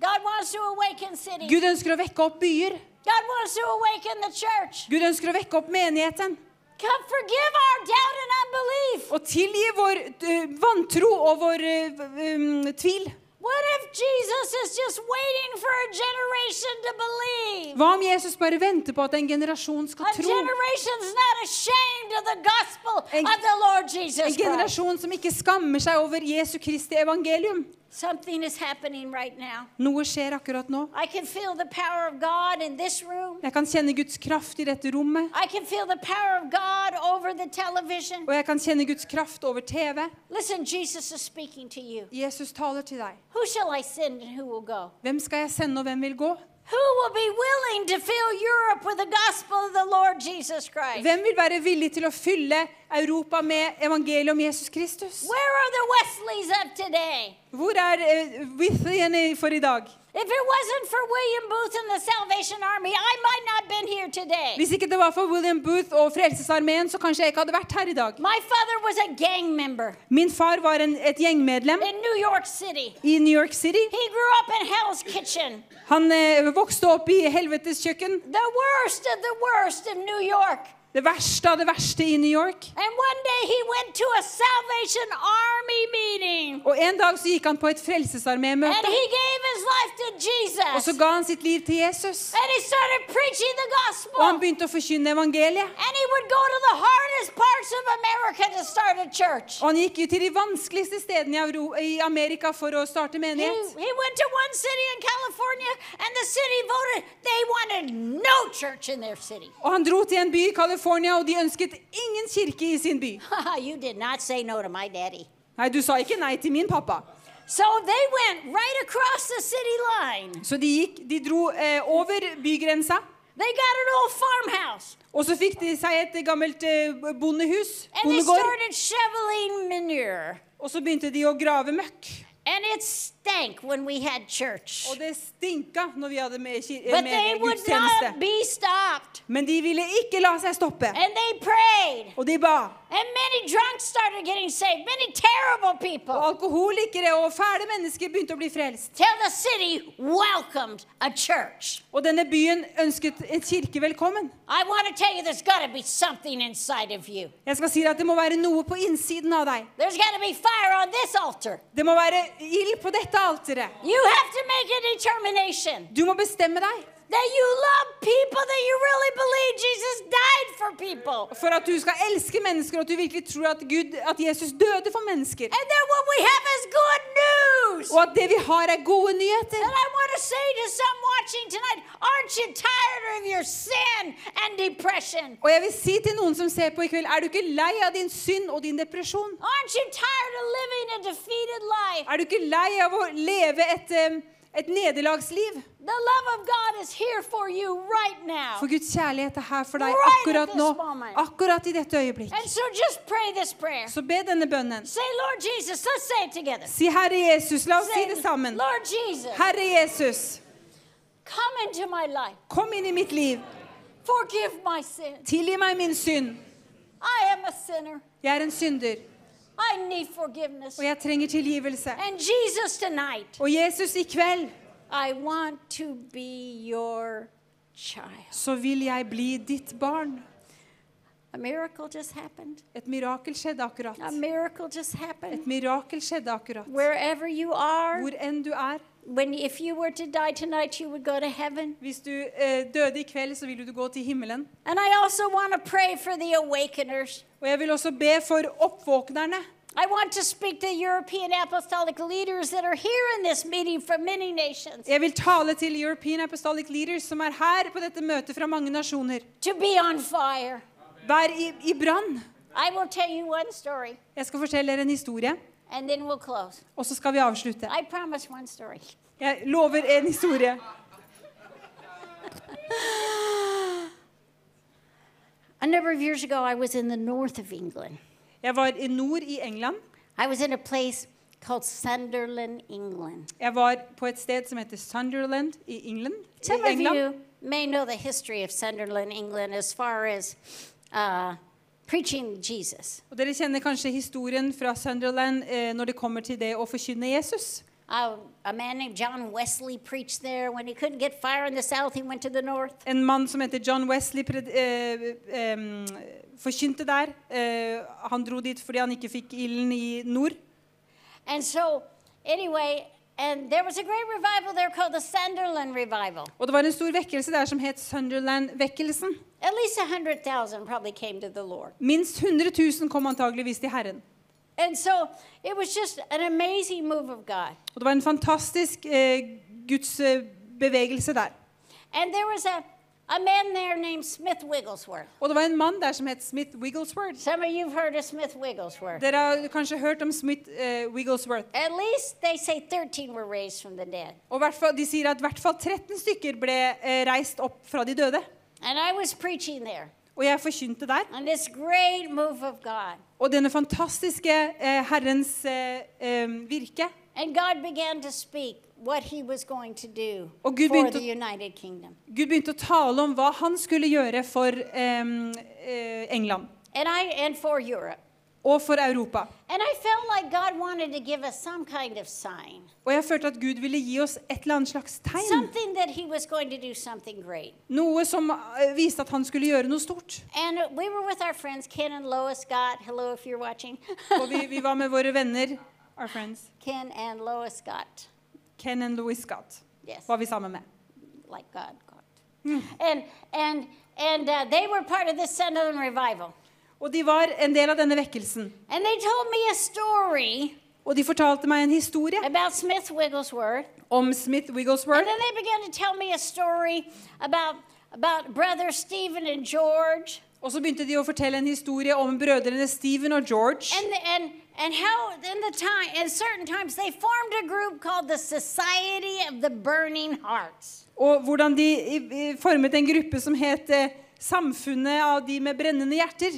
S8: God wants to awaken cities.
S3: Gud ønsker å vekke opp byer.
S8: God wants to awaken the church.
S3: Gud ønsker å vekke opp menigheten.
S8: Come forgive our doubt and unbelief.
S3: Og tilgi vår eh, vantro og vår eh, v- um, tvil.
S8: What if Jesus is just waiting for a generation to believe?
S3: Hva om Jesus bare venter på at en generasjon skal
S8: A
S3: tro?
S8: generation's not ashamed of the gospel
S3: En-
S8: of the Lord Jesus
S3: En
S8: Christ.
S3: generasjon som ikke skammer seg over Jesu Kristi evangelium.
S8: Something is happening right now.
S3: Noe skjer akkurat nå.
S8: I can feel the power of God in this room.
S3: Jeg kan kjenne Guds kraft i dette rommet.
S8: I can feel the power of God over the television.
S3: Og jeg kan kjenne Guds kraft over TV.
S8: Listen, Jesus is speaking to you.
S3: Jesus taler til deg.
S8: Who shall I send and who will go?
S3: Hvem skal jeg sende, og hvem vil gå?
S8: Who will be willing to fill Europe with the gospel of the Lord Jesus Christ?
S3: Hvem vil være villig til å fylle Europa med evangeliet om Jesus Kristus?
S8: Where are the Wesleys of today?
S3: Hvor er uh, Withien for i dag?
S8: If it wasn't for William Booth and the Salvation Army, I might not been here today.
S3: Hvis ikke det var for William Booth og Frelsesarmeen, så kanskje jeg ikke hadde vært her i dag.
S8: My father was a gang member
S3: Min far var en, et gjengmedlem
S8: in New York City.
S3: i New York City.
S8: He grew up in Hell's Kitchen,
S3: Han eh, vokste opp i helvetes kjøkken.
S8: the worst of the worst of New York.
S3: Det verste av det verste i New York.
S8: And one day he went to a Salvation Army meeting
S3: Og en dag så gikk han på et
S8: and
S3: Frelsesarmeen-møte.
S8: he gave his life to
S3: Og så
S8: Jesus.
S3: ga han sitt liv til Jesus.
S8: And he started preaching the
S3: Og han
S8: gospel.
S3: begynte å forkynne evangeliet.
S8: And he would go to the hardest parts of America to start a church.
S3: Og han gikk jo til de vanskeligste stedene i Euro- i Amerika for å starte
S8: He,
S3: menighet.
S8: he went to one city in California, and the city voted they wanted no church in their city.
S3: Og han dro til en by i California, og de ønsket ingen kirke i sin by.
S8: you did not say no to my daddy.
S3: Nei, du sa ikke nei til min pappa.
S8: So they went right across the city line.
S3: Så de gikk, de dro eh, over bygrensa,
S8: They got an old farmhouse,
S3: og så fikk de seg et gammelt eh, bondehus,
S8: and they
S3: bondegård,
S8: started shoveling manure.
S3: og så begynte de å grave møkk.
S8: And it stank when we had church.
S3: Og det stinka når vi hadde med, ki- eh,
S8: But they
S3: med
S8: would not
S3: gudstjeneste.
S8: be stopped.
S3: Men de ville ikke la seg stoppe,
S8: And they prayed.
S3: og de ba.
S8: And many drunks started getting saved, many terrible
S3: Og
S8: people.
S3: alkoholikere og fæle mennesker begynte å bli frelst.
S8: Till the city welcomed a church.
S3: Og denne byen ønsket en kirke velkommen.
S8: I want to tell you there's got to be something inside of you.
S3: Jeg skal si deg at det må være noe på innsiden av deg.
S8: There's got to be fire on this altar.
S3: Det må være ild på dette alteret.
S8: You have to make a determination
S3: Du må bestemme deg
S8: that you love people, that you really believe Jesus died for people.
S3: for at du skal elske mennesker, og at du virkelig tror at, Gud, at Jesus døde for mennesker.
S8: And that what we have is good news.
S3: Og at det vi har, er gode nyheter.
S8: And I want to say to some watching tonight, aren't you tired of your sin and depression?
S3: Og jeg vil si til noen som ser på i kveld, er du ikke lei av din synd og din depresjon?
S8: Aren't you tired of living a defeated life?
S3: Er du ikke lei av å leve et, eh, et nederlagsliv?
S8: The love of God is here for you right now.
S3: For Guds kjærlighet er her for deg
S8: Right at
S3: akkurat
S8: this
S3: nå,
S8: moment.
S3: akkurat i dette øyeblikk.
S8: And so just pray this prayer.
S3: Så be denne bønnen.
S8: Say, Lord Jesus, let's say it together.
S3: Si Herre Jesus, la oss si
S8: Say,
S3: det sammen.
S8: Lord Jesus,
S3: Herre Jesus,
S8: come into my life.
S3: kom inn i mitt liv.
S8: Forgive my sin.
S3: Tilgi meg min synd.
S8: I am a sinner.
S3: Jeg er en synder,
S8: I need forgiveness.
S3: og jeg trenger tilgivelse.
S8: And Jesus, tonight,
S3: Og Jesus, i kveld
S8: I want to be your child.
S3: så vil jeg bli ditt barn.
S8: A miracle just happened.
S3: Et mirakel skjedde akkurat.
S8: A miracle just
S3: Et
S8: happened.
S3: mirakel skjedde akkurat.
S8: Wherever you are,
S3: Hvor enn du er.
S8: when if you were to die tonight, you would go to heaven.
S3: Hvis du eh, døde i kveld, så vil du gå til himmelen.
S8: And I also want to pray for the awakeners.
S3: Og jeg vil også be for oppvåknerne.
S8: I want to speak to European apostolic leaders that are here in this meeting from many nations
S3: Jeg vil tale til European Apostolic Leaders som er her på dette møtet fra mange nasjoner.
S8: to be on fire.
S3: Vær i, i brann.
S8: I will tell you one story
S3: Jeg skal fortelle dere en historie,
S8: and then we'll close.
S3: og så skal vi avslutte.
S8: I promise one story.
S3: Jeg lover en historie.
S8: A number of years ago, I was in the north of England.
S3: Jeg var i nord i England.
S8: I was in a place called Sunderland, England.
S3: Jeg var på et sted som heter Sunderland i England. I
S8: Some of
S3: England.
S8: you may know the history of Sunderland, England, as far as uh, preaching Jesus.
S3: Og dere kjenner kanskje historien fra Sunderland eh, når det kommer til det å forkynne Jesus.
S8: Uh, a man named John Wesley preached there. When he couldn't get fire in the south, he went to the north.
S3: En mann som heter John Wesley, pred, eh, em, forkynte der. Eh, han dro dit fordi han ikke fikk ilden i nord.
S8: And so, anyway, and there was a great revival there called the Sunderland Revival.
S3: Og det var en stor vekkelse der som het Sunderland-vekkelsen.
S8: At least 100,000 probably came to the Lord.
S3: Minst 100 000 kom antageligvis til Herren.
S8: And so it was just an amazing move of God.
S3: Og det var en fantastisk eh, Guds eh, bevegelse der.
S8: And there was a,
S9: A man there named Smith Wigglesworth.
S3: Og det var en mann der som het Smith Wigglesworth.
S9: Some of you've heard of Smith Wigglesworth.
S3: Dere har kanskje hørt om Smith eh, Wigglesworth.
S9: At least they say 13 were raised from the dead.
S3: Og hvert fall, De sier at i hvert fall 13 stykker ble eh, reist opp fra de døde.
S9: And I was preaching there
S3: Og jeg forkynte der.
S9: on this great move of God.
S3: Og denne fantastiske eh, Herrens eh, eh, virke.
S9: And God began to speak what he was going to do
S3: Og Gud
S9: for
S3: begynte
S9: the
S3: å-
S9: United Kingdom.
S3: Gud begynte å tale om hva han skulle gjøre for eh, eh, England.
S9: And I and for Europe.
S3: Og for Europa.
S9: And I felt like God wanted to give us some kind of sign.
S3: Og jeg følte at Gud ville gi oss et eller annet slags tegn.
S9: Something that he was going to do something great.
S3: Noe som eh, viste at han skulle gjøre noe stort.
S9: And we were with our friends Ken and Lois Scott. Hello if you're watching.
S3: Og vi, vi var med våre venner, our friends,
S9: Ken and Lois Scott.
S3: Ken and Louis Scott.
S9: Yes.
S3: Var vi sammen med.
S9: like God God. And and and uh, they were part of the Southern revival.
S3: Og de var en del av denne vekkelsen.
S9: And they told me a story
S3: Og de fortalte meg en historie
S9: about Smith Wigglesworth.
S3: om Smith
S9: And
S3: Wigglesworth.
S9: then they began to tell me a story about about brother Stephen and George
S3: Og så begynte de å fortelle en historie om brødrene Stephen og George.
S9: and the, and and how in the time in certain times they formed a group called the Society of the Burning Hearts.
S3: Og hvordan de i- i- formet en gruppe som het eh, Samfunnet av de med brennende hjerter.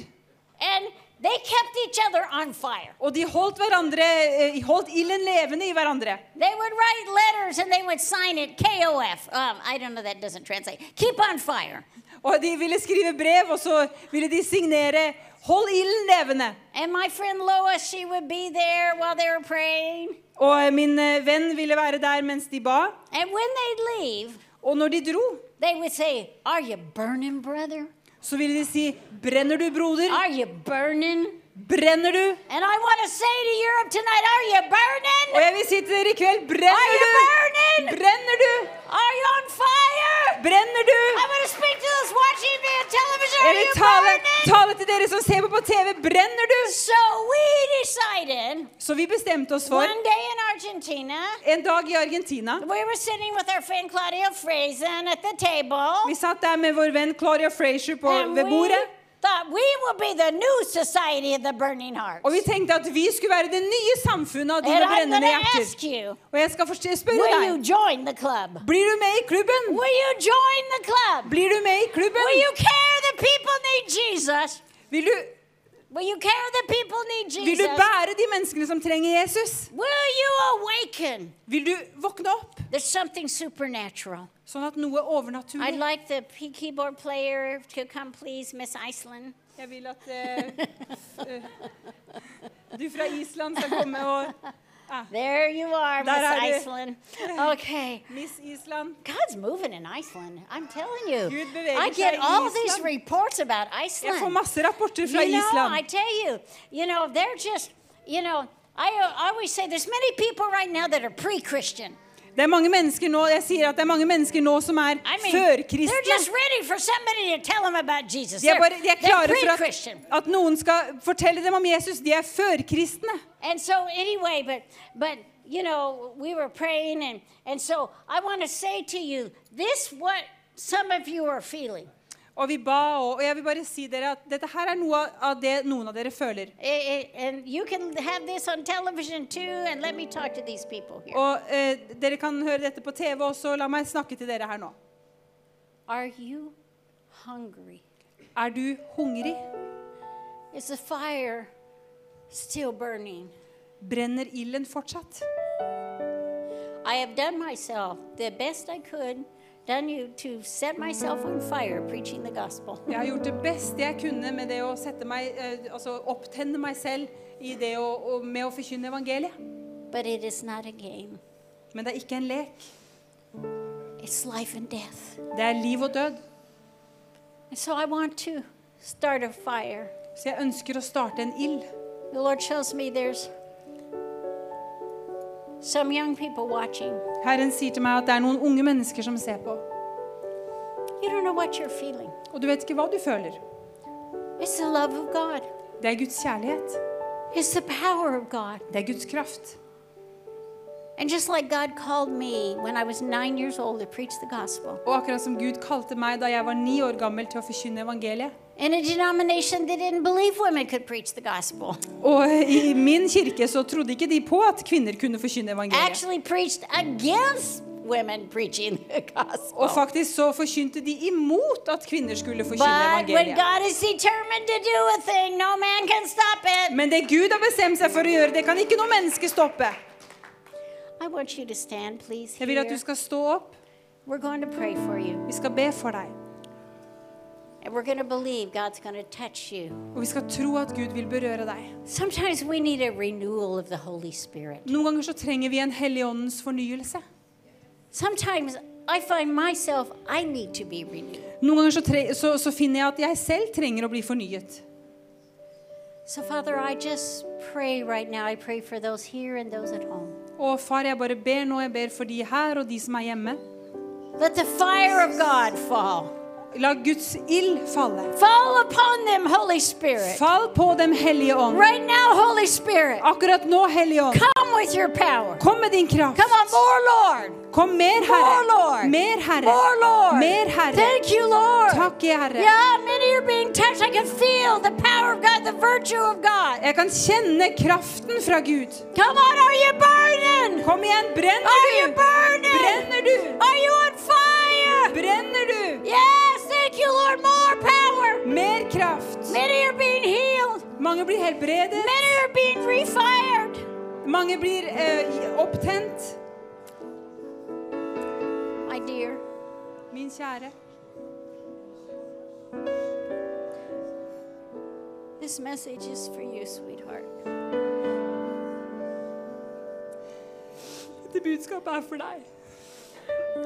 S9: And they kept each other on fire.
S3: Og de holdt hverandre, eh, holdt ilden levende i hverandre.
S9: They would write letters and they would sign it KOF. Um, I don't know, that doesn't translate. Keep on fire.
S3: Og de ville skrive brev, og så ville de signere 'Hold ilden levende'.
S9: And my friend Lois, she would be there while they were praying.
S3: Og eh, min eh, venn ville være der mens de ba.
S9: And when they'd leave,
S3: Og når de dro,
S9: they would say, Are you burning, brother?
S3: så ville de si 'Brenner du, broder?
S9: Are you burning?
S3: Brenner du?'
S9: And I want to say to Europe tonight, Are you
S3: Og
S9: burning?
S3: jeg vil si til dere i kveld 'Brenner
S9: Are you
S3: du?
S9: burning?
S3: Brenner du?
S9: Are you on fire?
S3: Brenner du?'
S9: I want to speak to those watching me on television.
S3: Jeg
S9: Are
S3: vil
S9: you
S3: tale,
S9: burning?
S3: tale til dere som ser på på TV. Brenner du?
S9: So we decided
S3: Så vi bestemte oss for
S9: one day in Argentina,
S3: en dag i Argentina.
S9: we were sitting with our friend Claudia Frazen at the table.
S3: Vi satt der med vår venn Claudia Frazier på,
S9: And
S3: ved
S9: we
S3: bordet.
S9: thought we will be the new society of the burning hearts.
S3: Og vi tenkte at vi skulle være det nye samfunnet av de med
S9: and I'm going
S3: brennende
S9: to ask
S3: hjerter.
S9: you,
S3: Og jeg skal forst- spørre
S9: will you
S3: deg.
S9: join the club?
S3: Blir du med i klubben?
S9: Will you join the club?
S3: Blir du med i
S9: Will you
S3: klubben?
S9: care the people need Jesus?
S3: Vil du,
S9: Will you care the people need
S3: vil du
S9: Jesus?
S3: bære de menneskene som trenger Jesus?
S9: Will you awaken?
S3: Vil du våkne opp
S9: There's something supernatural.
S3: sånn at noe
S9: I'd
S3: overnaturlig
S9: like the p- keyboard player to come, please, Miss Iceland.
S3: Jeg vil at eh, f- eh, du fra Island skal komme og
S9: There you are, Miss
S3: Daar is-
S9: Iceland. Okay.
S3: Miss Island.
S9: God's moving in Iceland. I'm telling you.
S3: Gud beweegt
S9: I get
S3: in
S9: all
S3: Iceland.
S9: these reports about
S3: Jeg får
S9: Iceland.
S3: masse rapporter fra
S9: You know, I
S3: Island.
S9: tell you, you know, they're just, you know, I, I always say there's many people right now that are pre-Christian.
S3: Det er mange mennesker nå, Jeg sier at det er mange mennesker nå som er
S9: I mean, they're just
S3: førkristne.
S9: ready for somebody to tell them about Jesus.
S3: De er,
S9: They're,
S3: bare, de er
S9: they're
S3: klare for at,
S9: pre-Christian.
S3: at noen skal fortelle dem om Jesus. De er førkristne.
S9: And so anyway, but but you know, we were praying and and so I want to say to you, this what some of you are feeling.
S3: Og vi ba, og, og jeg vil bare si dere at dette her er noe av det noen av dere føler.
S9: I- I- and you can have this on television too and let me talk to these people here.
S3: Og eh, dere kan høre dette på TV også. La meg snakke til dere her nå.
S9: Are you hungry?
S3: Er du hungrig?
S9: Is the fire still burning?
S3: Brenner ilden fortsatt?
S9: I have done myself the best I could, done you to set myself on fire preaching the gospel.
S3: Jeg har gjort det beste jeg kunne med det å sette meg, eh, altså opptenne meg selv i det å, og med å forkynne evangeliet.
S9: But it is not a game,
S3: Men det er ikke en lek.
S9: it's life and death.
S3: Det er liv og død.
S9: And so I want to start a fire.
S3: Så jeg ønsker å starte en ild.
S9: The Lord shows me there's some young people watching.
S3: Herren sier til meg at det er noen unge mennesker som ser på.
S9: You don't know what you're feeling.
S3: Og du vet ikke hva du føler.
S9: It's the love of God,
S3: Det er Guds kjærlighet.
S9: it's the power of God,
S3: Det er Guds kraft.
S8: And just like God called me when I was nine years old to preach the gospel
S3: Og akkurat som Gud kalte meg da jeg var ni år gammel til å forkynne evangeliet.
S8: in a denomination that didn't believe women could preach the gospel,
S3: Og i min kirke så trodde ikke de på at kvinner kunne forkynne evangeliet.
S8: actually preached against women preaching the
S3: Og
S8: gospel.
S3: faktisk så forkynte de imot at kvinner skulle forkynne
S8: But when
S3: evangeliet.
S8: God is determined to do a thing, no man can stop it.
S3: Men det Gud har bestemt seg for å gjøre, det kan ikke noe menneske stoppe.
S8: I want you to stand, please.
S3: Jeg vil at du
S8: here.
S3: skal stå opp.
S8: We're going to pray for you.
S3: Vi skal be for deg.
S8: And we're going to believe God's going to touch you.
S3: Og vi skal tro at Gud vil berøre deg.
S8: Sometimes we need a renewal of the Holy Spirit.
S3: Noen ganger så trenger vi en Hellig Åndens fornyelse.
S8: Sometimes I find myself, I need to be renewed.
S3: Noen ganger så, tre så, så finner jeg at jeg selv trenger å bli fornyet.
S8: So, Father, I just pray right now. I pray for those here and those at home.
S3: Og far, jeg bare ber nå. Jeg ber for de her og de som er hjemme.
S8: Let the fire of God fall.
S3: La Guds ild falle.
S8: Fall upon them, Holy Spirit.
S3: Fall på dem, Hellige Ånd.
S8: Right now, Holy Spirit.
S3: Akkurat nå, Hellige Ånd.
S8: Come with your power.
S3: Kom med din kraft.
S8: Come on, more, Lord.
S3: Kom mer,
S8: More, Lord.
S3: Herre. Mer, Herre.
S8: More, Lord.
S3: Mer, Herre.
S8: Thank you, Lord.
S3: Takk, Herre.
S8: Yeah, many are being touched. I can feel the power of God, the virtue of God.
S3: Jeg kan kjenne kraften fra Gud.
S8: Come on, are you burning?
S3: Kom igjen,
S8: Are you
S3: brenner du?
S8: burning?
S3: Brenner du?
S8: Are you on fire?
S3: Brenner du?
S8: Yes, thank you, Lord. More power.
S3: Mer kraft.
S8: Many are being healed.
S3: Mange blir helbredet.
S8: Many are being refired.
S3: Mange blir eh, opptent.
S8: My dear,
S3: Min kjære,
S8: this message is for you, sweetheart.
S3: dette budskapet er for deg.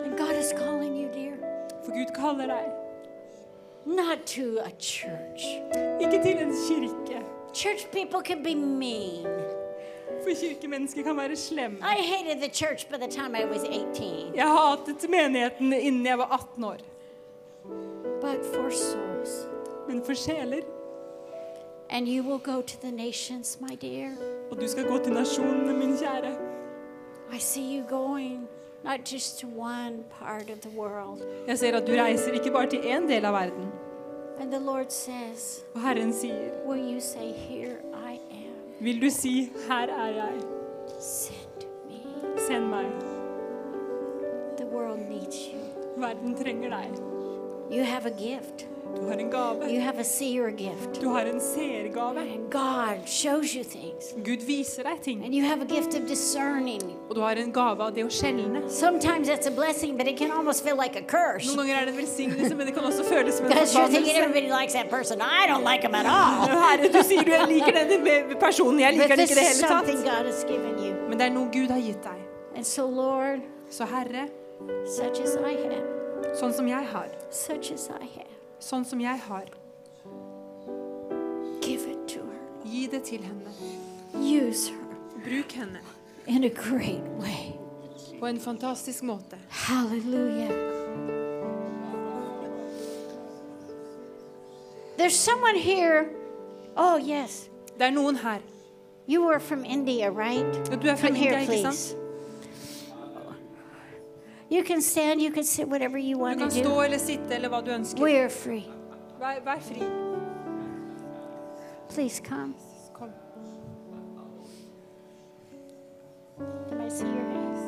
S8: And God is calling you, dear,
S3: For Gud kaller deg.
S8: not to a church.
S3: Ikke til en kirke.
S8: Church people can be mean.
S3: For kirkemennesker kan være slemme.
S8: I hated the church by the time I was 18.
S3: Jeg hatet menigheten innen jeg var 18 år.
S8: but for souls.
S3: Men for sjeler
S8: And you will go to the nations, my dear.
S3: Og du skal gå til nasjonene, min kjære.
S8: I see you going, not just to one part of the world.
S3: Jeg ser at du reiser ikke bare til én del av verden.
S8: And the Lord says,
S3: Og Herren sier,
S8: Will you say, Here I am?
S3: vil du si, her er jeg,
S8: Send me.
S3: send meg.
S8: The world needs you.
S3: Verden trenger deg.
S8: You have a gift,
S3: Du har en gave.
S8: you have a seer gift.
S3: Du har en seergave.
S8: And God shows you things.
S3: Gud viser deg ting.
S8: And you have a gift of discerning.
S3: Og du har en gave av det å skjelne.
S8: Sometimes that's a blessing, but it can almost feel like a curse.
S3: Noen ganger er det en velsignelse, men det kan også føles som en
S8: Because you're thinking
S3: forbannelse.
S8: everybody likes that person. I don't like him at all.
S3: Herre, du sier du jeg liker denne personen. Jeg
S8: But
S3: liker den
S8: this
S3: ikke i det
S8: is
S3: hele
S8: something
S3: tatt.
S8: God has given you.
S3: Men det er noe Gud har gitt deg.
S8: And so, Lord,
S3: Så Herre,
S8: such as I have,
S3: sånn som jeg har,
S8: such as I have,
S3: sånn som jeg har,
S8: give it to her.
S3: gi det til henne.
S8: Use her
S3: Bruk henne
S8: in a great way.
S3: på en fantastisk måte.
S8: Hallelujah. There's someone here. Oh, yes.
S3: Det er noen her.
S8: You were from India, right?
S3: Og Du er fra
S8: Come
S3: India,
S8: here,
S3: ikke sant?
S8: please. You can stand, you can sit, whatever you
S3: Du
S8: want to
S3: kan stå
S8: do.
S3: eller sitte eller hva du ønsker.
S8: We're free.
S3: Vær, vær fri.
S8: Please come.
S3: Kom.
S8: Can I see your hands?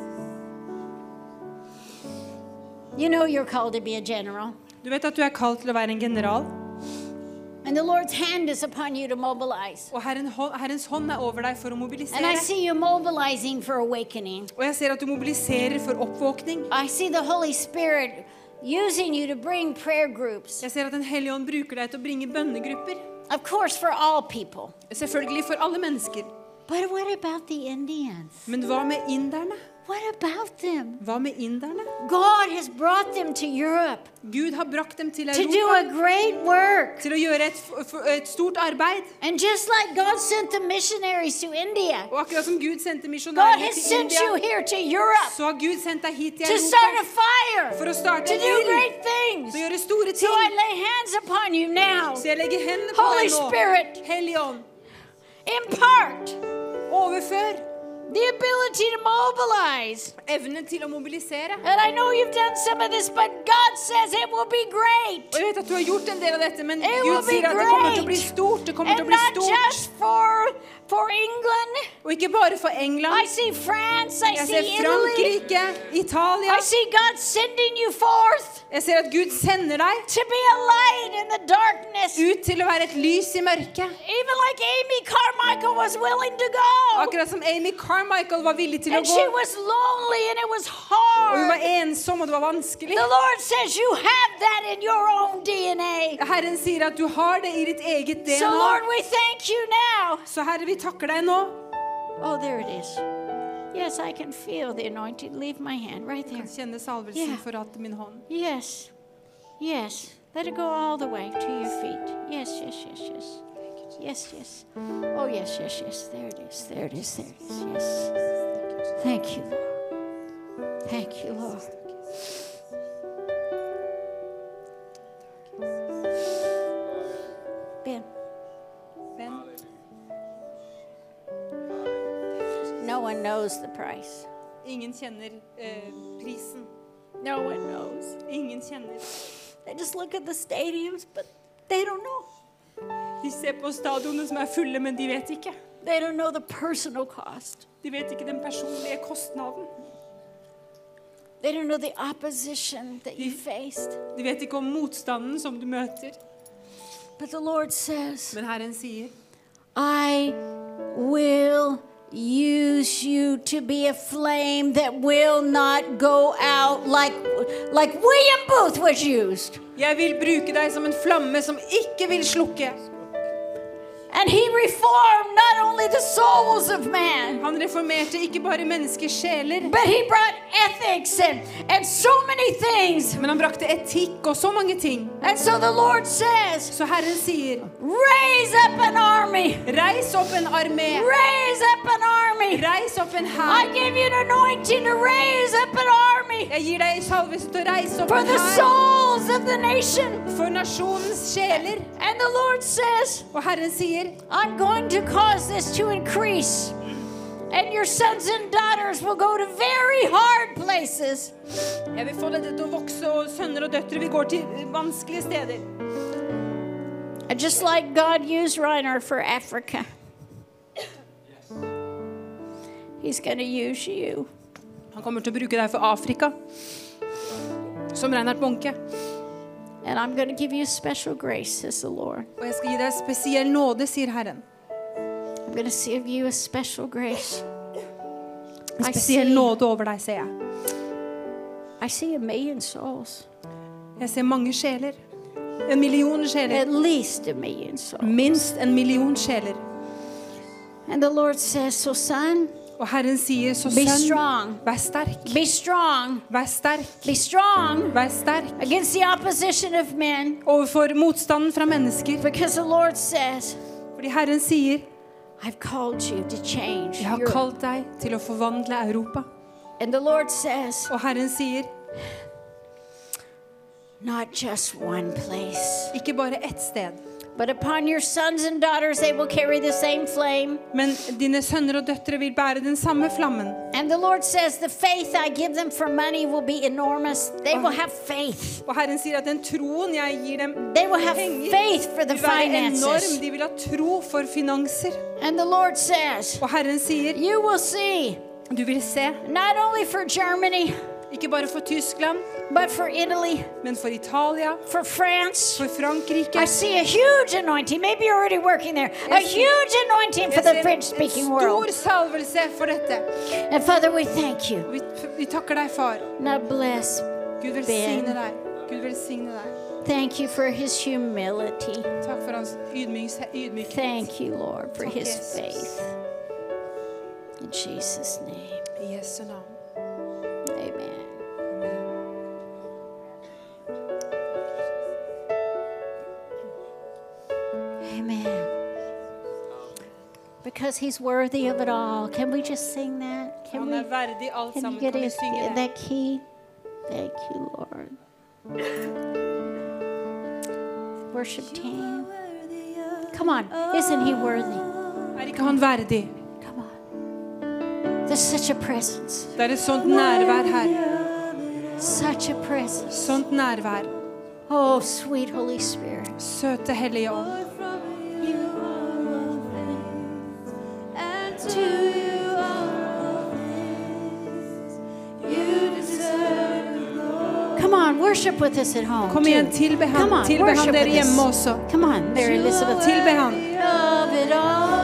S8: You know you're called to be a general.
S3: Du vet at du er kalt til å være en general,
S8: And the Lord's hand is upon you to mobilize.
S3: og Herren, hå- Herrens hånd er over deg for å
S8: And I
S3: mobilisere.
S8: see you mobilizing for awakening.
S3: Og jeg ser at du mobiliserer for oppvåkning.
S8: I see the Holy Spirit using you to bring prayer groups.
S3: Jeg ser at Den hellige ånd bruker deg til å bringe bønnegrupper.
S8: Of course, for all people.
S3: Selvfølgelig for alle mennesker.
S8: But what about the Indians?
S3: Men hva med inderne?
S8: What about them?
S3: Hva med inderne?
S8: God has brought them to Europe
S3: Gud har brakt dem til
S8: to do a
S3: Europa
S8: great work.
S3: til å gjøre et, f- f- et stort arbeid.
S8: And just like God sent the missionaries to India,
S3: Og akkurat som Gud sendte
S8: God
S3: misjonærene
S8: has
S3: til
S8: sent you
S3: India,
S8: here to Europe.
S3: så har Gud sendt deg hit til
S8: to start a
S3: Europa
S8: fire,
S3: for å starte
S8: to
S3: en
S8: do
S3: ild,
S8: great things.
S3: til å gjøre store
S8: So I
S3: ting.
S8: lay hands upon you now.
S3: Så jeg legger hendene på
S8: Holy
S3: deg nå.
S8: Spirit.
S3: Hellig ånd,
S8: Impart
S3: overfør
S9: the ability to mobilize.
S3: Evnen til å mobilisere.
S9: And I know you've done some of this, but God says it will be great.
S3: Og jeg vet at du har gjort en del av dette, men
S9: It will
S3: Gud
S9: be
S3: sier at det kommer til å
S9: great.
S3: bli stort. Det kommer til
S9: And
S3: å bli
S9: not
S3: stort.
S9: just for, for England.
S3: Og ikke bare for
S9: I
S3: England.
S9: see France, I
S3: Jeg
S9: see
S3: ser
S9: Italy.
S3: Frankrike, Italia.
S9: I see God sending you forth
S3: Jeg ser at Gud sender deg
S9: to be a light in the darkness.
S3: ut til å være et lys i mørket.
S9: Even like Amy Carmichael was willing to go.
S3: Akkurat som Amy Carmichael var villig til å
S9: And
S3: gå.
S9: she was lonely and it was
S3: Og hun var
S9: hard.
S3: ensom, og det var vanskelig.
S9: The Lord says you have that in your own DNA.
S3: Herren sier at du har det i ditt eget
S9: So, Lord,
S3: DNA.
S9: we thank you now.
S3: Så Herre, vi takker deg nå.
S9: Oh, there it is. Yes, I can feel the anointing leave my hand right there.
S3: Kjenne salvelsen
S9: Ja.
S3: forlate min hånd.
S9: Yes, yes. Let it go all the way to your feet. Yes, yes, yes, yes. Yes, yes. Oh, yes, yes, yes. There it is. There it is. There it is. Yes. Thank you, Lord. Thank you, Lord. Ben,
S3: Ben,
S9: no one knows the price.
S3: ingen kjenner eh, prisen.
S9: No one knows.
S3: Ingen kjenner.
S9: They just look at the stadiums, but they don't know.
S3: De ser på stadionene som er fulle, men de vet ikke.
S9: They don't know the personal cost.
S3: De vet ikke den personlige kostnaden.
S9: They don't know the opposition that you
S3: You-
S9: faced.
S3: De vet ikke om motstanden som du møter.
S9: But the Lord says,
S3: Men Herren sier,
S9: I will use you to be a flame that will not go out like like William Booth was used.
S3: jeg vil bruke deg som en flamme som ikke vil slukke.
S9: And he reformed not only the souls of man,
S3: Han reformerte ikke bare menneskers sjeler,
S9: but he brought ethics and, and so many things.
S3: men han brakte etikk og så mange ting.
S9: And so the Lord says,
S3: Så Herren sier,
S9: raise up an army.
S3: reis opp en armé.
S9: Raise up an army.
S3: Reis opp en
S9: I
S3: hær.
S9: give you an anointing to raise up an army
S3: Jeg gir deg salvelse til å reise opp
S9: for
S3: en
S9: the
S3: hær
S9: souls of the nation.
S3: for nasjonens sjeler.
S9: And the Lord says,
S3: Og Herren sier,
S9: I'm going to cause this to increase. And your sons and daughters will go to very hard places.
S3: jeg vil få dette til å vokse, og sønner og døtre, vi går til vanskelige steder.
S9: And just like God used Reiner for Africa, He's going to use you.
S3: Han kommer til å bruke deg for Afrika. Som Reinhard Bonke.
S9: And I'm going to give you special grace, says the Lord.
S3: Og jeg skal gi deg spesiell nåde, sier Herren.
S9: I'm going to give you a special grace.
S3: En
S9: I
S3: spesiell
S9: see.
S3: nåde over deg, ser jeg.
S9: I see a million souls,
S3: Jeg ser mange sjeler. En million sjeler.
S9: at least a million souls.
S3: Minst en million sjeler.
S9: And the Lord says, So, son,
S3: Og Herren sier, så
S9: Be
S3: sønn,
S9: strong.
S3: vær sterk.
S9: be strong,
S3: Vær sterk.
S9: be strong
S3: Vær sterk
S9: against the opposition of men.
S3: overfor motstanden fra mennesker.
S9: Because the Lord says,
S3: Fordi Herren sier,
S9: I've called you to change.
S3: jeg har
S9: Europe."
S3: kalt deg til å forvandle Europa.
S9: And the Lord says,
S3: Og Herren sier,
S9: not just one place,
S3: ikke bare ett sted,
S9: but upon your sons and daughters they will carry the same flame.
S3: men dine sønner og døtre vil bære den samme flammen.
S9: And the Lord says, the faith I give them for money will be enormous. They will have faith.
S3: Og Herren sier at den troen jeg gir dem
S9: They will have
S3: penger,
S9: faith for the
S3: vil være enorm.
S9: finances.
S3: De vil ha tro for finanser.
S9: And the Lord says,
S3: Og Herren sier,
S9: you will see,
S3: du vil se,
S9: not only for Germany,
S3: ikke bare for Tyskland,
S9: but for Italy,
S3: men for Italia,
S9: for France.
S3: for Frankrike.
S9: I see a huge anointing. Maybe you're already working there. A huge anointing for
S3: Jeg
S9: the
S3: ser en
S9: French speaking world.
S3: stor salvelse for dette.
S9: And Father, we thank you.
S3: Vi, vi takker deg, far.
S9: Now bless.
S3: Gud velsigne deg. Gud velsigne deg.
S9: Thank you for his humility.
S3: Takk for hans ydmyks- ydmykhet.
S9: Thank you, Lord, for
S3: Thank
S9: his
S3: Jesus.
S9: faith. In Jesus' name,
S3: I Jesu navn.
S9: amen. Amen. Because he's worthy of it all. Can we just sing that? Can
S3: Han
S9: we?
S3: er verdig alt
S9: Can
S3: sammen.
S9: you get
S3: Kan vi
S9: it,
S3: synge det?
S9: that key? Thank you, Lord. Worship team. Come on, isn't he worthy?
S3: Er ikke han verdig?
S9: Come on.
S8: There's such a presence.
S3: Det er et sånt nærvær her.
S8: Such a presence.
S3: Sånt nærvær.
S8: Oh, sweet Holy Spirit.
S3: Søte Hellige Ånd.
S8: Come on, worship with us at home.
S3: Kom igjen,
S8: too.
S3: tilbe ham.
S8: Come on,
S3: Tilbe ham
S8: worship
S3: dere
S8: with us.
S3: hjemme også.
S8: Come on, Mary Elizabeth.
S3: Tilbe ham.
S8: Of it all.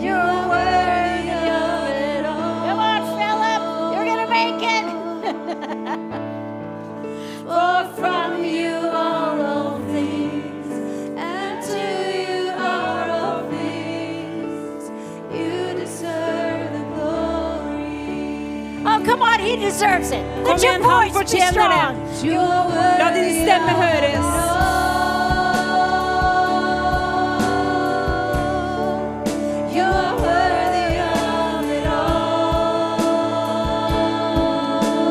S8: You're worthy of it all.
S9: Come on, Philip. You're going to make it.
S8: For from you are all things, and to you are all things. You deserve the glory.
S9: Oh, come on. He deserves it. Let your
S3: igjen, han
S9: voice be
S3: fortjener det.
S9: strong.
S3: La din stemme høres.